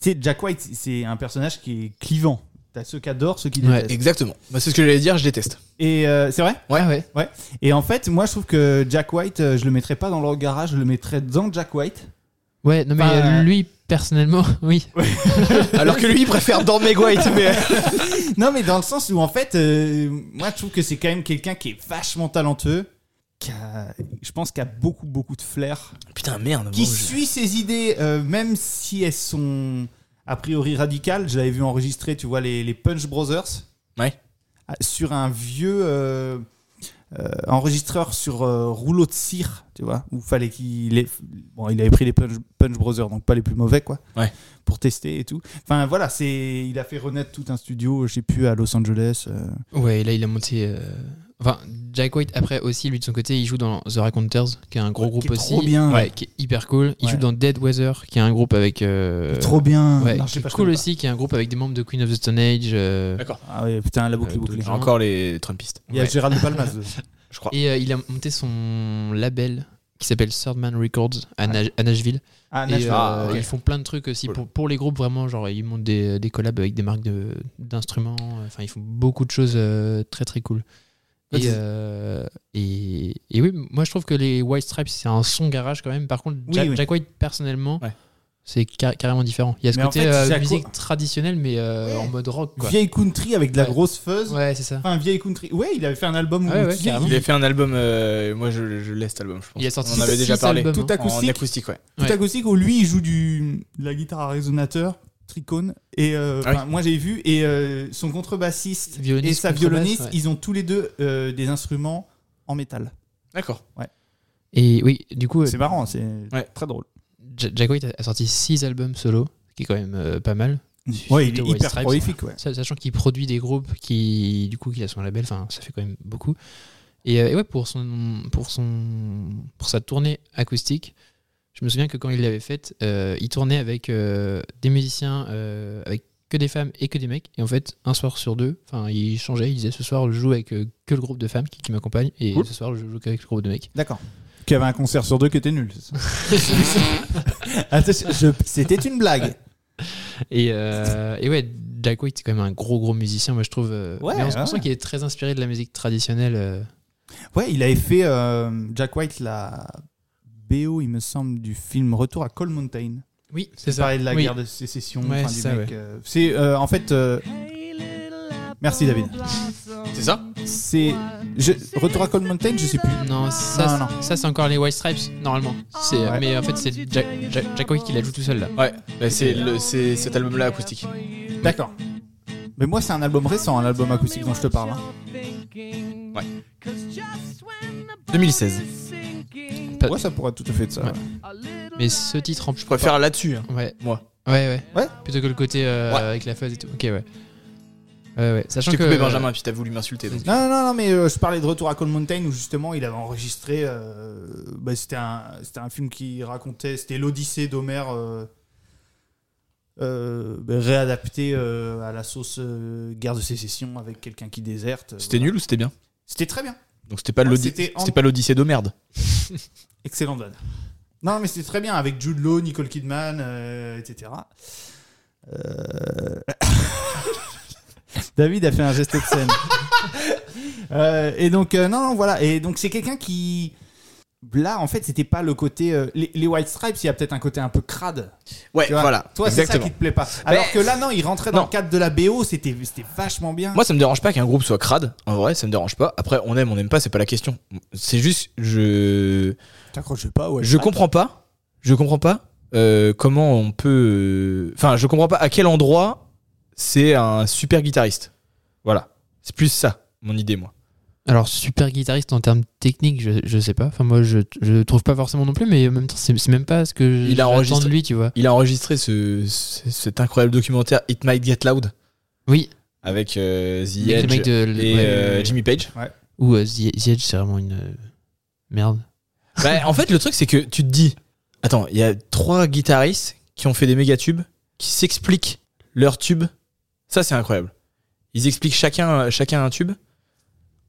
[SPEAKER 1] tu sais, Jack White, c'est un personnage qui est clivant. T'as ceux qui adorent, ceux qui
[SPEAKER 2] Ouais.
[SPEAKER 1] détestent.
[SPEAKER 4] Exactement. Bah, c'est ce que j'allais dire, je déteste.
[SPEAKER 1] Et euh, c'est vrai.
[SPEAKER 4] Ouais.
[SPEAKER 2] Ah ouais.
[SPEAKER 1] Et en fait, moi, je trouve que Jack White, euh, je le mettrais pas dans le garage, je le mettrais dans Jack White.
[SPEAKER 2] Ouais, non, mais
[SPEAKER 1] Enfin,
[SPEAKER 2] euh,
[SPEAKER 1] euh,
[SPEAKER 2] lui, personnellement, oui.
[SPEAKER 4] Alors que lui il préfère dans Meg White mais
[SPEAKER 1] Non, mais dans le sens où, en fait, euh, moi, je trouve que c'est quand même quelqu'un qui est vachement talentueux, qui a, je pense, qui a beaucoup, beaucoup de flair,
[SPEAKER 4] putain merde.
[SPEAKER 1] qui
[SPEAKER 4] bon, je-
[SPEAKER 1] suit ses idées, euh, même si elles sont a priori radicales. Je l'avais vu enregistrer, tu vois, les, les Punch Brothers.
[SPEAKER 4] Ouais.
[SPEAKER 1] Ah, Sur un vieux euh, euh, enregistreur sur euh, rouleau de cire, tu vois, où fallait qu'il ait- Bon, il avait pris les Punch, Punch Brothers, donc pas les plus mauvais, quoi.
[SPEAKER 4] Ouais.
[SPEAKER 1] Pour tester et tout. Enfin, voilà, c'est. Il a fait renaître tout un studio, je sais plus, à Los Angeles. euh.
[SPEAKER 2] Ouais, et là, il a monté. euh, Enfin, Jack White, après aussi, lui de son côté, il joue dans The Raconteurs, qui est un gros groupe
[SPEAKER 1] qui est
[SPEAKER 2] aussi.
[SPEAKER 1] trop bien.
[SPEAKER 2] Ouais, qui est hyper cool. Il
[SPEAKER 1] Ouais.
[SPEAKER 2] joue dans Dead Weather, qui est un groupe avec. euh,
[SPEAKER 1] Trop bien.
[SPEAKER 2] Ouais,
[SPEAKER 1] Non, je
[SPEAKER 2] qui
[SPEAKER 1] sais
[SPEAKER 2] est
[SPEAKER 1] pas, je
[SPEAKER 2] cool
[SPEAKER 1] connais
[SPEAKER 2] aussi, qui est un groupe avec des membres de Queen of the Stone Age. euh,
[SPEAKER 4] D'accord.
[SPEAKER 1] pas. Ah ouais, putain, la boucle
[SPEAKER 2] Euh,
[SPEAKER 1] est bouclée.
[SPEAKER 2] donc-
[SPEAKER 4] Encore les Trumpistes.
[SPEAKER 1] Il y a
[SPEAKER 2] ouais.
[SPEAKER 1] Gérald Palmas.
[SPEAKER 4] Je crois.
[SPEAKER 2] Et euh, il a monté son label qui s'appelle Third Man Records à, Naj- à Nashville.
[SPEAKER 1] Ah,
[SPEAKER 2] Et,
[SPEAKER 1] Nashville.
[SPEAKER 2] euh,
[SPEAKER 4] ok.
[SPEAKER 2] Ils font plein de trucs aussi
[SPEAKER 4] Cool.
[SPEAKER 2] pour, pour les groupes, vraiment. Genre, ils montent des, des collabs avec des marques de- d'instruments. Enfin, ils font beaucoup de choses euh, très très cool.
[SPEAKER 4] Ouais,
[SPEAKER 2] Et,
[SPEAKER 4] c'est-
[SPEAKER 2] euh, et, et oui, moi je trouve que les White Stripes, c'est un son garage quand même. Par contre,
[SPEAKER 1] Oui,
[SPEAKER 2] Jack,
[SPEAKER 1] oui.
[SPEAKER 2] Jack White, personnellement,
[SPEAKER 4] Ouais.
[SPEAKER 2] c'est car- carrément différent. Il y a ce
[SPEAKER 1] Mais en
[SPEAKER 2] côté
[SPEAKER 1] fait,
[SPEAKER 2] euh,
[SPEAKER 1] Jack-
[SPEAKER 2] musique traditionnelle, mais euh,
[SPEAKER 1] Ouais.
[SPEAKER 2] en mode rock. Quoi.
[SPEAKER 1] Vieille country avec de la
[SPEAKER 2] Ouais.
[SPEAKER 1] grosse fuzz.
[SPEAKER 2] Ouais, c'est ça.
[SPEAKER 1] Enfin, vieille country. Ouais, il avait fait un album où
[SPEAKER 2] Ouais, ouais,
[SPEAKER 1] tu sais,
[SPEAKER 2] carrément.
[SPEAKER 4] Il a fait un album, euh, moi je, je laisse cet album, je pense.
[SPEAKER 2] Il a sorti
[SPEAKER 4] On en avait
[SPEAKER 2] six
[SPEAKER 4] déjà parlé.
[SPEAKER 2] albums,
[SPEAKER 1] Tout
[SPEAKER 2] hein.
[SPEAKER 1] à coup,
[SPEAKER 4] En
[SPEAKER 1] sick.
[SPEAKER 4] acoustique, ouais.
[SPEAKER 1] tout
[SPEAKER 2] Ouais.
[SPEAKER 1] acoustique où lui il joue du de la guitare à résonateur tricône et euh,
[SPEAKER 4] Ah oui.
[SPEAKER 1] enfin, moi j'ai vu et euh, son contrebassiste
[SPEAKER 2] Violoniste,
[SPEAKER 1] et sa
[SPEAKER 2] contrebasse,
[SPEAKER 1] violoniste
[SPEAKER 2] ouais.
[SPEAKER 1] ils ont tous les deux euh, des instruments en métal
[SPEAKER 4] D'accord.
[SPEAKER 2] Et oui, du coup,
[SPEAKER 1] c'est marrant c'est
[SPEAKER 4] Ouais.
[SPEAKER 1] très drôle
[SPEAKER 2] J- Jack White a- a sorti 6 albums solo, ce qui est quand même euh, pas mal.
[SPEAKER 1] ouais il est
[SPEAKER 2] White
[SPEAKER 1] hyper
[SPEAKER 2] Stripes,
[SPEAKER 1] prolifique ouais.
[SPEAKER 2] Sa- Sachant qu'il produit des groupes qui, du coup, qu'il a son label, enfin, ça fait quand même beaucoup. Et, euh, et ouais, pour son, pour son, pour sa tournée acoustique, je me souviens que quand il l'avait faite, euh, il tournait avec euh, des musiciens, euh, avec que des femmes et que des mecs. Et en fait, un soir sur deux, enfin, il changeait. Il disait ce soir, je joue avec euh, que le groupe de femmes qui, qui m'accompagne, et
[SPEAKER 4] Cool.
[SPEAKER 2] ce soir, je joue qu'avec le groupe de mecs.
[SPEAKER 1] d'accord qui avait un concert sur deux qui était nul c'est ça Attention, je- c'était une blague
[SPEAKER 2] Et, euh, et ouais, Jack White, c'est quand même un gros gros musicien, moi je trouve. euh,
[SPEAKER 1] Ouais,
[SPEAKER 2] mais on, on
[SPEAKER 1] ouais,
[SPEAKER 2] sent
[SPEAKER 1] ouais.
[SPEAKER 2] qu'il est très inspiré de la musique traditionnelle. euh,
[SPEAKER 1] ouais il avait fait euh, Jack White la BO il me semble du film Retour à Cold Mountain
[SPEAKER 2] Oui, c'est
[SPEAKER 1] C'est
[SPEAKER 2] ça.
[SPEAKER 1] parler de la
[SPEAKER 2] Oui.
[SPEAKER 1] guerre de sécession,
[SPEAKER 2] Ouais,
[SPEAKER 1] enfin,
[SPEAKER 2] c'est
[SPEAKER 1] du
[SPEAKER 2] ça,
[SPEAKER 1] mec,
[SPEAKER 2] ouais.
[SPEAKER 1] euh, c'est euh, en fait. euh, Merci David.
[SPEAKER 4] C'est ça
[SPEAKER 1] C'est je... retour à Cold Mountain, je sais plus.
[SPEAKER 2] Non, ça,
[SPEAKER 1] Non, non.
[SPEAKER 2] ça c'est encore les White Stripes, normalement. C'est, euh,
[SPEAKER 1] Ouais.
[SPEAKER 2] Mais en fait, c'est Jack, Jack, Jack White qui la joue tout seul là.
[SPEAKER 4] Ouais, Bah, c'est le- c'est cet album-là acoustique.
[SPEAKER 1] D'accord. Mais moi, c'est un album récent, un album acoustique dont je te parle. hein.
[SPEAKER 4] 2016.
[SPEAKER 2] Pas-
[SPEAKER 1] Ouais, ça pourrait tout à fait être ça.
[SPEAKER 2] Ouais.
[SPEAKER 1] ouais.
[SPEAKER 2] Mais ce titre en plus.
[SPEAKER 4] Je préfère là-dessus, hein,
[SPEAKER 2] Ouais.
[SPEAKER 4] moi.
[SPEAKER 2] Ouais, ouais.
[SPEAKER 1] Ouais.
[SPEAKER 2] Plutôt que le côté euh,
[SPEAKER 4] Ouais.
[SPEAKER 2] avec la fuzz et tout. Ok, ouais. Ouais, ouais.
[SPEAKER 4] Je
[SPEAKER 2] Sachant
[SPEAKER 4] t'ai
[SPEAKER 2] que. euh,
[SPEAKER 4] coupé Benjamin, puis t'as voulu m'insulter. donc.
[SPEAKER 1] Non, non, non, non, mais euh, je parlais de Retour à Cold Mountain où justement il avait enregistré. euh, bah, c'était un, c'était un film qui racontait, c'était l'Odyssée d'Homère euh, euh, bah, réadapté euh, à la sauce euh, guerre de sécession avec quelqu'un qui déserte. euh,
[SPEAKER 4] C'était
[SPEAKER 1] voilà.
[SPEAKER 4] nul ou c'était bien
[SPEAKER 1] C'était très bien.
[SPEAKER 4] Donc c'était pas
[SPEAKER 1] Ah,
[SPEAKER 4] l'Odyssée-
[SPEAKER 1] c'était en-
[SPEAKER 4] c'était pas l'Odyssée de merde.
[SPEAKER 1] Excellent vanne. Non, mais c'était très bien avec Jude Law, Nicole Kidman, euh, etc. Euh, David a fait un geste obscène. Euh, et donc, euh, non, non, voilà. Et donc, c'est quelqu'un qui. Là, en fait, c'était pas le côté. euh, les, les White Stripes, il y a peut-être un côté un peu crade.
[SPEAKER 4] Ouais,
[SPEAKER 1] Tu vois.
[SPEAKER 4] Eh, voilà.
[SPEAKER 1] Toi, c'est ça
[SPEAKER 4] Exactement.
[SPEAKER 1] qui te plaît pas. Alors que là, non, il rentrait dans
[SPEAKER 4] Non.
[SPEAKER 1] le cadre de la BO, c'était c'était vachement bien.
[SPEAKER 4] Moi, ça me dérange pas qu'un groupe soit crade. En vrai, ça me dérange pas. Après, on aime, on n'aime pas, c'est pas la question. C'est juste, je,
[SPEAKER 1] T'accroches pas, ouais.
[SPEAKER 4] je comprends pas. Je comprends pas euh, comment on peut. Enfin, je comprends pas à quel endroit c'est un super guitariste. Voilà. C'est plus ça, mon idée, moi.
[SPEAKER 2] Alors, super guitariste en termes techniques, je, je sais pas. Enfin, moi, je, je trouve pas forcément non plus, mais en même temps, c'est c'est même pas ce que
[SPEAKER 4] Il a
[SPEAKER 2] j'attends
[SPEAKER 4] enregistré-
[SPEAKER 2] de lui, tu vois.
[SPEAKER 4] Il a enregistré ce, ce- cet incroyable documentaire It Might Get Loud
[SPEAKER 2] Oui,
[SPEAKER 4] avec euh, The
[SPEAKER 2] Avec le
[SPEAKER 4] Edge
[SPEAKER 2] mec de- le-
[SPEAKER 4] et
[SPEAKER 2] ouais,
[SPEAKER 4] euh,
[SPEAKER 2] ouais.
[SPEAKER 4] Jimmy Page.
[SPEAKER 2] ou euh, The The Edge, c'est vraiment une euh, merde.
[SPEAKER 4] Bah, en fait, le truc, c'est que tu te dis Attends, il y a trois guitaristes qui ont fait des méga tubes, qui s'expliquent leur tube. Ça, c'est incroyable. Ils expliquent chacun, chacun un tube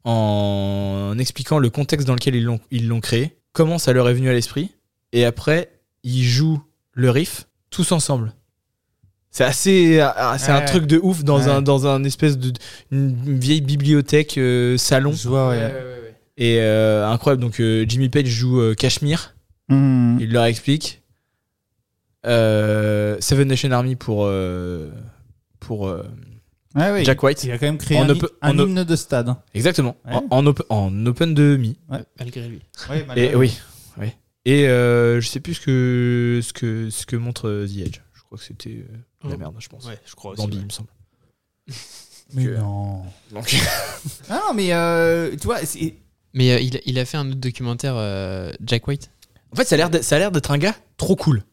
[SPEAKER 4] en expliquant le contexte dans lequel ils l'ont- ils l'ont créé, comment ça leur est venu à l'esprit, et après, ils jouent le riff tous ensemble. C'est assez, ah, c'est un
[SPEAKER 1] Ouais.
[SPEAKER 4] truc de ouf dans
[SPEAKER 1] Ouais.
[SPEAKER 4] un, dans un espèce de une vieille bibliothèque euh, salon
[SPEAKER 1] Je vois, ouais.
[SPEAKER 4] et euh, incroyable. Donc euh, Jimmy Page joue euh, Cashmere.
[SPEAKER 1] Hmm.
[SPEAKER 4] Il leur explique. Euh, Seven Nation Army pour, euh, pour euh,
[SPEAKER 1] Ouais, ouais,
[SPEAKER 4] Jack White.
[SPEAKER 1] Il a quand même créé
[SPEAKER 4] On
[SPEAKER 1] un,
[SPEAKER 4] ne
[SPEAKER 1] hy-
[SPEAKER 4] peut-
[SPEAKER 1] un
[SPEAKER 4] on ne-
[SPEAKER 1] hymne de stade. hein.
[SPEAKER 4] Exactement.
[SPEAKER 1] Ouais.
[SPEAKER 4] En, en op- en open de mi.
[SPEAKER 2] Malgré lui.
[SPEAKER 4] Et oui. oui. Et euh, je sais plus ce que, ce que, ce que montre euh, The Edge. Je crois que c'était euh, de la
[SPEAKER 2] Oh.
[SPEAKER 4] merde, je pense.
[SPEAKER 2] je crois
[SPEAKER 4] Bambi, il me semble.
[SPEAKER 1] Mais
[SPEAKER 4] que-
[SPEAKER 1] non. Ah non, mais euh, tu vois, c'est-
[SPEAKER 2] Mais euh, il, il a fait un autre documentaire, euh, Jack White,
[SPEAKER 4] en fait, ça a l'air d'être- ça a l'air d'être un gars trop cool.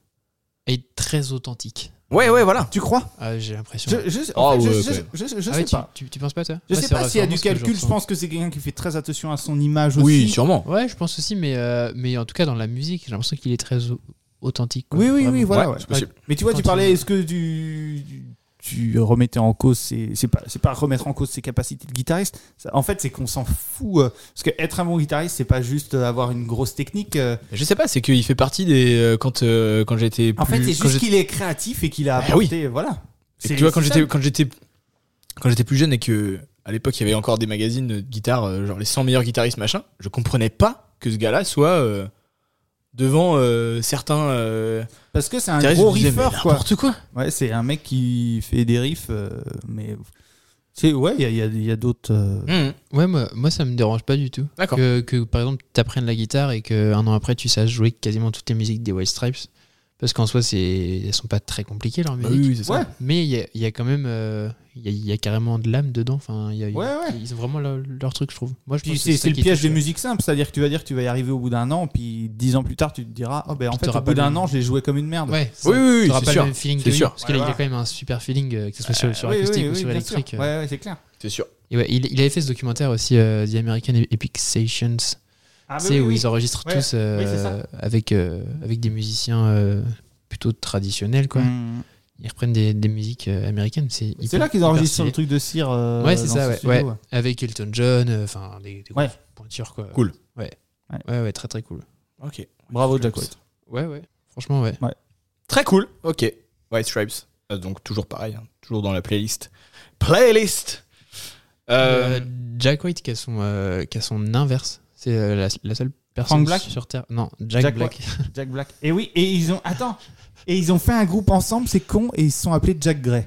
[SPEAKER 2] et très authentique.
[SPEAKER 4] Ouais, ouais, voilà.
[SPEAKER 1] tu crois
[SPEAKER 2] Ah, J'ai l'impression.
[SPEAKER 1] Je, je,
[SPEAKER 4] Ah
[SPEAKER 1] en fait, je-
[SPEAKER 4] ouais,
[SPEAKER 1] je-
[SPEAKER 4] quand même.
[SPEAKER 1] je- je- je
[SPEAKER 2] Ah
[SPEAKER 1] sais
[SPEAKER 2] ouais, tu-
[SPEAKER 1] pas.
[SPEAKER 2] Tu, tu penses pas, toi
[SPEAKER 1] Je
[SPEAKER 2] Ouais,
[SPEAKER 1] sais
[SPEAKER 2] c'est
[SPEAKER 1] pas
[SPEAKER 2] vrai,
[SPEAKER 1] s'il y a
[SPEAKER 2] vraiment
[SPEAKER 1] du
[SPEAKER 2] ce que
[SPEAKER 1] calcul. Je
[SPEAKER 2] ressens.
[SPEAKER 1] pense que c'est quelqu'un qui fait très attention à son image
[SPEAKER 4] Oui,
[SPEAKER 1] aussi.
[SPEAKER 4] sûrement.
[SPEAKER 2] Ouais, je pense aussi, mais, euh, mais en tout cas, dans la musique, j'ai l'impression qu'il est très au- authentique. quoi,
[SPEAKER 1] Oui, oui, oui,
[SPEAKER 2] vraiment.
[SPEAKER 1] voilà.
[SPEAKER 4] Ouais,
[SPEAKER 1] ouais.
[SPEAKER 4] c'est possible.
[SPEAKER 1] Mais tu vois,
[SPEAKER 2] Quand
[SPEAKER 1] tu parlais,
[SPEAKER 2] il-
[SPEAKER 1] est-ce que tu, tu remettais en cause ses- C'est pas, c'est pas remettre en cause ses capacités de guitariste. Ça- en fait, c'est qu'on s'en fout. euh, parce que être un bon guitariste, c'est pas juste euh, avoir une grosse technique. euh.
[SPEAKER 4] Je sais pas, c'est qu'il fait partie des. euh, quand euh, quand j'étais.
[SPEAKER 1] en
[SPEAKER 4] plus-
[SPEAKER 1] fait, c'est
[SPEAKER 4] quand
[SPEAKER 1] juste
[SPEAKER 4] j'étais-
[SPEAKER 1] qu'il est créatif et qu'il a
[SPEAKER 4] Eh oui.
[SPEAKER 1] apporté. Voilà.
[SPEAKER 4] Et
[SPEAKER 1] C'est-
[SPEAKER 4] tu vois, quand
[SPEAKER 1] c'est
[SPEAKER 4] j'étais,
[SPEAKER 1] ça.
[SPEAKER 4] quand j'étais, quand j'étais plus jeune et que à l'époque il y avait encore des magazines de guitare, euh, genre les 100 meilleurs guitaristes machin, je comprenais pas que ce gars-là soit euh, devant euh, certains. euh,
[SPEAKER 1] Parce que c'est un
[SPEAKER 4] guitaristes,
[SPEAKER 1] gros
[SPEAKER 4] je me disais, mais
[SPEAKER 1] riffer, quoi.
[SPEAKER 4] N'importe quoi.
[SPEAKER 1] Ouais, c'est un mec qui fait des riffs, euh, mais. C'est, ouais, il y a, il y a- il y a d'autres. euh,
[SPEAKER 4] Mmh.
[SPEAKER 2] Ouais, moi, moi, ça me dérange pas du tout.
[SPEAKER 4] D'accord.
[SPEAKER 2] Que, que, par exemple, t'apprennes la guitare et qu'un an après, tu saches jouer quasiment toutes les musiques des White Stripes. Parce qu'en soi, c'est... elles sont pas très compliquées, leurs
[SPEAKER 4] Bah
[SPEAKER 2] musiques.
[SPEAKER 4] oui, oui, c'est ça.
[SPEAKER 1] Ouais.
[SPEAKER 2] Mais il y a, il y a quand même. euh, Il y, a, il y a carrément de l'âme dedans. Enfin, il y a- il y a-
[SPEAKER 1] Ouais, ouais.
[SPEAKER 2] Ils ont vraiment leur, leur truc, je trouve. Moi, Mmh. je
[SPEAKER 1] Puis
[SPEAKER 2] pense que
[SPEAKER 1] c'est
[SPEAKER 2] ça
[SPEAKER 1] c'est le
[SPEAKER 2] qui est
[SPEAKER 1] piège des
[SPEAKER 2] touchant.
[SPEAKER 1] musiques simples, c'est-à-dire que tu vas dire que tu vas y arriver au bout d'un an, puis dix ans plus tard, tu te diras, oh ben en
[SPEAKER 2] Puis
[SPEAKER 1] fait,
[SPEAKER 2] t'auras
[SPEAKER 1] au
[SPEAKER 2] pas
[SPEAKER 1] bout
[SPEAKER 2] le
[SPEAKER 1] d'un
[SPEAKER 2] même-
[SPEAKER 1] an, je l'ai joué comme une merde.
[SPEAKER 2] Ouais,
[SPEAKER 4] Oui, oui, oui,
[SPEAKER 2] T'auras
[SPEAKER 4] c'est
[SPEAKER 2] pas
[SPEAKER 4] sûr.
[SPEAKER 2] le même feeling
[SPEAKER 4] C'est
[SPEAKER 2] que lui,
[SPEAKER 4] sûr.
[SPEAKER 2] Parce
[SPEAKER 1] Ouais,
[SPEAKER 2] qu'il a, il a
[SPEAKER 1] voilà.
[SPEAKER 2] quand même un super feeling, euh, que ce soit sur, sur acoustique ou sur
[SPEAKER 1] bien
[SPEAKER 2] électrique.
[SPEAKER 1] sûr. Ouais, ouais, c'est clair.
[SPEAKER 4] C'est sûr.
[SPEAKER 2] Et ouais, il, il avait fait ce documentaire aussi, euh, The American Epic Sessions,
[SPEAKER 1] Ah, bah
[SPEAKER 2] tu sais,
[SPEAKER 1] oui,
[SPEAKER 2] où
[SPEAKER 1] oui.
[SPEAKER 2] ils enregistrent
[SPEAKER 1] Ouais,
[SPEAKER 2] tous euh,
[SPEAKER 1] oui, c'est ça.
[SPEAKER 2] avec, euh, avec des musiciens euh, plutôt traditionnels. Quoi.
[SPEAKER 1] Mm.
[SPEAKER 2] Ils reprennent des, des musiques euh, américaines. C'est
[SPEAKER 1] C'est
[SPEAKER 2] hyper-
[SPEAKER 1] là qu'ils
[SPEAKER 2] hyper
[SPEAKER 1] enregistrent
[SPEAKER 2] stylé.
[SPEAKER 1] le truc de cire. euh,
[SPEAKER 2] Ouais, c'est ça, ouais, ouais. Avec Elton John, euh, enfin, des, des grosses
[SPEAKER 1] Ouais.
[SPEAKER 2] pointures. Quoi.
[SPEAKER 4] Cool.
[SPEAKER 2] Ouais.
[SPEAKER 1] Ouais.
[SPEAKER 2] ouais, ouais, très très cool.
[SPEAKER 4] Ok.
[SPEAKER 1] Bravo, Jack White.
[SPEAKER 2] Ouais, ouais. Franchement, ouais.
[SPEAKER 4] Très cool. Ok. White Stripes. Euh, Donc toujours pareil, hein. toujours dans la playlist. Playlist. Euh,
[SPEAKER 2] Euh, Jack White qui a son, euh, qui a son inverse. C'est euh, la, la seule personne
[SPEAKER 1] Frank Black
[SPEAKER 2] sur Terre. Non, Jack,
[SPEAKER 1] Jack
[SPEAKER 2] Black.
[SPEAKER 1] Jack Black. Et oui, et ils ont. Attends! Et ils ont fait un groupe ensemble, c'est con, et ils se sont appelés Jack Gray.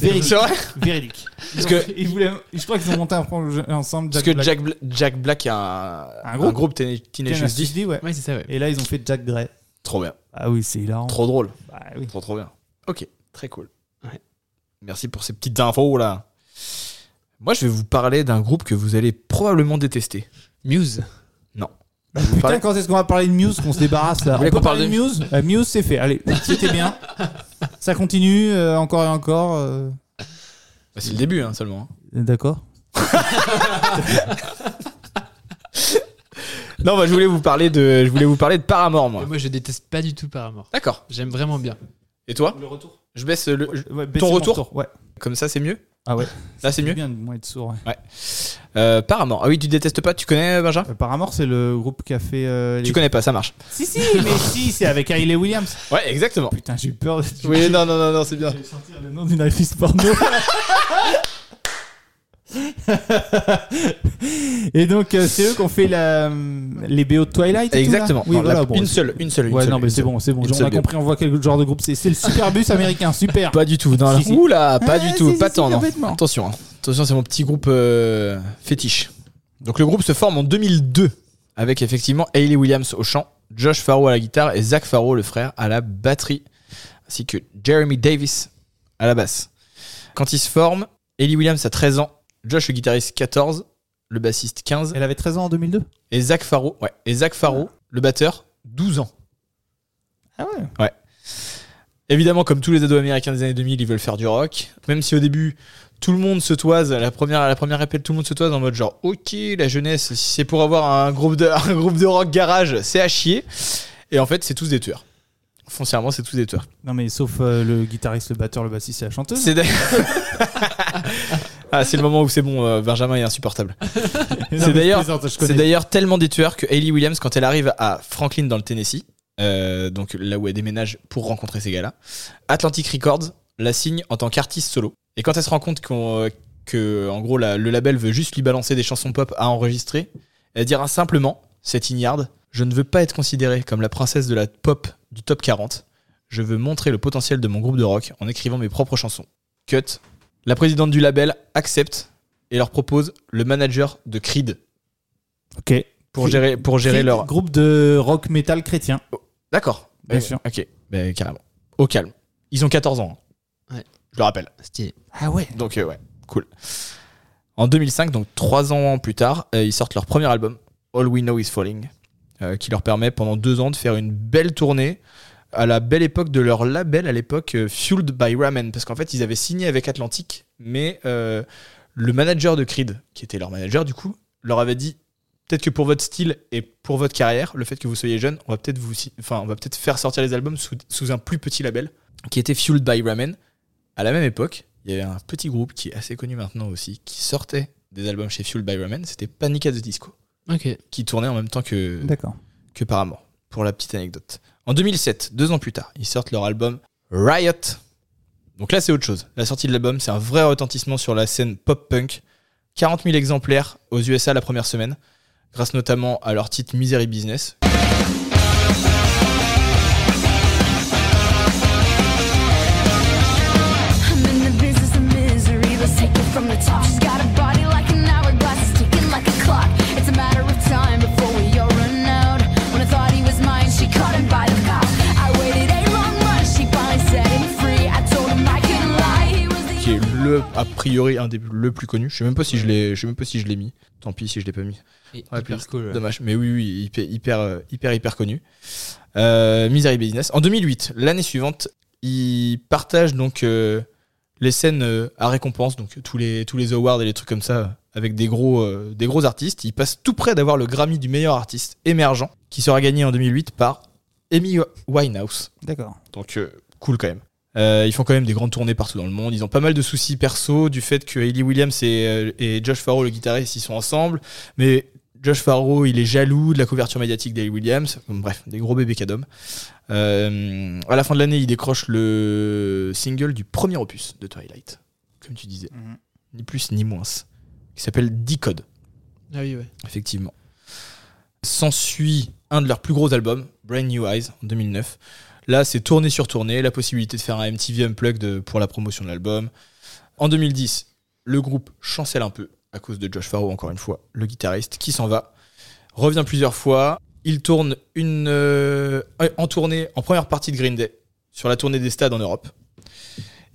[SPEAKER 1] véridique.
[SPEAKER 4] c'est vrai.
[SPEAKER 1] véridique. Ils
[SPEAKER 4] Parce
[SPEAKER 1] ont-
[SPEAKER 4] que-
[SPEAKER 1] ils voulaient- je crois qu'ils ont monté un projet ensemble. Jack
[SPEAKER 4] Parce que
[SPEAKER 1] Black.
[SPEAKER 4] Jack, Bla- Jack Black a un,
[SPEAKER 1] Un groupe.
[SPEAKER 4] Teenage Teenage
[SPEAKER 1] Jack
[SPEAKER 4] D.
[SPEAKER 1] Black, ouais.
[SPEAKER 2] Ouais, c'est ça, ouais.
[SPEAKER 1] Et là, ils ont fait Jack Gray.
[SPEAKER 4] Trop bien.
[SPEAKER 1] Ah oui, c'est hilarant.
[SPEAKER 4] Trop drôle.
[SPEAKER 1] Bah oui.
[SPEAKER 4] Trop trop bien. Ok, très cool.
[SPEAKER 2] Ouais.
[SPEAKER 4] Merci pour ces petites infos là. Moi, je vais vous parler d'un groupe que vous allez probablement détester.
[SPEAKER 2] Muse.
[SPEAKER 4] Je vais vous
[SPEAKER 1] Putain,
[SPEAKER 4] parler-
[SPEAKER 1] quand est-ce qu'on va parler de Muse qu'on se débarrasse là
[SPEAKER 4] Vous
[SPEAKER 1] On
[SPEAKER 4] voulez
[SPEAKER 1] peut
[SPEAKER 4] qu'on parle
[SPEAKER 1] parler de Muse Euh, Muse, c'est fait. Allez, c'était bien. Ça continue euh, encore et encore. euh,
[SPEAKER 4] Bah, c'est le début hein, seulement. hein.
[SPEAKER 1] D'accord.
[SPEAKER 4] Non, bah, je voulais vous parler de, je voulais vous parler de Paramore moi.
[SPEAKER 2] Moi, je déteste pas du tout Paramore.
[SPEAKER 4] D'accord.
[SPEAKER 2] J'aime vraiment bien.
[SPEAKER 4] Et toi
[SPEAKER 1] Le retour.
[SPEAKER 4] Je baisse le. je-
[SPEAKER 1] baissez
[SPEAKER 4] Ton
[SPEAKER 1] mon
[SPEAKER 4] retour
[SPEAKER 1] tour, Ouais.
[SPEAKER 4] Comme ça, c'est mieux.
[SPEAKER 1] Ah ouais.
[SPEAKER 4] Là, c'est mieux.
[SPEAKER 1] bien de moins être sourd. ouais.
[SPEAKER 4] Euh, Paramore. Ah oui, tu détestes pas Tu connais Benjamin
[SPEAKER 1] Euh, Paramore, c'est le groupe qui a fait. euh, les-
[SPEAKER 4] Tu connais pas, ça marche.
[SPEAKER 1] Si, si, mais si, c'est avec Hayley Williams. Oh,
[SPEAKER 4] Ouais, exactement.
[SPEAKER 1] Putain, j'ai eu peur. de-
[SPEAKER 4] Oui, non, non, non, non, c'est bien.
[SPEAKER 1] Je vais sortir le nom d'une actrice porno. Et donc, euh, c'est eux qui ont fait la, euh, les BO de Twilight. et tout, là
[SPEAKER 4] Exactement.
[SPEAKER 1] Oui,
[SPEAKER 4] Non,
[SPEAKER 1] voilà,
[SPEAKER 4] la-
[SPEAKER 1] bon,
[SPEAKER 4] une seule, une seule. une
[SPEAKER 1] Ouais,
[SPEAKER 4] seule,
[SPEAKER 1] non, mais
[SPEAKER 4] une
[SPEAKER 1] c'est
[SPEAKER 4] seule.
[SPEAKER 1] bon, c'est bon.
[SPEAKER 4] Une
[SPEAKER 1] On
[SPEAKER 4] seule Bah,
[SPEAKER 1] a
[SPEAKER 4] bio.
[SPEAKER 1] compris, on voit quel genre de groupe c'est. C'est le Superbus américain, super.
[SPEAKER 4] Pas du tout. Non,
[SPEAKER 1] Si,
[SPEAKER 4] là-
[SPEAKER 1] si.
[SPEAKER 4] Oula, pas
[SPEAKER 1] Ah,
[SPEAKER 4] du
[SPEAKER 1] si,
[SPEAKER 4] tout.
[SPEAKER 1] si,
[SPEAKER 4] pas
[SPEAKER 1] si,
[SPEAKER 4] tant, non.
[SPEAKER 1] complètement.
[SPEAKER 4] Attention, hein. attention, c'est mon petit groupe euh, fétiche. Donc le groupe se forme en 2002 avec effectivement Hayley Williams au chant, Josh Farrow à la guitare et Zach Farrow, le frère, à la batterie, ainsi que Jeremy Davis à la basse. Quand ils se forment, Ellie Williams a 13 ans, Josh le guitariste 14, le bassiste 15
[SPEAKER 1] Elle avait 13 ans en 2002
[SPEAKER 4] et Zach Farrow, ouais, et Zach Farrow, le batteur, 12 ans.
[SPEAKER 1] Ah ouais
[SPEAKER 4] Évidemment, comme tous les ados américains des années 2000, ils veulent faire du rock. Même si au début, tout le monde se toise, à la première, à la première répète, tout le monde se toise en mode genre, ok, la jeunesse, si c'est pour avoir un groupe de, un groupe de rock garage, c'est à chier. Et en fait, c'est tous des tueurs. Foncièrement, c'est tous des tueurs.
[SPEAKER 1] Non mais sauf euh, le guitariste, le batteur, le bassiste et la chanteuse.
[SPEAKER 4] C'est d'ailleurs- ah, c'est le moment où c'est bon, euh, Benjamin est insupportable.
[SPEAKER 1] Non,
[SPEAKER 4] c'est
[SPEAKER 1] mais
[SPEAKER 4] d'ailleurs-
[SPEAKER 1] je plaisante, je
[SPEAKER 4] C'est
[SPEAKER 1] connais.
[SPEAKER 4] d'ailleurs tellement des tueurs que Hayley Williams, quand elle arrive à Franklin dans le Tennessee, euh, donc là où elle déménage pour rencontrer ces gars-là, Atlantic Records la signe en tant qu'artiste solo. Et quand elle se rend compte qu'on, euh, que, en gros, la- le label veut juste lui balancer des chansons pop à enregistrer, elle dira simplement, cette ignarde, je ne veux pas être considérée comme la princesse de la pop du top 40. Je veux montrer le potentiel de mon groupe de rock en écrivant mes propres chansons. Cut. La présidente du label accepte et leur propose le manager de Creed
[SPEAKER 1] Ok.
[SPEAKER 4] pour
[SPEAKER 1] Creed-
[SPEAKER 4] gérer pour gérer
[SPEAKER 1] Creed,
[SPEAKER 4] leur
[SPEAKER 1] Groupe de rock metal chrétien.
[SPEAKER 4] d'accord
[SPEAKER 1] Bien
[SPEAKER 4] Euh,
[SPEAKER 1] sûr.
[SPEAKER 4] ok Ben, carrément au calme ils ont 14 ans hein.
[SPEAKER 2] Ouais.
[SPEAKER 4] je le rappelle
[SPEAKER 2] Stylé.
[SPEAKER 1] Ah ouais
[SPEAKER 4] donc euh, ouais cool en 2005 donc trois ans plus tard euh, ils sortent leur premier album All We Know Is Falling euh, qui leur permet pendant deux ans de faire une belle tournée à la belle époque de leur label à l'époque euh, Fueled by Ramen parce qu'en fait ils avaient signé avec Atlantic mais euh, le manager de Creed qui était leur manager du coup leur avait dit peut-être que pour votre style et pour votre carrière, le fait que vous soyez jeune, on va peut-être vous, si- enfin, on va peut-être faire sortir les albums sous, sous un plus petit label qui était Fueled by Ramen. À la même époque, il y avait un petit groupe qui est assez connu maintenant aussi, qui sortait des albums chez Fueled by Ramen, c'était Panic at the Disco,
[SPEAKER 2] Ok.
[SPEAKER 4] qui tournait en même temps que,
[SPEAKER 1] D'accord.
[SPEAKER 4] que Paramore, pour la petite anecdote. En 2007, deux ans plus tard, ils sortent leur album Riot. Donc là, c'est autre chose. La sortie de l'album, c'est un vrai retentissement sur la scène pop-punk. 40 000 exemplaires aux USA la première semaine, grâce notamment à leur titre Misery Business.
[SPEAKER 8] I'm in the business of misery. Let's take it from the top. She's got a body like an hourglass, it's ticking like a clock. It's a matter of time before we all run out. When I thought he was mine, she caught him by the mouth. I waited a long month, she finally set him free. I told him I couldn't lie. He was the
[SPEAKER 4] qui est
[SPEAKER 8] only
[SPEAKER 4] le
[SPEAKER 8] one.
[SPEAKER 4] a priori un des le plus connu. Je sais même pas si je l'ai, je sais même pas si je l'ai mis. Tant pis si je l'ai pas mis.
[SPEAKER 2] Et
[SPEAKER 4] Ouais,
[SPEAKER 2] hyper
[SPEAKER 4] puis-
[SPEAKER 2] cool.
[SPEAKER 4] Dommage. Mais oui, oui, hyper, hyper, euh, hyper, hyper connu. Euh, Misery Business. En 2008, l'année suivante, ils partagent donc euh, les scènes euh, à récompense, donc tous les tous les awards et les trucs comme ça, euh, avec des gros euh, des gros artistes. Ils passent tout près d'avoir le Grammy du meilleur artiste émergent, qui sera gagné en 2008 par Amy Winehouse.
[SPEAKER 1] D'accord.
[SPEAKER 4] Donc euh, cool quand même. Euh, ils font quand même des grandes tournées partout dans le monde. Ils ont pas mal de soucis perso du fait que Hayley Williams et, euh, et Josh Farrow, le guitariste, ils sont ensemble. Mais Josh Farrow, il est jaloux de la couverture médiatique d'Hayley Williams. Bon, bref, des gros bébés cadom. Euh, à la fin de l'année, il décroche le single du premier opus de Twilight. Comme tu disais.
[SPEAKER 1] Mhm.
[SPEAKER 4] Ni plus ni moins. Qui s'appelle Decode.
[SPEAKER 2] Ah oui, ouais.
[SPEAKER 4] Effectivement. S'ensuit un de leurs plus gros albums, Brand New Eyes, en 2009. Là, c'est tournée sur tournée, la possibilité de faire un MTV Unplugged pour la promotion de l'album. En 2010, le groupe chancelle un peu à cause de Josh Farrow, encore une fois, le guitariste, qui s'en va. Revient plusieurs fois. Il tourne une, euh, en tournée en première partie de Green Day, sur la tournée des stades en Europe.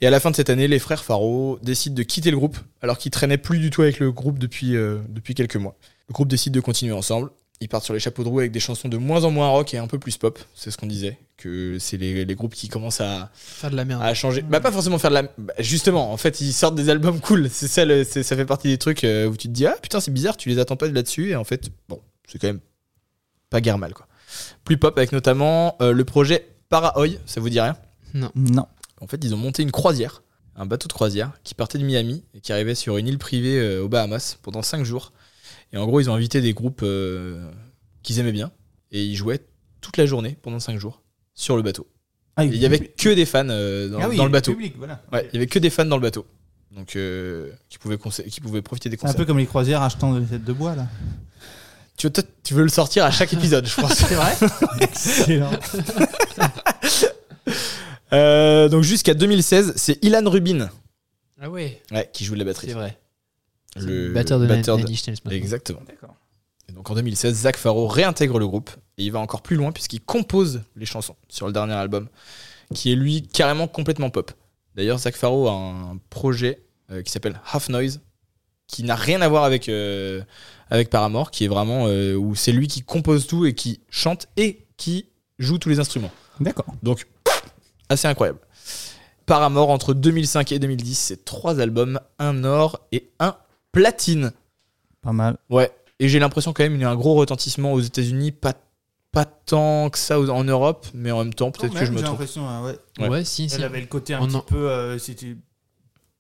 [SPEAKER 4] Et à la fin de cette année, les frères Farrow décident de quitter le groupe, alors qu'ils traînaient plus du tout avec le groupe depuis, euh, depuis quelques mois. Le groupe décide de continuer ensemble. Ils partent sur les chapeaux de roue avec des chansons de moins en moins rock et un peu plus pop. C'est ce qu'on disait, que c'est les, les groupes qui commencent à,
[SPEAKER 2] Faire de la merde.
[SPEAKER 4] à changer. Bah, pas forcément faire de la. bah, justement, en fait, ils sortent des albums cool. C'est ça, le- c'est- ça fait partie des trucs euh, où tu te dis, ah putain, c'est bizarre, tu les attends pas de là-dessus. Et en fait, bon, c'est quand même pas guère mal, quoi. Plus pop avec notamment euh, le projet Paraoi, ça vous dit rien
[SPEAKER 1] Non.
[SPEAKER 4] en fait, ils ont monté une croisière, un bateau de croisière qui partait de Miami et qui arrivait sur une île privée euh, aux Bahamas pendant 5 jours. Et en gros, ils ont invité des groupes euh, qu'ils aimaient bien et ils jouaient toute la journée pendant 5 jours sur le bateau.
[SPEAKER 1] Ah,
[SPEAKER 4] Et il y avait que des fans euh, dans,
[SPEAKER 1] Ah oui,
[SPEAKER 4] dans le bateau.
[SPEAKER 1] public, voilà.
[SPEAKER 4] Ouais, il y avait que des fans dans le bateau. Donc euh, qui pouvaient conse- qui pouvaient profiter des
[SPEAKER 1] C'est un
[SPEAKER 4] concerts.
[SPEAKER 1] peu comme les croisières achetant des têtes de bois là.
[SPEAKER 4] Tu veux, toi, tu veux le sortir à chaque épisode, je pense.
[SPEAKER 1] C'est vrai
[SPEAKER 4] Euh, donc jusqu'à 2016, c'est Ilan Rubin
[SPEAKER 2] Ah ouais,
[SPEAKER 4] ouais, qui joue de la batterie.
[SPEAKER 2] c'est vrai.
[SPEAKER 4] Le
[SPEAKER 2] batteur de
[SPEAKER 4] batteur
[SPEAKER 2] batteur
[SPEAKER 4] de-
[SPEAKER 2] Nanny Schnells maintenant.
[SPEAKER 4] Exactement.
[SPEAKER 1] D'accord.
[SPEAKER 4] Et donc en 2016, Zach Farrow réintègre le groupe Et il va encore plus loin puisqu'il compose les chansons sur le dernier album, qui est lui carrément complètement pop. D'ailleurs, Zach Farrow a un projet euh, qui s'appelle Half Noise, qui n'a rien à voir avec, euh, avec Paramore, qui est vraiment euh, où c'est lui qui compose tout et qui chante et qui joue tous les instruments.
[SPEAKER 1] D'accord.
[SPEAKER 4] Donc, assez incroyable. Paramore, entre 2005 et 2010, c'est trois albums, un or et un platine.
[SPEAKER 1] Pas mal.
[SPEAKER 4] Ouais, et j'ai l'impression quand même qu'il y a un gros retentissement aux États-Unis, pas, pas tant que ça aux- en Europe, mais en même temps, peut-être que je me
[SPEAKER 1] J'ai
[SPEAKER 4] trompe.
[SPEAKER 1] l'impression, hein, ouais.
[SPEAKER 4] Ouais.
[SPEAKER 2] Ouais, si, si.
[SPEAKER 1] Elle avait le côté un
[SPEAKER 2] On
[SPEAKER 1] petit
[SPEAKER 2] en-
[SPEAKER 1] peu. euh, C'était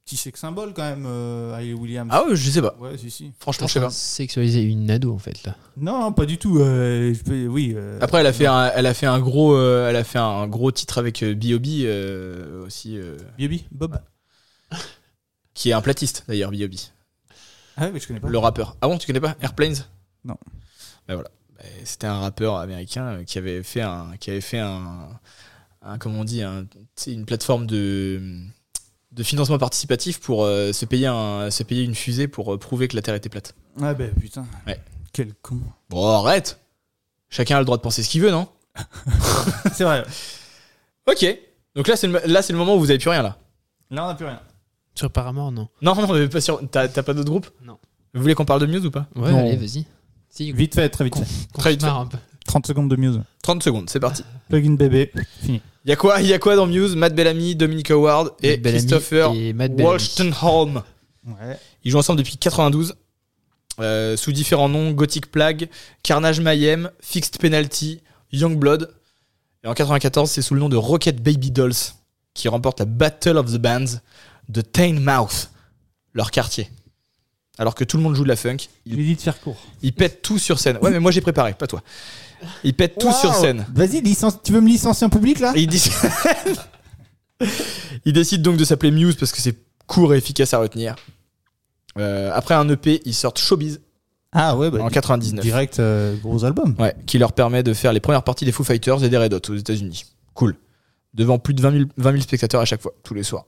[SPEAKER 1] petit sex symbole quand même, euh, Hayley Williams.
[SPEAKER 4] Ah ouais, je sais pas.
[SPEAKER 1] Ouais, si, si.
[SPEAKER 4] Franchement,
[SPEAKER 2] T'es
[SPEAKER 4] je sais
[SPEAKER 2] en train
[SPEAKER 4] pas.
[SPEAKER 2] de Sexualiser une ado en fait là.
[SPEAKER 1] Non, non, pas du tout. euh, je peux- oui. euh,
[SPEAKER 4] Après, elle a fait un, elle a fait un gros, euh, elle a fait un gros titre avec euh, B.O.B. euh, aussi, euh,
[SPEAKER 1] Biobi, Bob.
[SPEAKER 4] qui est un platiste d'ailleurs, B.O.B.
[SPEAKER 1] Ah ouais, mais je connais pas.
[SPEAKER 4] Le rappeur. Ah bon, tu connais pas Airplanes
[SPEAKER 1] Non.
[SPEAKER 4] Bah voilà. Bah, C'était un rappeur américain euh, qui avait fait un, qui avait fait un, un- comment on dit, un- tu sais, une plateforme de de financement participatif pour euh, se payer un, se payer une fusée pour euh, prouver que la Terre était plate.
[SPEAKER 1] Ah ben putain.
[SPEAKER 4] Ouais.
[SPEAKER 1] Quel con.
[SPEAKER 4] Bon, arrête. Chacun a le droit de penser ce qu'il veut, non
[SPEAKER 1] C'est vrai.
[SPEAKER 4] Ok. Donc là, c'est le, là, c'est le moment où vous avez plus rien là.
[SPEAKER 1] Là, on n'a plus rien.
[SPEAKER 2] Sur Paramore, non.
[SPEAKER 4] Non, non, mais pas sûr. T'as t'as pas d'autre groupe
[SPEAKER 2] Non.
[SPEAKER 4] Vous voulez qu'on parle de Muse ou pas
[SPEAKER 2] Ouais,
[SPEAKER 1] Non.
[SPEAKER 2] allez, vas-y. Si,
[SPEAKER 1] Vite fait, très vite.
[SPEAKER 2] Con.
[SPEAKER 1] fait.
[SPEAKER 2] qu'on
[SPEAKER 4] très
[SPEAKER 2] se
[SPEAKER 4] vite
[SPEAKER 2] marre un peu.
[SPEAKER 1] 30 secondes de muse.
[SPEAKER 4] 30 secondes, c'est parti.
[SPEAKER 1] Plugin bébé. Fini.
[SPEAKER 4] Il y a quoi Il y a quoi dans Muse Matt Bellamy, Dominic Howard et
[SPEAKER 2] Matt Bellamy
[SPEAKER 4] Christopher
[SPEAKER 2] et Matt Bellamy.
[SPEAKER 4] Walstenholm.
[SPEAKER 1] Ouais.
[SPEAKER 4] Ils jouent ensemble depuis 92 euh, sous différents noms Gothic Plague, Carnage Mayhem, Fixed Penalty, Young Blood. Et en 94, c'est sous le nom de Rocket Baby Dolls qui remporte la Battle of the Bands de Tynemouth, leur quartier. Alors que tout le monde joue de la funk,
[SPEAKER 1] Je
[SPEAKER 4] ils,
[SPEAKER 1] lui ai dit de faire court.
[SPEAKER 4] ils pètent tout sur scène. Ouais, mais moi j'ai préparé, pas toi. Ils pètent tout sur scène.
[SPEAKER 1] Vas-y, licence... tu veux me licencier en public là
[SPEAKER 4] Et il, décide... il décide donc de s'appeler Muse parce que c'est court et efficace à retenir. Euh, après un EP, ils sortent Showbiz
[SPEAKER 1] Ah ouais, bah,
[SPEAKER 4] en 99.
[SPEAKER 1] direct euh, gros album.
[SPEAKER 4] Ouais, qui leur permet de faire les premières parties des Foo Fighters et des Red Hot aux États-Unis. Cool. Devant plus de 20 000, 20 000 spectateurs à chaque fois, tous les soirs.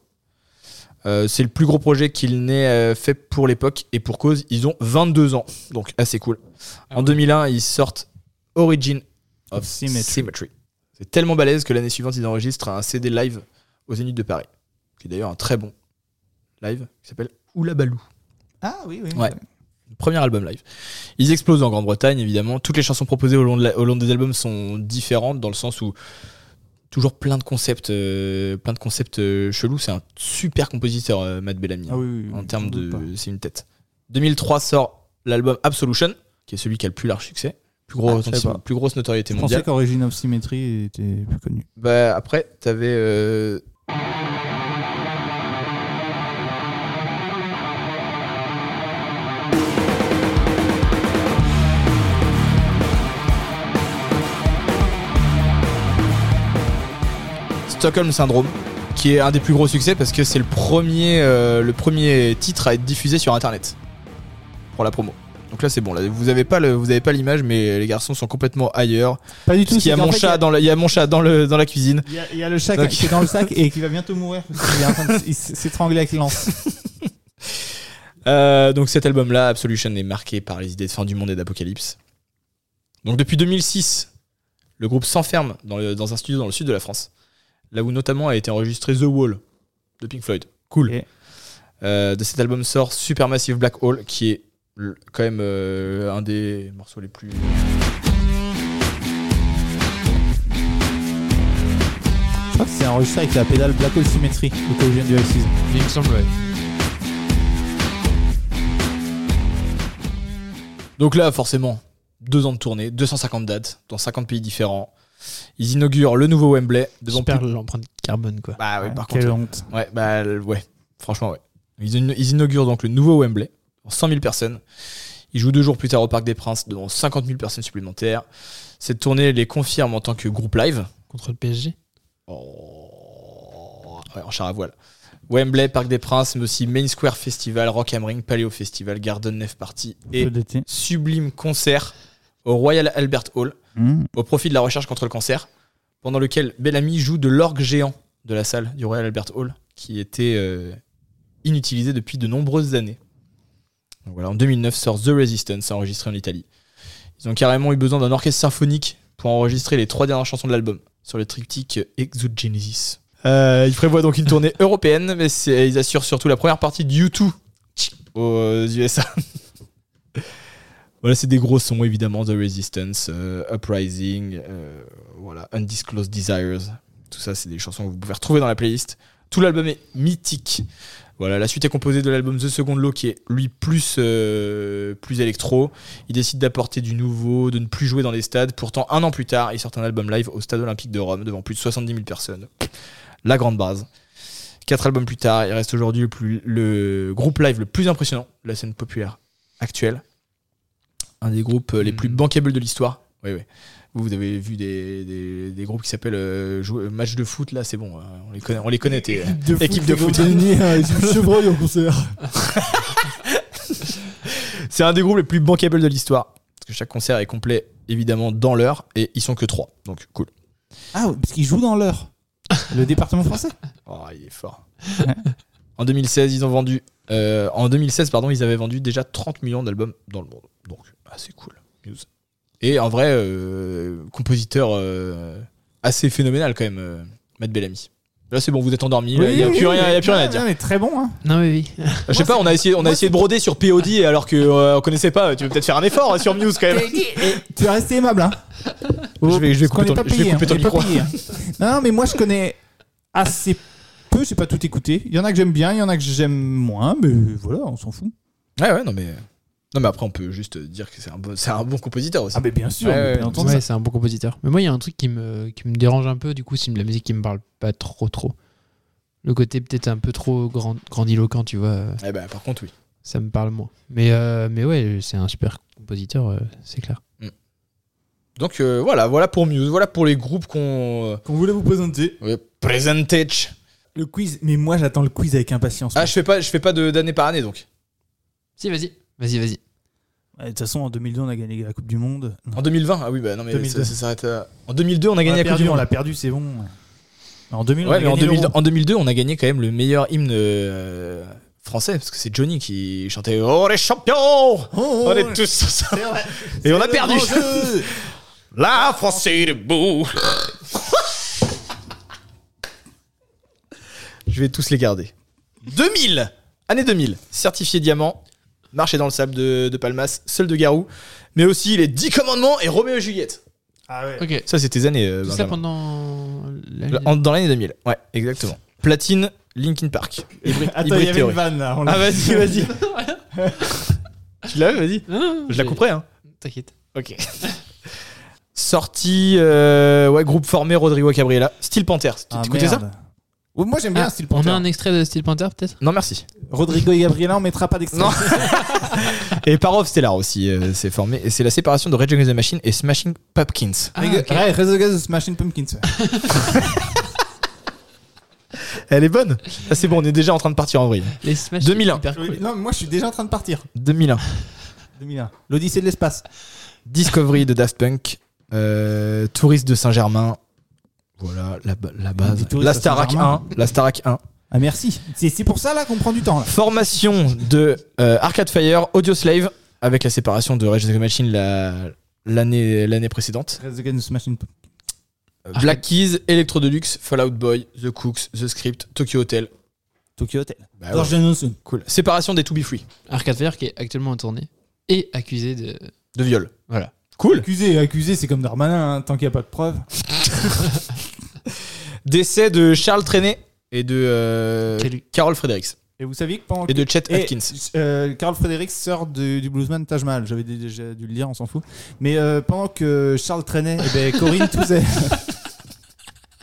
[SPEAKER 4] Euh, c'est le plus gros projet qu'il n'ait euh, fait pour l'époque et pour cause, ils ont 22 ans, donc assez cool. en 2001, ils sortent Origin of
[SPEAKER 1] Of Symmetry.
[SPEAKER 4] Symmetry. C'est tellement balèze que l'année suivante, ils enregistrent un CD live au Zénith de Paris, qui est d'ailleurs un très bon live, qui s'appelle Oulabalou.
[SPEAKER 1] Ah oui, oui.
[SPEAKER 4] Ouais. Le Premier album live. Ils explosent en Grande-Bretagne, évidemment. Toutes les chansons proposées au long, de la- au long des albums sont différentes, dans le sens où toujours plein de concepts, euh, plein de concepts euh, chelous. C'est un super compositeur, euh, Matt Bellamy.
[SPEAKER 1] Ah oui, oui, oui,
[SPEAKER 4] en
[SPEAKER 1] je
[SPEAKER 4] termes
[SPEAKER 1] doute pas.
[SPEAKER 4] de. C'est une tête. 2003 sort l'album Absolution, qui est celui qui a le plus large succès. Plus, gros
[SPEAKER 1] Ah, je savais
[SPEAKER 4] retentissement,
[SPEAKER 1] pas.
[SPEAKER 4] plus grosse
[SPEAKER 1] Je
[SPEAKER 4] notoriété
[SPEAKER 1] pensais
[SPEAKER 4] mondiale.
[SPEAKER 1] qu'Origin of Symmetry était plus connu.
[SPEAKER 4] Bah, après, t'avais. euh, Stockholm Syndrome, qui est un des plus gros succès parce que c'est le premier, euh, le premier titre à être diffusé sur Internet pour la promo. Donc là, c'est bon. Là, vous avez pas le, vous avez pas l'image, mais les garçons sont complètement ailleurs.
[SPEAKER 1] Pas du tout.
[SPEAKER 4] Parce qu'il y a
[SPEAKER 1] c'est qu'en
[SPEAKER 4] mon
[SPEAKER 1] fait,
[SPEAKER 4] chat dans, le- il y a mon chat dans le, dans la cuisine.
[SPEAKER 1] Il y a- il y, a le chat
[SPEAKER 4] Donc-
[SPEAKER 1] qui est dans le sac et qui va bientôt mourir parce qu'il est en train de s- il s- s'étrangler avec lance.
[SPEAKER 4] Euh, donc cet album-là, Absolution, est marqué par les idées de fin du monde et d'apocalypse. Donc depuis 2006, le groupe s'enferme dans, le- dans un studio dans le sud de la France, là où notamment a été enregistré The Wall de Pink Floyd. Cool.
[SPEAKER 1] Ok.
[SPEAKER 4] Euh, de cet album sort Supermassive Black Hole, qui est le- quand même euh, un des morceaux les plus...
[SPEAKER 1] Je crois que c'est enregistré avec la pédale Black Hole Symmetry, le collégien du High Season.
[SPEAKER 2] Il me semble, ouais.
[SPEAKER 4] Donc là, forcément, deux ans de tournée, 250 dates, dans 50 pays différents. Ils inaugurent le nouveau Wembley. devant
[SPEAKER 2] Ils perdent
[SPEAKER 4] plus-
[SPEAKER 2] l'empreinte carbone, quoi.
[SPEAKER 4] Bah oui, par
[SPEAKER 1] Quelle
[SPEAKER 4] contre,
[SPEAKER 1] honte.
[SPEAKER 4] Ouais, bah l- ouais, franchement ouais. Ils, in- ils inaugurent donc le nouveau Wembley pour 100 000 personnes. Ils jouent deux jours plus tard au Parc des Princes devant 50 000 personnes supplémentaires. Cette tournée les confirme en tant que groupe live.
[SPEAKER 2] Contre le PSG.
[SPEAKER 4] Oh, ouais, en char à voile. Wembley, Parc des Princes, mais aussi Main Square Festival, Rock am Ring, Paléo Festival, Garden Nef Party et
[SPEAKER 1] Feu d'été.
[SPEAKER 4] sublime concert au Royal Albert Hall
[SPEAKER 1] Mmh.
[SPEAKER 4] au profit de la recherche contre le cancer, pendant lequel Bellamy joue de l'orgue géant de la salle du Royal Albert Hall, qui était euh, inutilisé depuis de nombreuses années. Donc voilà, en 2009 sort The Resistance, enregistré en Italie. Ils ont carrément eu besoin d'un orchestre symphonique pour enregistrer les trois dernières chansons de l'album sur le triptyque Exogenesis. Euh, ils prévoient donc une tournée européenne, mais c'est- ils assurent surtout la première partie du U2 aux USA. voilà, c'est des gros sons évidemment The Resistance, euh, Uprising, euh, voilà, Undisclosed Desires. Tout ça, c'est des chansons que vous pouvez retrouver dans la playlist. Tout l'album est mythique. Voilà, la suite est composée de l'album The Second Law qui est lui plus euh, plus électro. Il décide d'apporter du nouveau, de ne plus jouer dans les stades. Pourtant, un an plus tard, il sort un album live au Stade Olympique de Rome devant plus de 70 000 personnes. La grande base. Quatre albums plus tard, il reste aujourd'hui le, plus- le groupe live le plus impressionnant de la scène populaire actuelle. Un des groupes euh, les plus bankables de l'histoire. Oui, oui. Vous, vous avez vu des, des- des groupes qui s'appellent euh, jou- Match de foot, là, c'est bon, euh, on les connaît, on les connaît tes- équipe de foot.
[SPEAKER 1] hein, chevreuil en concert.
[SPEAKER 4] C'est un des groupes les plus bankables de l'histoire. Parce que chaque concert est complet, évidemment, dans l'heure, et ils sont que trois. Donc, cool.
[SPEAKER 1] Ah, oui, parce qu'ils jouent dans l'heure. Le département français.
[SPEAKER 4] Oh, il est fort. en 2016, ils ont vendu. euh, en 2016, pardon, ils avaient vendu déjà 30 millions d'albums dans le monde. Donc, assez cool. Muse. Et en vrai, euh, compositeur euh, assez phénoménal quand même, euh, Matt Bellamy. Là, c'est bon, vous êtes endormi. Il n'y a, plus rien, y a plus rien à dire.
[SPEAKER 1] mais très bon. Hein.
[SPEAKER 2] Non, mais oui.
[SPEAKER 4] Je sais pas, on a essayé, on a essayé de broder sur POD alors que euh, on connaissait pas. Tu veux peut-être faire un effort hein, sur Muse quand même.
[SPEAKER 1] Tu es resté aimable. Hein.
[SPEAKER 4] Je vais- je vais
[SPEAKER 1] Parce qu'on
[SPEAKER 4] couper
[SPEAKER 1] est
[SPEAKER 4] ton-
[SPEAKER 1] pas
[SPEAKER 4] je vais
[SPEAKER 1] payé,
[SPEAKER 4] couper
[SPEAKER 1] hein,
[SPEAKER 4] ton
[SPEAKER 1] on est pas
[SPEAKER 4] micro.
[SPEAKER 1] payé, hein. non, non, mais moi je connais assez peu. J'ai pas tout écouté. Il y en a que j'aime bien, il y en a que j'aime moins, mais voilà, on s'en fout.
[SPEAKER 4] Ouais, ouais, non mais. Non mais après on peut juste dire que c'est un, bon, c'est un bon compositeur aussi.
[SPEAKER 1] Ah, mais bien sûr,
[SPEAKER 4] Ouais,
[SPEAKER 1] mais
[SPEAKER 4] ouais,
[SPEAKER 1] bien
[SPEAKER 4] ouais.
[SPEAKER 1] entendu.
[SPEAKER 2] Ouais, c'est un bon compositeur. Mais moi, il y a un truc qui me, qui me dérange un peu, du coup, c'est de la musique qui me parle pas trop, trop. Le côté peut-être un peu trop grand, grandiloquent, tu vois, euh,
[SPEAKER 4] Eh ben, par contre oui.
[SPEAKER 2] ça me parle moins. Mais, euh, mais ouais, c'est un super compositeur, euh, c'est clair.
[SPEAKER 4] Donc euh, voilà, voilà pour Muse, voilà pour les groupes qu'on
[SPEAKER 1] Qu'on voulait vous présenter.
[SPEAKER 4] euh, presented.
[SPEAKER 1] Le quiz, mais moi j'attends le quiz avec impatience.
[SPEAKER 4] Ah je fais pas, je fais pas de- d'année par année donc.
[SPEAKER 2] Si, vas-y. Vas-y, vas-y.
[SPEAKER 1] Ouais, De toute façon, en 2002, on a gagné la Coupe du Monde. Non.
[SPEAKER 4] En 2020, ah oui bah non mais
[SPEAKER 1] 2002.
[SPEAKER 4] ça, ça s'arrête. à- En 2002 on a gagné
[SPEAKER 1] on l'a
[SPEAKER 4] la Coupe du
[SPEAKER 1] perdu, on
[SPEAKER 4] Monde.
[SPEAKER 1] l'a perdu, c'est bon. En 2000, on
[SPEAKER 4] Ouais,
[SPEAKER 1] a
[SPEAKER 4] mais en,
[SPEAKER 1] gagné
[SPEAKER 4] 2000
[SPEAKER 1] l'Euro.
[SPEAKER 4] en 2002 on a gagné quand même le meilleur hymne euh, français parce que c'est Johnny qui chantait Oh les champions,
[SPEAKER 1] Oh,
[SPEAKER 4] on
[SPEAKER 1] oh,
[SPEAKER 4] est tous et on a
[SPEAKER 1] le
[SPEAKER 4] perdu.
[SPEAKER 1] grand jeu.
[SPEAKER 4] La France est debout. Je vais tous les garder. 2000 Année 2000. Certifié diamant. Marché dans le sable de, de Palmas, seul de Garou, mais aussi les 10 commandements et Roméo et Juliette.
[SPEAKER 1] Ah ouais.
[SPEAKER 2] Ok.
[SPEAKER 4] Ça, c'est tes années. euh,
[SPEAKER 2] Tout ça
[SPEAKER 4] Benjamin.
[SPEAKER 2] pendant.
[SPEAKER 4] Le- en- dans l'année 2000. Ouais, exactement. Platine, Linkin Park. Hybrid,
[SPEAKER 1] Attends,
[SPEAKER 4] Hybrid
[SPEAKER 1] il y avait une
[SPEAKER 4] Theory.
[SPEAKER 1] vanne là. on l'a-
[SPEAKER 4] Ah, vas-y, vas-y. tu l'as, vas-y. Je la couperai, hein.
[SPEAKER 2] T'inquiète.
[SPEAKER 4] Ok. Sorti, euh, ouais, groupe formé Rodrigo Cabriela. Style Panther.
[SPEAKER 1] Ah,
[SPEAKER 4] T'écoutais ça
[SPEAKER 1] merde. Ouais, Moi j'aime bien
[SPEAKER 2] Ah,
[SPEAKER 1] Style
[SPEAKER 2] on
[SPEAKER 1] Panther.
[SPEAKER 2] a un extrait de Steel Panther, peut-être
[SPEAKER 4] Non, merci.
[SPEAKER 1] Rodrigo et Gabriela, on mettra pas d'extrait.
[SPEAKER 4] Non. Et Parov Stellar aussi euh, s'est formé. Et c'est la séparation de Rage Against the Machine et Smashing Pumpkins.
[SPEAKER 2] Ah, ok.
[SPEAKER 1] Ouais, Rise Against the Smashing Pumpkins. ouais.
[SPEAKER 4] Elle est bonne. Ah, c'est bon, on est déjà en train de partir en vrille.
[SPEAKER 2] Les Smash.
[SPEAKER 4] 2001.
[SPEAKER 2] c'est hyper cool.
[SPEAKER 1] Non, mais moi je suis déjà en train de partir.
[SPEAKER 4] 2001.
[SPEAKER 1] 2001. L'Odyssée de l'espace.
[SPEAKER 4] Discovery de Daft Punk. Euh, Touriste de Saint-Germain. Voilà, la, ba- la base.
[SPEAKER 1] Des touristes
[SPEAKER 4] La
[SPEAKER 1] à
[SPEAKER 4] Starac
[SPEAKER 1] Saint-Germain.
[SPEAKER 4] 1. La Starac 1.
[SPEAKER 1] Ah merci. C'est c'est pour ça là qu'on prend du temps là.
[SPEAKER 4] Formation de euh, Arcade Fire, Audio Slave, avec la séparation de Rage Against the Machine la- l'année l'année précédente.
[SPEAKER 1] Rise Against the Smashing Pumpkins.
[SPEAKER 4] Black Keys, Electro Deluxe, Fallout Boy, The Cooks, The Script, Tokyo Hotel.
[SPEAKER 1] Tokyo Hotel.
[SPEAKER 4] Bah ouais,
[SPEAKER 1] George Johnson.
[SPEAKER 4] cool. Séparation des To Be Free.
[SPEAKER 2] Arcade Fire qui est actuellement en tournée et accusé de.
[SPEAKER 4] De viol.
[SPEAKER 2] Voilà.
[SPEAKER 4] Cool.
[SPEAKER 1] Accusé, accusé, c'est comme Darmanin, hein, tant qu'il n'y a pas de preuves.
[SPEAKER 4] Décès de Charles Trenet et de euh,
[SPEAKER 2] Quel-
[SPEAKER 4] Carole Fredericks
[SPEAKER 1] Et vous saviez que pendant
[SPEAKER 4] et de Chet
[SPEAKER 1] Et,
[SPEAKER 4] Atkins.
[SPEAKER 1] euh, Carl Frederick sort de- du bluesman Taj Mahal. J'avais déjà dû le lire, on s'en fout. Mais euh, pendant que Charles traînait, eh ben, Corinne toussait.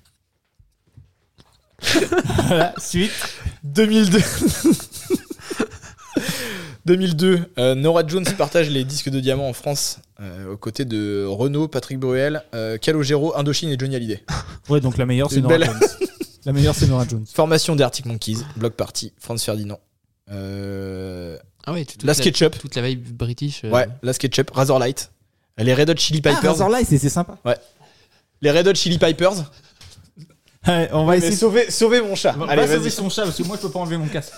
[SPEAKER 1] voilà, suite.
[SPEAKER 4] 2002. 2002, euh, Nora Jones partage les disques de diamant en France euh, aux côtés de Renaud, Patrick Bruel, euh, Calogero, Indochine et Johnny Hallyday.
[SPEAKER 1] Ouais, donc la meilleure, c'est
[SPEAKER 4] Une
[SPEAKER 1] Nora
[SPEAKER 4] belle-
[SPEAKER 1] Jones. La meilleure, c'est Nora Jones.
[SPEAKER 4] Formation des Arctic Monkeys, Block Party, Franz Ferdinand. Euh,
[SPEAKER 2] Ah ouais. toute
[SPEAKER 4] la SketchUp.
[SPEAKER 2] Toute la vibe british. euh,
[SPEAKER 4] Ouais, la SketchUp, Razorlight. Les Red Hot Chili Pipers.
[SPEAKER 1] Ah, là, c'est sympa.
[SPEAKER 4] les Red Hot Chili Pipers.
[SPEAKER 1] Ouais, on va
[SPEAKER 4] Mais
[SPEAKER 1] essayer.
[SPEAKER 4] sauvez, sauvez mon chat.
[SPEAKER 1] On va
[SPEAKER 4] Allez,
[SPEAKER 1] sauver
[SPEAKER 4] vas-y.
[SPEAKER 1] son chat parce que moi, je peux pas enlever mon casque.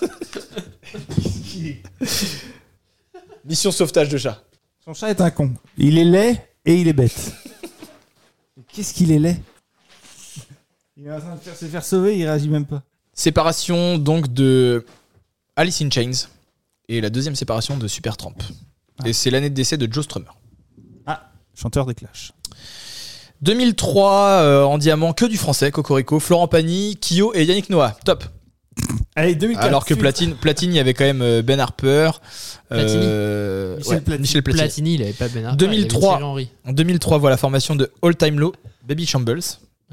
[SPEAKER 4] Mission sauvetage de chat.
[SPEAKER 1] Son chat est un con. Il est laid et il est bête. Qu'est-ce qu'il est laid Il est en train de faire- se faire sauver, il réagit même pas.
[SPEAKER 4] Séparation donc de Alice in Chains et la deuxième séparation de Supertramp.
[SPEAKER 1] Ah.
[SPEAKER 4] Et c'est l'année de décès de Joe Strummer.
[SPEAKER 1] Chanteur des Clash.
[SPEAKER 4] 2003 euh, en diamant que du français Cocorico, Florent Pagny, Kyo et Yannick Noah. Top.
[SPEAKER 1] Allez, 2004.
[SPEAKER 4] Alors que
[SPEAKER 1] suite.
[SPEAKER 4] Platine, Platine, il y avait quand même euh, Ben Harper, euh,
[SPEAKER 1] Michel Platini.
[SPEAKER 4] Michel Platini.
[SPEAKER 2] Platini, il avait pas Ben Harper,
[SPEAKER 4] 2003.
[SPEAKER 2] il avait Thierry Henry.
[SPEAKER 4] En 2003, voilà la formation de All Time Low, Baby Shambles,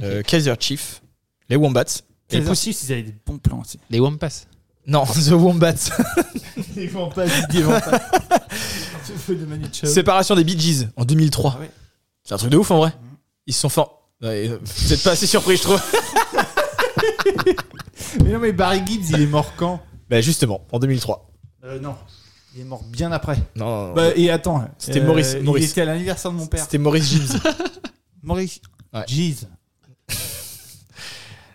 [SPEAKER 4] euh, Kaiser Chief, les Wombats. et
[SPEAKER 1] Les
[SPEAKER 4] Pussy-
[SPEAKER 1] Poussifs, ils avaient des bons plans aussi.
[SPEAKER 2] Les Wampas.
[SPEAKER 4] Non, The Wombats.
[SPEAKER 1] Ils vont pas, ils vont pas. Tu fais de Manu Chao.
[SPEAKER 4] Séparation des Bee Gees en 2003.
[SPEAKER 1] Ah ouais.
[SPEAKER 4] C'est un truc de ouf en vrai. Ils se sont forts. Ouais, euh, Vous êtes pas assez surpris, je trouve.
[SPEAKER 1] Mais non, mais Barry Gibbs, il est mort quand
[SPEAKER 4] bah justement, en 2003.
[SPEAKER 1] euh, Non. Il est mort bien après.
[SPEAKER 4] Non, non, non.
[SPEAKER 1] Bah, et attends. Euh,
[SPEAKER 4] C'était Maurice-
[SPEAKER 1] Il
[SPEAKER 4] Maurice.
[SPEAKER 1] était à l'anniversaire de mon père.
[SPEAKER 4] C'était Maurice Gibbs.
[SPEAKER 1] Maurice.
[SPEAKER 4] Ouais.
[SPEAKER 1] Jeez.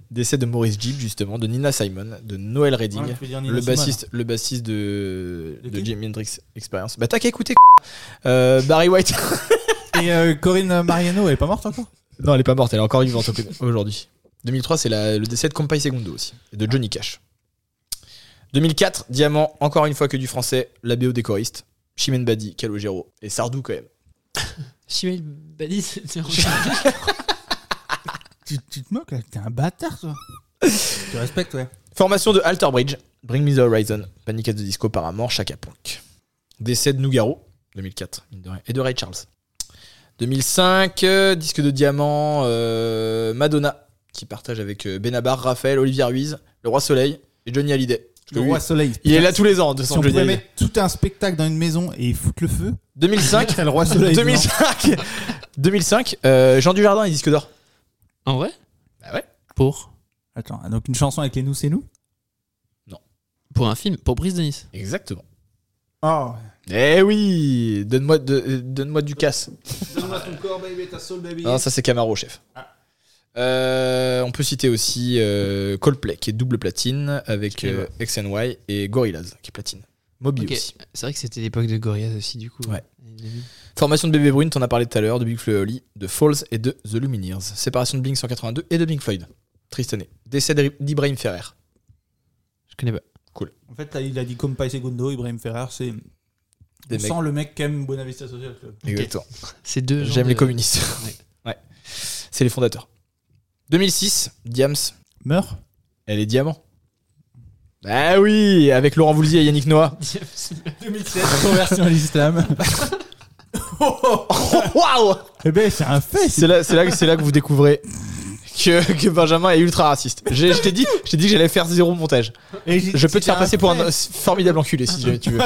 [SPEAKER 4] Décès de Maurice Gibbs, justement, de Nina Simon, de Noël Redding,
[SPEAKER 1] Ouais, tu peux dire Nina
[SPEAKER 4] le,
[SPEAKER 1] Simone.
[SPEAKER 4] bassiste, le bassiste de,
[SPEAKER 1] De
[SPEAKER 4] de
[SPEAKER 1] qui
[SPEAKER 4] Jimi Hendrix Experience. Bah t'as qu'à écouter, euh, Barry White.
[SPEAKER 1] Et euh, Corinne Mariano, elle est pas morte encore
[SPEAKER 4] non, elle est pas morte, elle est encore vivante au- aujourd'hui. 2003, c'est la- le décès de Compay Segundo aussi,
[SPEAKER 1] Ah.
[SPEAKER 4] et de Johnny Cash. 2004, Diamant, encore une fois que du français, la BO des choristes, Chimène Badi, Calogero, et Sardou quand même.
[SPEAKER 2] Chimel Badi, c'était
[SPEAKER 1] tu, tu te moques là T'es un bâtard, toi. tu respectes, ouais.
[SPEAKER 4] Formation de Alter Bridge, Bring Me the Horizon, Panic at the Disco, Paramore, Chaka Punk. Décès de Nougaro, 2004, mine de rien, et de Ray Charles. 2005, euh, disque de diamant, euh, Madonna, qui partage avec euh, Benabar, Raphaël, Olivier Ruiz, Le Roi Soleil et Johnny Hallyday. Parce que
[SPEAKER 1] Le
[SPEAKER 4] lui,
[SPEAKER 1] roi soleil.
[SPEAKER 4] il est là tous les ans, de
[SPEAKER 1] Si
[SPEAKER 4] son
[SPEAKER 1] on
[SPEAKER 4] Johnny
[SPEAKER 1] pouvait
[SPEAKER 4] Hallyday.
[SPEAKER 1] mettre tout un spectacle dans une maison et foutre le feu,
[SPEAKER 4] 2005,
[SPEAKER 1] le roi soleil.
[SPEAKER 4] 2005, 2005 euh, Jean Dujardin et disque d'or.
[SPEAKER 2] En vrai
[SPEAKER 4] Bah ouais.
[SPEAKER 2] Pour
[SPEAKER 1] Attends, donc une chanson avec les nous, c'est nous
[SPEAKER 2] Pour un film, pour Brice Denis.
[SPEAKER 4] Exactement.
[SPEAKER 1] Oh.
[SPEAKER 4] Eh oui, donne-moi de- euh, donne-moi du casse.
[SPEAKER 1] Donne-moi ton corps, baby, ta soul, baby.
[SPEAKER 4] Non, ça c'est Camaro, chef.
[SPEAKER 1] Ah.
[SPEAKER 4] Euh, on peut citer aussi euh, Coldplay qui est double platine avec
[SPEAKER 2] Je l'ai
[SPEAKER 4] euh, XNY et Gorillaz qui est platine. Moby
[SPEAKER 2] Ok.
[SPEAKER 4] aussi.
[SPEAKER 2] C'est vrai que c'était l'époque de Gorillaz aussi, du coup.
[SPEAKER 4] Ouais.
[SPEAKER 2] Les débuts.
[SPEAKER 4] Formation de Bébé Brune, t'en as parlé tout à l'heure, de Big Fleu Oli, de Falls et de The Lumineers. Séparation de Blink 182 et de Pink Floyd. Triste année. Décès d'I- d'Ibrahim Ferrer.
[SPEAKER 2] Je connais pas.
[SPEAKER 1] En fait, là, il a dit comme Pai Segundo, Ibrahim Ferrer, c'est.
[SPEAKER 4] Des
[SPEAKER 1] on
[SPEAKER 4] mecs.
[SPEAKER 1] sent le mec qui aime Buena Vista Social Club.
[SPEAKER 4] Exactement.
[SPEAKER 2] C'est deux. genres
[SPEAKER 4] J'aime les
[SPEAKER 2] de-
[SPEAKER 4] communistes.
[SPEAKER 2] Ouais.
[SPEAKER 4] ouais. C'est les fondateurs. 2006, Diams,
[SPEAKER 1] Meurt
[SPEAKER 4] elle est diamant. Bah oui, avec Laurent Voulzy et Yannick Noah.
[SPEAKER 1] 2007, conversion à l'islam.
[SPEAKER 4] Waouh
[SPEAKER 1] eh ben, c'est un fait.
[SPEAKER 4] C'est là, c'est là, c'est là que vous découvrez que, que Benjamin est ultra raciste. J'ai- Je t'ai dit, je t'ai dit que j'allais faire zéro montage. Je peux te faire passer pour un formidable enculé si jamais tu veux.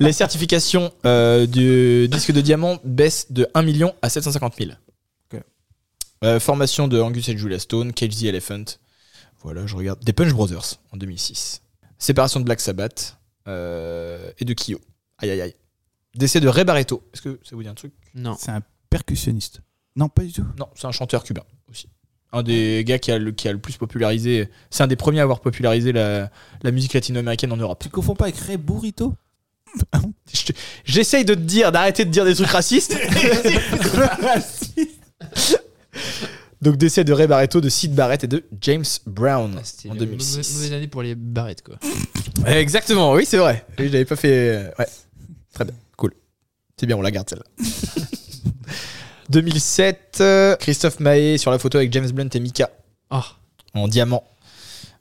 [SPEAKER 4] Les certifications euh, du disque de diamant baissent de 1 million à 750 000.
[SPEAKER 1] Ok.
[SPEAKER 4] Euh, formation de Angus et Julia Stone, Cage the Elephant. Voilà, je regarde. Des Punch Brothers en 2006. Séparation de Black Sabbath euh, et de Kyo. Aïe aïe aïe. Décès de Ray Barreto. Est-ce que ça vous dit un truc
[SPEAKER 2] Non.
[SPEAKER 1] C'est un percussionniste. Non, pas du tout.
[SPEAKER 4] non, c'est un chanteur cubain aussi. Un des gars qui a le, qui a le plus popularisé. C'est un des premiers à avoir popularisé la, la musique latino-américaine en Europe.
[SPEAKER 1] Tu confonds pas avec Ray Burrito
[SPEAKER 4] Je te- J'essaye de te dire d'arrêter de dire des trucs racistes. Donc décès de Ray Barretto, de Sid Barrett et de James Brown
[SPEAKER 2] Ah, c'était
[SPEAKER 4] en
[SPEAKER 2] la
[SPEAKER 4] 2006.
[SPEAKER 2] mauvaise- mauvaise année pour les barrettes, quoi.
[SPEAKER 4] Eh, Exactement, oui, c'est vrai. Oui, j'avais pas fait. euh, Ouais. Très bien, cool. C'est bien, on la garde celle-là. 2007, euh, Christophe Maé sur la photo avec James Blunt et Mika
[SPEAKER 2] Ah,
[SPEAKER 4] en diamant.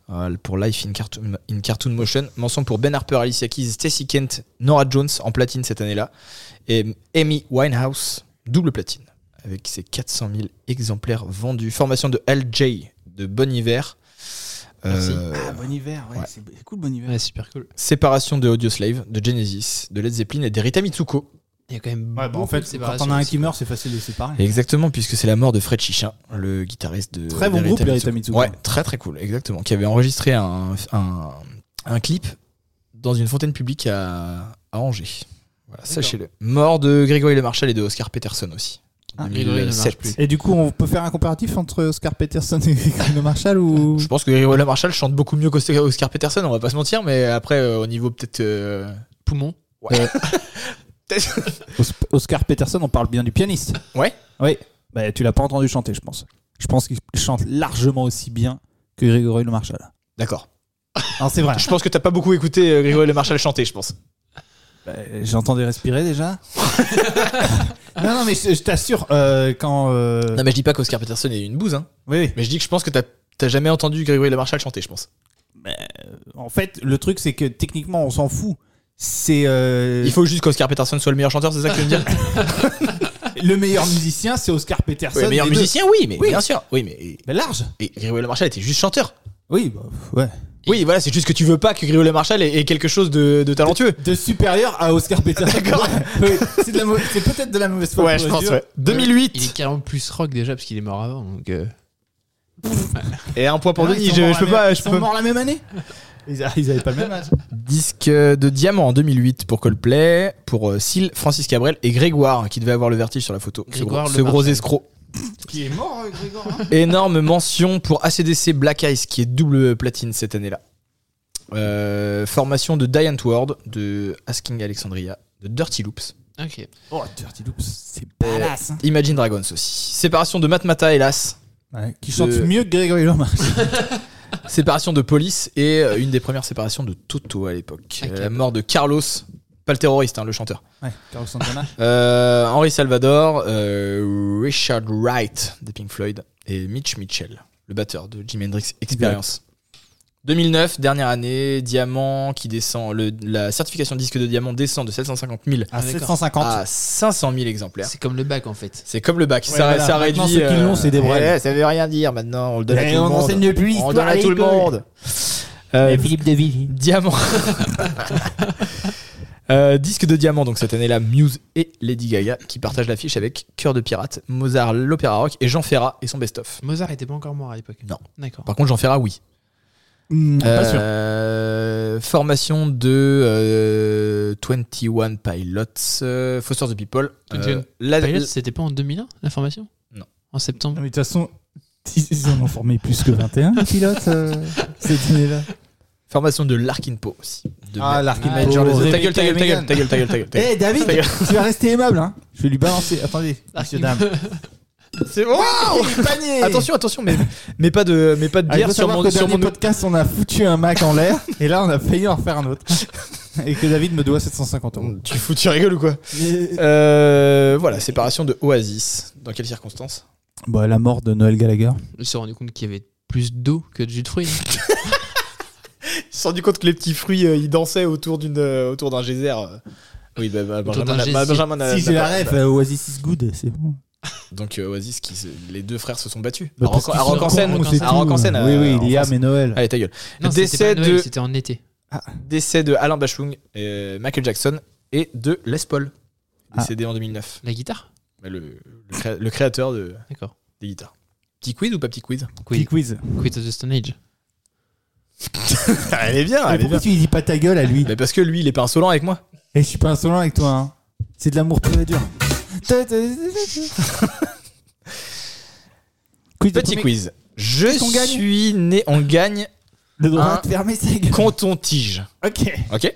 [SPEAKER 4] Euh, pour Life in Cartoon, in Cartoon Motion. Mention pour Ben Harper, Alicia Keys, Stacy Kent, Nora Jones en platine cette année-là. Et Amy Winehouse, double platine, avec ses 400 000 exemplaires vendus. Formation de LJ de Bon Hiver.
[SPEAKER 2] Merci.
[SPEAKER 4] Euh,
[SPEAKER 1] Ah, bon hiver, ouais,
[SPEAKER 4] Ouais.
[SPEAKER 1] c'est c'est cool, bon hiver.
[SPEAKER 2] ouais, super cool.
[SPEAKER 4] séparation de Audioslave, de Genesis, de Led Zeppelin et d'Erita Mitsuko.
[SPEAKER 2] Il y a quand même.
[SPEAKER 1] Ouais, bah, en
[SPEAKER 2] beaucoup de
[SPEAKER 1] fait, quand
[SPEAKER 2] séparation
[SPEAKER 1] on a un
[SPEAKER 2] aussi,
[SPEAKER 1] qui
[SPEAKER 2] quoi.
[SPEAKER 1] meurt, c'est facile de séparer.
[SPEAKER 4] Exactement, puisque c'est la mort de Fred Chichin, le guitariste de.
[SPEAKER 1] Très bon
[SPEAKER 4] d'Erita
[SPEAKER 1] groupe, Erita
[SPEAKER 4] Mitsuko.
[SPEAKER 1] Mitsuko.
[SPEAKER 4] Ouais, très très cool, exactement. Qui avait enregistré un, un, un clip dans une fontaine publique à, à Angers. Voilà, sachez-le. Mort de Grégory Lemarchal et de Oscar Peterson aussi. en
[SPEAKER 1] Ah,
[SPEAKER 2] Grégory Le
[SPEAKER 4] 2007.
[SPEAKER 2] Marchal
[SPEAKER 1] Et du coup, on peut faire un comparatif entre Oscar Peterson et Bruno Marshall ou.
[SPEAKER 4] Je pense que Grégory Lemarchal chante beaucoup mieux qu'Oscar Peterson, on va pas se mentir, mais après, euh, au niveau peut-être. euh,
[SPEAKER 2] Poumon.
[SPEAKER 4] ouais. Peut-être-
[SPEAKER 1] Os- Oscar Peterson, on parle bien du pianiste.
[SPEAKER 4] Ouais.
[SPEAKER 1] Oui. Bah, tu l'as pas entendu chanter, je pense. Je pense qu'il chante largement aussi bien que Grégory Le Marchal.
[SPEAKER 4] D'accord.
[SPEAKER 1] Non, c'est vrai.
[SPEAKER 4] Je pense que t'as pas beaucoup écouté euh, Grégory Le Marchal chanter, je pense.
[SPEAKER 1] Euh, J'entendais respirer déjà. non, non, mais je, je t'assure, euh, quand. euh,
[SPEAKER 4] Non, mais je dis pas qu'Oscar Peterson est une bouse, hein.
[SPEAKER 1] Oui, oui.
[SPEAKER 4] Mais je dis que je pense que t'as t'as jamais entendu Grégory Le Marchal chanter, je pense.
[SPEAKER 1] En fait, le truc, c'est que techniquement, on s'en fout. C'est euh,
[SPEAKER 4] Il faut juste qu'Oscar Peterson soit le meilleur chanteur, c'est ça que tu veux me dire
[SPEAKER 1] le meilleur musicien, c'est Oscar Peterson.
[SPEAKER 4] Oui, Le meilleur
[SPEAKER 1] des deux.
[SPEAKER 4] musicien, oui, mais
[SPEAKER 1] Oui.
[SPEAKER 4] bien sûr. Oui, mais
[SPEAKER 1] Mais large.
[SPEAKER 4] et Grégory Le Marchal était juste chanteur.
[SPEAKER 1] Oui, bah, ouais.
[SPEAKER 4] Oui, voilà, c'est juste que tu veux pas que Grégory Le Marchal ait, ait quelque chose de, de talentueux.
[SPEAKER 1] De supérieur à Oscar Peterson.
[SPEAKER 4] D'accord.
[SPEAKER 1] Oui, c'est de la mau- c'est peut-être de la mauvaise foi.
[SPEAKER 4] Ouais,
[SPEAKER 1] pour
[SPEAKER 4] je
[SPEAKER 1] le
[SPEAKER 4] pense,
[SPEAKER 1] dire.
[SPEAKER 4] ouais.
[SPEAKER 2] Il
[SPEAKER 4] 2008
[SPEAKER 2] est carrément plus rock déjà parce qu'il est mort avant. Donc, euh,
[SPEAKER 4] Et un point pour
[SPEAKER 1] Ah, ils
[SPEAKER 4] Denis,
[SPEAKER 1] sont
[SPEAKER 4] je,
[SPEAKER 1] morts
[SPEAKER 4] je peux
[SPEAKER 1] la même-
[SPEAKER 4] pas. Je
[SPEAKER 1] Ils sont
[SPEAKER 4] peux...
[SPEAKER 1] morts la même année ils, a- ils avaient pas le même âge.
[SPEAKER 4] Disque de diamant en 2008 pour Coldplay, pour euh, Seal, Francis Cabrel et Grégoire, hein, qui devait avoir le vertige sur la photo. Ce
[SPEAKER 2] Grégoire
[SPEAKER 4] gros-
[SPEAKER 2] Le
[SPEAKER 4] ce gros
[SPEAKER 2] Marchal.
[SPEAKER 4] escroc.
[SPEAKER 1] Qui est mort, euh, Grégoire hein
[SPEAKER 4] Énorme mention pour ACDC Black Eyes qui est double platine cette année-là. Euh, formation de Diane Ward, de Asking Alexandria, de Dirty Loops,
[SPEAKER 2] Ok.
[SPEAKER 1] Oh, Dirty Loops, c'est badass. hein.
[SPEAKER 4] Imagine Dragons aussi. Séparation de Matmata, hélas.
[SPEAKER 1] Ouais, qui chante
[SPEAKER 4] De-
[SPEAKER 1] mieux que Grégory Lomar.
[SPEAKER 4] Séparation de Police et euh, une des premières séparations de Toto à l'époque.
[SPEAKER 2] Ok.
[SPEAKER 4] Euh, La mort de Carlos, pas le terroriste, hein, le chanteur.
[SPEAKER 1] Ouais, Carlos Santana.
[SPEAKER 4] Euh, Henri Salvador, euh, Richard Wright de Pink Floyd et Mitch Mitchell, le batteur de Jimi Hendrix Experience. 2009, dernière année, diamant qui descend, le- la certification de disque de diamant descend de 750 000
[SPEAKER 1] À
[SPEAKER 2] d'accord.
[SPEAKER 1] 750.
[SPEAKER 4] à 500 000 exemplaires.
[SPEAKER 2] C'est comme le bac en fait.
[SPEAKER 4] C'est comme le bac,
[SPEAKER 1] Ouais,
[SPEAKER 4] ça,
[SPEAKER 1] voilà.
[SPEAKER 4] ça
[SPEAKER 1] Maintenant,
[SPEAKER 4] réduit. euh,
[SPEAKER 1] ceux qui l'ont, c'est des brels.
[SPEAKER 4] ouais, ça veut rien dire maintenant, on le donne à
[SPEAKER 1] Et
[SPEAKER 4] tout le
[SPEAKER 1] on
[SPEAKER 4] monde.
[SPEAKER 1] enseigne plus
[SPEAKER 4] on
[SPEAKER 1] l'histoire
[SPEAKER 4] donne
[SPEAKER 1] à
[SPEAKER 4] à tout le
[SPEAKER 1] l'école.
[SPEAKER 4] monde. Euh,
[SPEAKER 1] Philippe Deville.
[SPEAKER 4] Diamant. Euh, disque de diamant, donc cette année-là, Muse et Lady Gaga qui partagent l'affiche avec Cœur de Pirate, Mozart, l'Opéra Rock et Jean Ferrat et son best-of.
[SPEAKER 2] Mozart était pas encore mort à l'époque.
[SPEAKER 4] Non.
[SPEAKER 2] D'accord.
[SPEAKER 4] Par contre, Jean Ferrat, oui.
[SPEAKER 1] Hmm, Pas sûr.
[SPEAKER 4] Euh, Formation de euh, 21 Pilots, euh, Foster the People. euh,
[SPEAKER 2] 21
[SPEAKER 4] la-
[SPEAKER 2] Pilot, c'était pas en 2001 la formation
[SPEAKER 4] Non.
[SPEAKER 2] En septembre
[SPEAKER 1] Non, mais de toute façon, ils en ont formé plus que 21, les pilotes, euh, cette année-là.
[SPEAKER 4] Formation de Larkin Poe aussi. De oh,
[SPEAKER 1] Ah,
[SPEAKER 4] Ma-
[SPEAKER 1] Larkin
[SPEAKER 4] Major
[SPEAKER 1] Poe,
[SPEAKER 4] Lazer- Ta gueule,
[SPEAKER 1] Rebecca
[SPEAKER 4] ta gueule, ta
[SPEAKER 1] et
[SPEAKER 4] gueule, ta gueule, ta gueule, ta gueule,
[SPEAKER 1] Eh
[SPEAKER 4] ta gueule.
[SPEAKER 1] David,
[SPEAKER 4] Ta gueule.
[SPEAKER 1] tu vas rester aimable, hein Ah, Je vais lui balancer. Attendez, monsieur dame. Eh,
[SPEAKER 4] C'est bon.
[SPEAKER 1] Panier
[SPEAKER 4] Attention, attention, mais, mais pas de, mais pas de
[SPEAKER 1] Ah, il
[SPEAKER 4] bière
[SPEAKER 1] faut
[SPEAKER 4] sur
[SPEAKER 1] savoir
[SPEAKER 4] mon,
[SPEAKER 1] qu'au
[SPEAKER 4] sur
[SPEAKER 1] dernier
[SPEAKER 4] mon
[SPEAKER 1] podcast, on a foutu un Mac en l'air, et là, on a failli en refaire un autre. Et que David me doit 750 euros.
[SPEAKER 4] Tu fous, tu rigoles ou quoi
[SPEAKER 1] Et-
[SPEAKER 4] Euh, voilà, séparation de Oasis. Dans quelles circonstances
[SPEAKER 1] Bah, la mort de Noël Gallagher.
[SPEAKER 2] Je me suis rendu compte qu'il y avait plus d'eau que de jus de fruits. hein.
[SPEAKER 4] Ils se sont rendu compte que les petits fruits, euh, ils dansaient autour d'une, euh, autour d'un geyser. euh. Oui, bah, bah, Benjamin,
[SPEAKER 2] Autour d'un
[SPEAKER 4] n'a- bah,
[SPEAKER 2] geyser.
[SPEAKER 4] Benjamin n'a-
[SPEAKER 1] si
[SPEAKER 4] n'a
[SPEAKER 1] j'ai la
[SPEAKER 4] pas-
[SPEAKER 1] ref, euh, Oasis is good, c'est bon.
[SPEAKER 4] Donc euh, Oasis, qui se- les deux frères se sont battus.
[SPEAKER 1] Bah,
[SPEAKER 4] à
[SPEAKER 1] parce
[SPEAKER 4] Rock-
[SPEAKER 1] qu'ils
[SPEAKER 4] à
[SPEAKER 1] sont
[SPEAKER 4] Rock en scène,
[SPEAKER 1] cons,
[SPEAKER 2] Rock en
[SPEAKER 1] c'est
[SPEAKER 4] à Rock en
[SPEAKER 1] tout.
[SPEAKER 4] scène,
[SPEAKER 1] Oui,
[SPEAKER 4] euh,
[SPEAKER 1] oui,
[SPEAKER 4] en
[SPEAKER 1] Liam
[SPEAKER 4] France.
[SPEAKER 1] et Noël.
[SPEAKER 4] Allez ta gueule.
[SPEAKER 2] Non,
[SPEAKER 4] Décès
[SPEAKER 2] c'était pas à Noël,
[SPEAKER 4] de-
[SPEAKER 2] c'était en été.
[SPEAKER 4] Décès de Alain Bachung, euh, Michael Jackson et de Les Paul,
[SPEAKER 1] Ah.
[SPEAKER 4] décédé en 2009.
[SPEAKER 2] La guitare
[SPEAKER 4] Bah, le, le créa- le créateur de,
[SPEAKER 2] D'accord.
[SPEAKER 4] des guitares. Petit quiz ou pas petit quiz
[SPEAKER 1] Petit
[SPEAKER 2] Quit,
[SPEAKER 1] quiz. Ah,
[SPEAKER 2] Quit of the Stone Age.
[SPEAKER 4] Ah, Elle est bien,
[SPEAKER 1] Mais
[SPEAKER 4] elle est
[SPEAKER 1] pourquoi
[SPEAKER 4] bien.
[SPEAKER 1] tu lui dis pas ta gueule à lui
[SPEAKER 4] Mais Ben, parce que lui, il est pas insolent avec moi.
[SPEAKER 1] Et je suis pas insolent avec toi, hein. C'est de l'amour pur et dur. Quiz de
[SPEAKER 4] Petit
[SPEAKER 1] premier-
[SPEAKER 4] quiz. Je
[SPEAKER 1] Qu'est-ce qu'on gagne
[SPEAKER 4] suis né, on gagne
[SPEAKER 1] Le droit
[SPEAKER 4] Un-
[SPEAKER 1] de fermer sa gueule.
[SPEAKER 4] quand on tige.
[SPEAKER 1] Ok.
[SPEAKER 4] Ok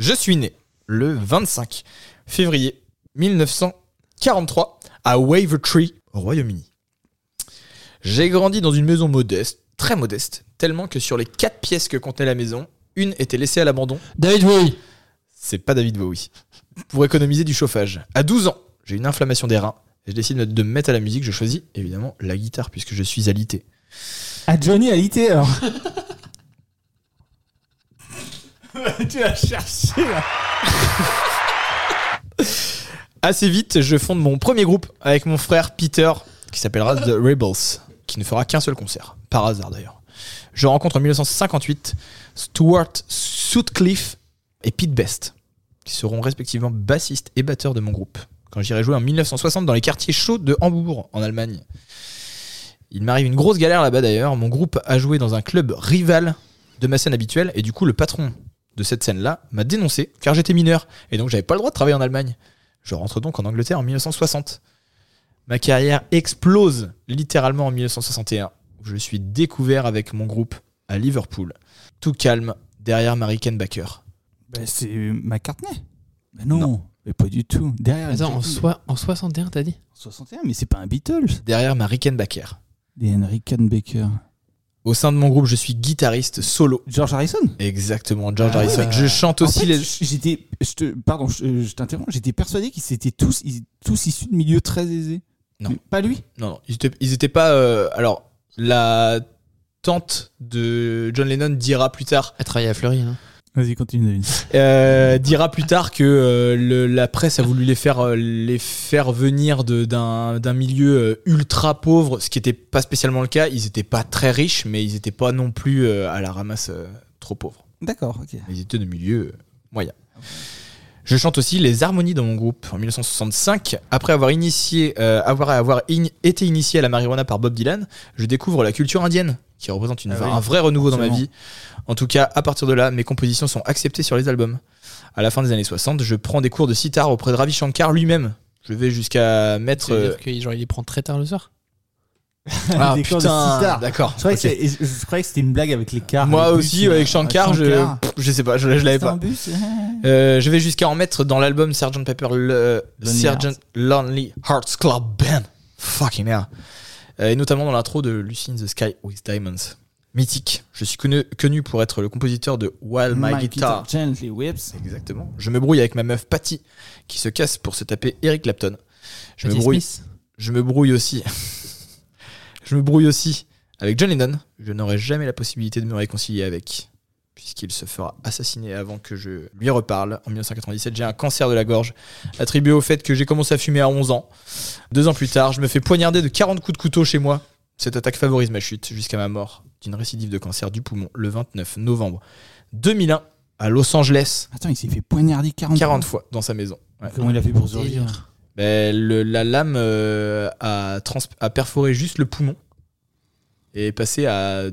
[SPEAKER 4] Je suis né le 25 février 1943 à Wavertree, au Royaume-Uni. J'ai grandi dans une maison modeste, très modeste, tellement que sur les quatre pièces que contenait la maison, une était laissée à l'abandon.
[SPEAKER 2] David Bowie
[SPEAKER 4] C'est pas David Bowie. Pour économiser du chauffage. À 12 ans, j'ai une inflammation des reins. Et je décide de me mettre à la musique. Je choisis évidemment la guitare puisque je suis alité.
[SPEAKER 1] À Johnny à l'IT alors. tu as cherché là.
[SPEAKER 4] Assez vite, je fonde mon premier groupe avec mon frère Peter, qui s'appellera The Rebels, qui ne fera qu'un seul concert, par hasard d'ailleurs. Je rencontre en 1958 Stuart Sutcliffe et Pete Best, qui seront respectivement bassistes et batteurs de mon groupe, quand j'irai jouer en 1960 dans les quartiers chauds de Hambourg, en Allemagne. Il m'arrive une grosse galère là-bas d'ailleurs, mon groupe a joué dans un club rival de ma scène habituelle, et du coup le patron de cette scène-là m'a dénoncé, car j'étais mineur, et donc j'avais pas le droit de travailler en Allemagne. Je rentre donc en Angleterre en 1960. Ma carrière explose littéralement en 1961, où je suis découvert avec mon groupe à Liverpool, tout calme, derrière Marie Kenbacker.
[SPEAKER 1] Ben, Bah, c'est McCartney. Bah non. Mais pas du tout. Derrière,
[SPEAKER 2] Attends,
[SPEAKER 1] une-
[SPEAKER 2] en, soi- en 61, t'as dit
[SPEAKER 1] 61, mais c'est pas un Beatles.
[SPEAKER 4] Derrière ma Rickenbacker.
[SPEAKER 1] Des Henry Baker.
[SPEAKER 4] Au sein de mon groupe, je suis guitariste solo.
[SPEAKER 1] George Harrison
[SPEAKER 4] Exactement, George Harrison.
[SPEAKER 1] Ah mais-
[SPEAKER 4] je chante
[SPEAKER 1] En
[SPEAKER 4] aussi
[SPEAKER 1] fait,
[SPEAKER 4] les.
[SPEAKER 1] J'étais. Je te, pardon, je, euh, je t'interromps. J'étais persuadé qu'ils étaient tous, ils- tous issus de milieux très aisés.
[SPEAKER 4] Non.
[SPEAKER 1] Mais pas lui
[SPEAKER 4] Non, non, ils étaient, ils étaient pas. euh, alors, la tante de John Lennon dira plus tard,
[SPEAKER 2] Elle travaillait à Fleury. hein.
[SPEAKER 1] Vas-y, continue, David.
[SPEAKER 4] euh, dira plus tard que euh, le- la presse a voulu les faire, euh, les faire venir de- d'un d'un milieu euh, ultra pauvre, ce qui n'était pas spécialement le cas. Ils n'étaient pas très riches, mais ils n'étaient pas non plus euh, à la ramasse euh, trop pauvres.
[SPEAKER 1] D'accord, ok.
[SPEAKER 4] Ils étaient de milieu euh, moyen. Je chante aussi les harmonies dans mon groupe en 1965. Après avoir, initié, euh, avoir, avoir in- été initié à la marijuana par Bob Dylan, je découvre la culture indienne, qui représente une,
[SPEAKER 1] Ah oui.
[SPEAKER 4] un vrai renouveau dans ma
[SPEAKER 1] Absolument.
[SPEAKER 4] vie. En tout cas, à partir de là, mes compositions sont acceptées sur les albums. À la fin des années 60, je prends des cours de sitar auprès de Ravi Shankar lui-même. Je vais jusqu'à mettre.
[SPEAKER 2] C'est-à-dire que, genre, il les prend très tard le soir.
[SPEAKER 4] Ah,
[SPEAKER 1] Des cours de sitar.
[SPEAKER 4] putain, d'accord.
[SPEAKER 1] Je croyais,
[SPEAKER 4] ok.
[SPEAKER 1] que c'est- je- je croyais que c'était une blague avec les cars.
[SPEAKER 4] Moi
[SPEAKER 1] les bus,
[SPEAKER 4] aussi,
[SPEAKER 1] euh,
[SPEAKER 4] avec Shankar,
[SPEAKER 1] Shankar.
[SPEAKER 4] je, je sais pas, je, je l'avais
[SPEAKER 1] C'était
[SPEAKER 4] pas.
[SPEAKER 1] un bus
[SPEAKER 4] Euh, je vais jusqu'à en mettre dans l'album Sgt. Pepper le
[SPEAKER 2] Lonely
[SPEAKER 4] Sgt. Lonely Hearts Club Band. Fucking hell. Euh, et notamment dans l'intro de Lucy in the Sky with Diamonds. Mythique. Je suis connu, connu pour être le compositeur de
[SPEAKER 1] Euh,
[SPEAKER 4] While My, Guitar.
[SPEAKER 1] Gently Whips.
[SPEAKER 4] Exactement. Je me brouille avec ma meuf Patty qui se casse pour se taper Eric Clapton. Je me
[SPEAKER 2] Patty
[SPEAKER 4] brouille.
[SPEAKER 2] Smith.
[SPEAKER 4] Je me brouille aussi. je me brouille aussi avec John Lennon. Je n'aurai jamais la possibilité de me réconcilier avec, puisqu'il se fera assassiner avant que je lui reparle. En 1997, j'ai un cancer de la gorge, attribué au fait que j'ai commencé à fumer à 11 ans. Deux ans plus tard, je me fais poignarder de 40 coups de couteau chez moi. Cette attaque favorise ma chute jusqu'à ma mort d'une récidive de cancer du poumon le 29 novembre 2001 à Los Angeles,
[SPEAKER 1] Attends, il s'est fait poignarder 40,
[SPEAKER 4] 40 fois dans sa maison. Ouais.
[SPEAKER 1] Comment il a fait pour
[SPEAKER 2] Délire.
[SPEAKER 1] survivre
[SPEAKER 4] Ben, le- la lame euh, a, trans- a perforé juste le poumon et est passée à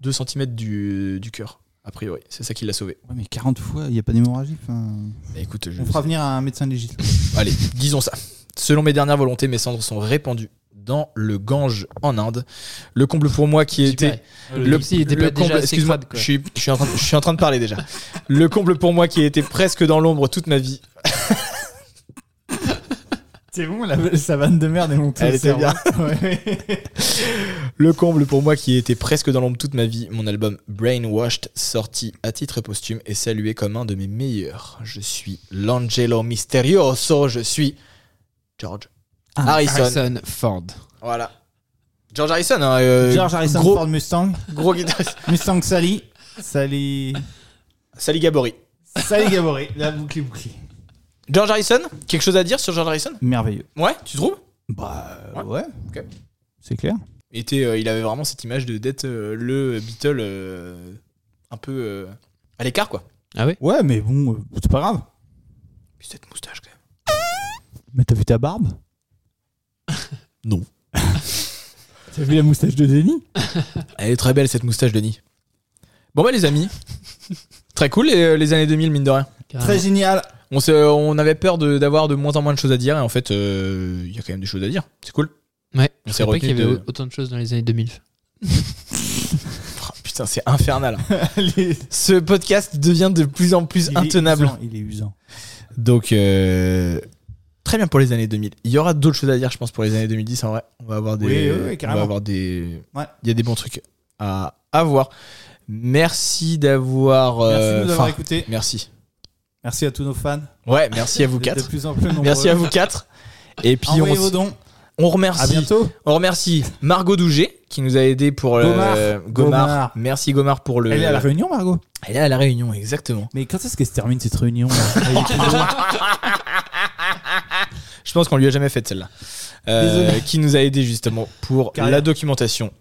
[SPEAKER 4] 2 cm du, du cœur, a priori. C'est ça qui l'a sauvé.
[SPEAKER 1] Ouais, mais 40 fois, il n'y a pas d'hémorragie. enfin.
[SPEAKER 4] Ben, écoute, je-
[SPEAKER 1] On fera venir un médecin législatif.
[SPEAKER 4] Allez, disons ça. Selon mes dernières volontés, mes cendres sont répandues dans le Gange en Inde. Le comble pour moi qui
[SPEAKER 2] Super.
[SPEAKER 4] était
[SPEAKER 2] Le, Pepsi, il était pas déjà
[SPEAKER 4] comble-
[SPEAKER 2] assez
[SPEAKER 4] excuse-moi,
[SPEAKER 2] crade, quoi.
[SPEAKER 4] je suis, je suis en train de- je suis en train de parler déjà. Le comble pour moi qui était presque dans l'ombre toute ma vie.
[SPEAKER 1] C'est bon, la, sa vanne de merde est montée.
[SPEAKER 4] Elle était bien.
[SPEAKER 1] Ouais.
[SPEAKER 4] Le comble pour moi qui était presque dans l'ombre toute ma vie, mon album Brainwashed, sorti à titre posthume, est salué comme un de mes meilleurs. Je suis l'Angelo Misterioso, je suis George
[SPEAKER 1] Ah,
[SPEAKER 4] Harrison.
[SPEAKER 2] Harrison Ford.
[SPEAKER 4] Voilà. George Harrison, hein, euh,
[SPEAKER 1] George Harrison
[SPEAKER 4] gros,
[SPEAKER 1] Ford Mustang.
[SPEAKER 4] gros guitariste.
[SPEAKER 1] Mustang Sally. Sally.
[SPEAKER 4] Sally Gabori.
[SPEAKER 1] Sally Gaboré. La boucle est bouclée.
[SPEAKER 4] George Harrison, quelque chose à dire sur George Harrison
[SPEAKER 1] Merveilleux.
[SPEAKER 4] Ouais, tu trouves
[SPEAKER 1] Bah, euh, ouais.
[SPEAKER 4] Ok.
[SPEAKER 1] C'est clair.
[SPEAKER 4] était, euh, Il avait vraiment cette image de d'être euh, le Beatle euh, un peu euh, à l'écart, quoi.
[SPEAKER 2] Ah ouais
[SPEAKER 1] Ouais, mais bon, euh, c'est pas grave.
[SPEAKER 4] Puis cette moustache, quand même.
[SPEAKER 1] Mais t'as vu ta barbe
[SPEAKER 4] Non.
[SPEAKER 1] T'as vu la moustache de Denis
[SPEAKER 4] Elle est très belle cette moustache, Denis. Bon bah les amis, très cool les, les années 2000 mine de rien.
[SPEAKER 1] Très génial.
[SPEAKER 4] On, s'est- on avait peur de- d'avoir de, moins en moins de choses à dire et en fait euh, il y a quand même des choses à dire. C'est cool.
[SPEAKER 2] Ouais.
[SPEAKER 4] On
[SPEAKER 2] Je
[SPEAKER 4] s'est
[SPEAKER 2] savais pas qu'il y
[SPEAKER 4] retenu
[SPEAKER 2] avait
[SPEAKER 4] de-
[SPEAKER 2] autant de choses dans les années 2000.
[SPEAKER 1] Ah,
[SPEAKER 4] Oh, putain c'est infernal.
[SPEAKER 1] Il est-
[SPEAKER 4] Ce podcast devient de plus en plus
[SPEAKER 1] il est
[SPEAKER 4] intenable.
[SPEAKER 1] usant, Il est usant.
[SPEAKER 4] Donc euh, très bien pour les années 2000. Il y aura d'autres choses à dire je pense pour les années 2010 en vrai. On va avoir des,
[SPEAKER 1] Oui, oui, oui,
[SPEAKER 4] on
[SPEAKER 1] carrément.
[SPEAKER 4] va avoir des,
[SPEAKER 1] Ouais.
[SPEAKER 4] il y a des bons trucs à avoir. Merci d'avoir.
[SPEAKER 1] Merci de
[SPEAKER 4] euh,
[SPEAKER 1] nous avoir
[SPEAKER 4] enfin,
[SPEAKER 1] écoutés.
[SPEAKER 4] Merci.
[SPEAKER 1] Merci à tous nos fans.
[SPEAKER 4] Ouais, merci à vous
[SPEAKER 1] êtes
[SPEAKER 4] quatre.
[SPEAKER 1] De plus en plus nombreux.
[SPEAKER 4] Merci à vous quatre. Et puis on,
[SPEAKER 1] Envoyez vos dons.
[SPEAKER 4] on
[SPEAKER 1] À
[SPEAKER 4] remercie,
[SPEAKER 1] bientôt.
[SPEAKER 4] on remercie Margot Douget qui nous a aidé pour le-
[SPEAKER 1] Gomard.
[SPEAKER 4] Gomard.
[SPEAKER 1] Gomard.
[SPEAKER 4] Merci Gomard pour le.
[SPEAKER 1] Elle est à la réunion, Margot
[SPEAKER 4] Elle est à la réunion, exactement.
[SPEAKER 1] Mais quand est-ce qu'elle se termine cette réunion là Elle est plus là.
[SPEAKER 4] Je pense qu'on lui a jamais fait celle-là. Euh,
[SPEAKER 1] Désolé.
[SPEAKER 4] qui nous a aidé justement pour
[SPEAKER 1] Carrière.
[SPEAKER 4] la documentation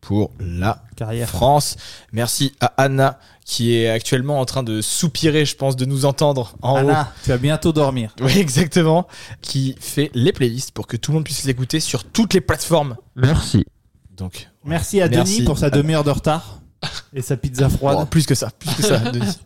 [SPEAKER 4] pour la
[SPEAKER 1] Carrière.
[SPEAKER 4] France. Merci à Anna qui est actuellement en train de soupirer, je pense, de nous entendre en haut.
[SPEAKER 1] Anna, tu vas bientôt dormir.
[SPEAKER 4] Oui, exactement. Qui fait les playlists pour que tout le monde puisse les écouter sur toutes les plateformes.
[SPEAKER 2] Merci.
[SPEAKER 4] Donc,
[SPEAKER 1] Merci à
[SPEAKER 4] Merci.
[SPEAKER 1] Denis pour sa
[SPEAKER 4] Anna.
[SPEAKER 1] demi-heure de retard et sa pizza
[SPEAKER 4] Oh,
[SPEAKER 1] froide.
[SPEAKER 4] plus que ça, plus que ça. Denis.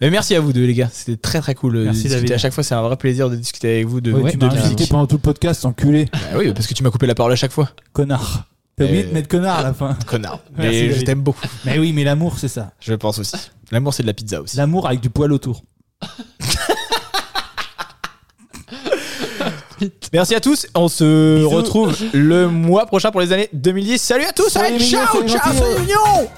[SPEAKER 4] Mais merci à vous deux, les gars. C'était très très cool euh,
[SPEAKER 1] Merci,
[SPEAKER 4] de discuter.
[SPEAKER 1] David.
[SPEAKER 4] À chaque fois, c'est un vrai plaisir de discuter avec vous de,
[SPEAKER 1] Ouais,
[SPEAKER 4] de
[SPEAKER 1] tu m'as
[SPEAKER 4] musique.
[SPEAKER 1] invité pendant tout le podcast, enculé.
[SPEAKER 4] Bah oui, parce que tu m'as coupé la parole à chaque fois.
[SPEAKER 1] Connard. T'as oublié
[SPEAKER 4] Euh.
[SPEAKER 1] de mettre connard à la fin.
[SPEAKER 4] Connard.
[SPEAKER 1] Merci,
[SPEAKER 4] Mais je
[SPEAKER 1] David.
[SPEAKER 4] t'aime beaucoup.
[SPEAKER 1] Mais oui, mais l'amour, c'est ça.
[SPEAKER 4] Je pense aussi. L'amour, c'est de la pizza aussi.
[SPEAKER 1] L'amour avec du poil autour.
[SPEAKER 2] insolite.
[SPEAKER 4] Merci à tous. On se retrouve le mois prochain pour les années 2010. Salut à tous.
[SPEAKER 9] Soyez
[SPEAKER 4] Allez,
[SPEAKER 9] mignons,
[SPEAKER 4] ciao,
[SPEAKER 9] soyez
[SPEAKER 4] ciao,
[SPEAKER 9] gentils,
[SPEAKER 4] soyez
[SPEAKER 9] euh.
[SPEAKER 4] mignons.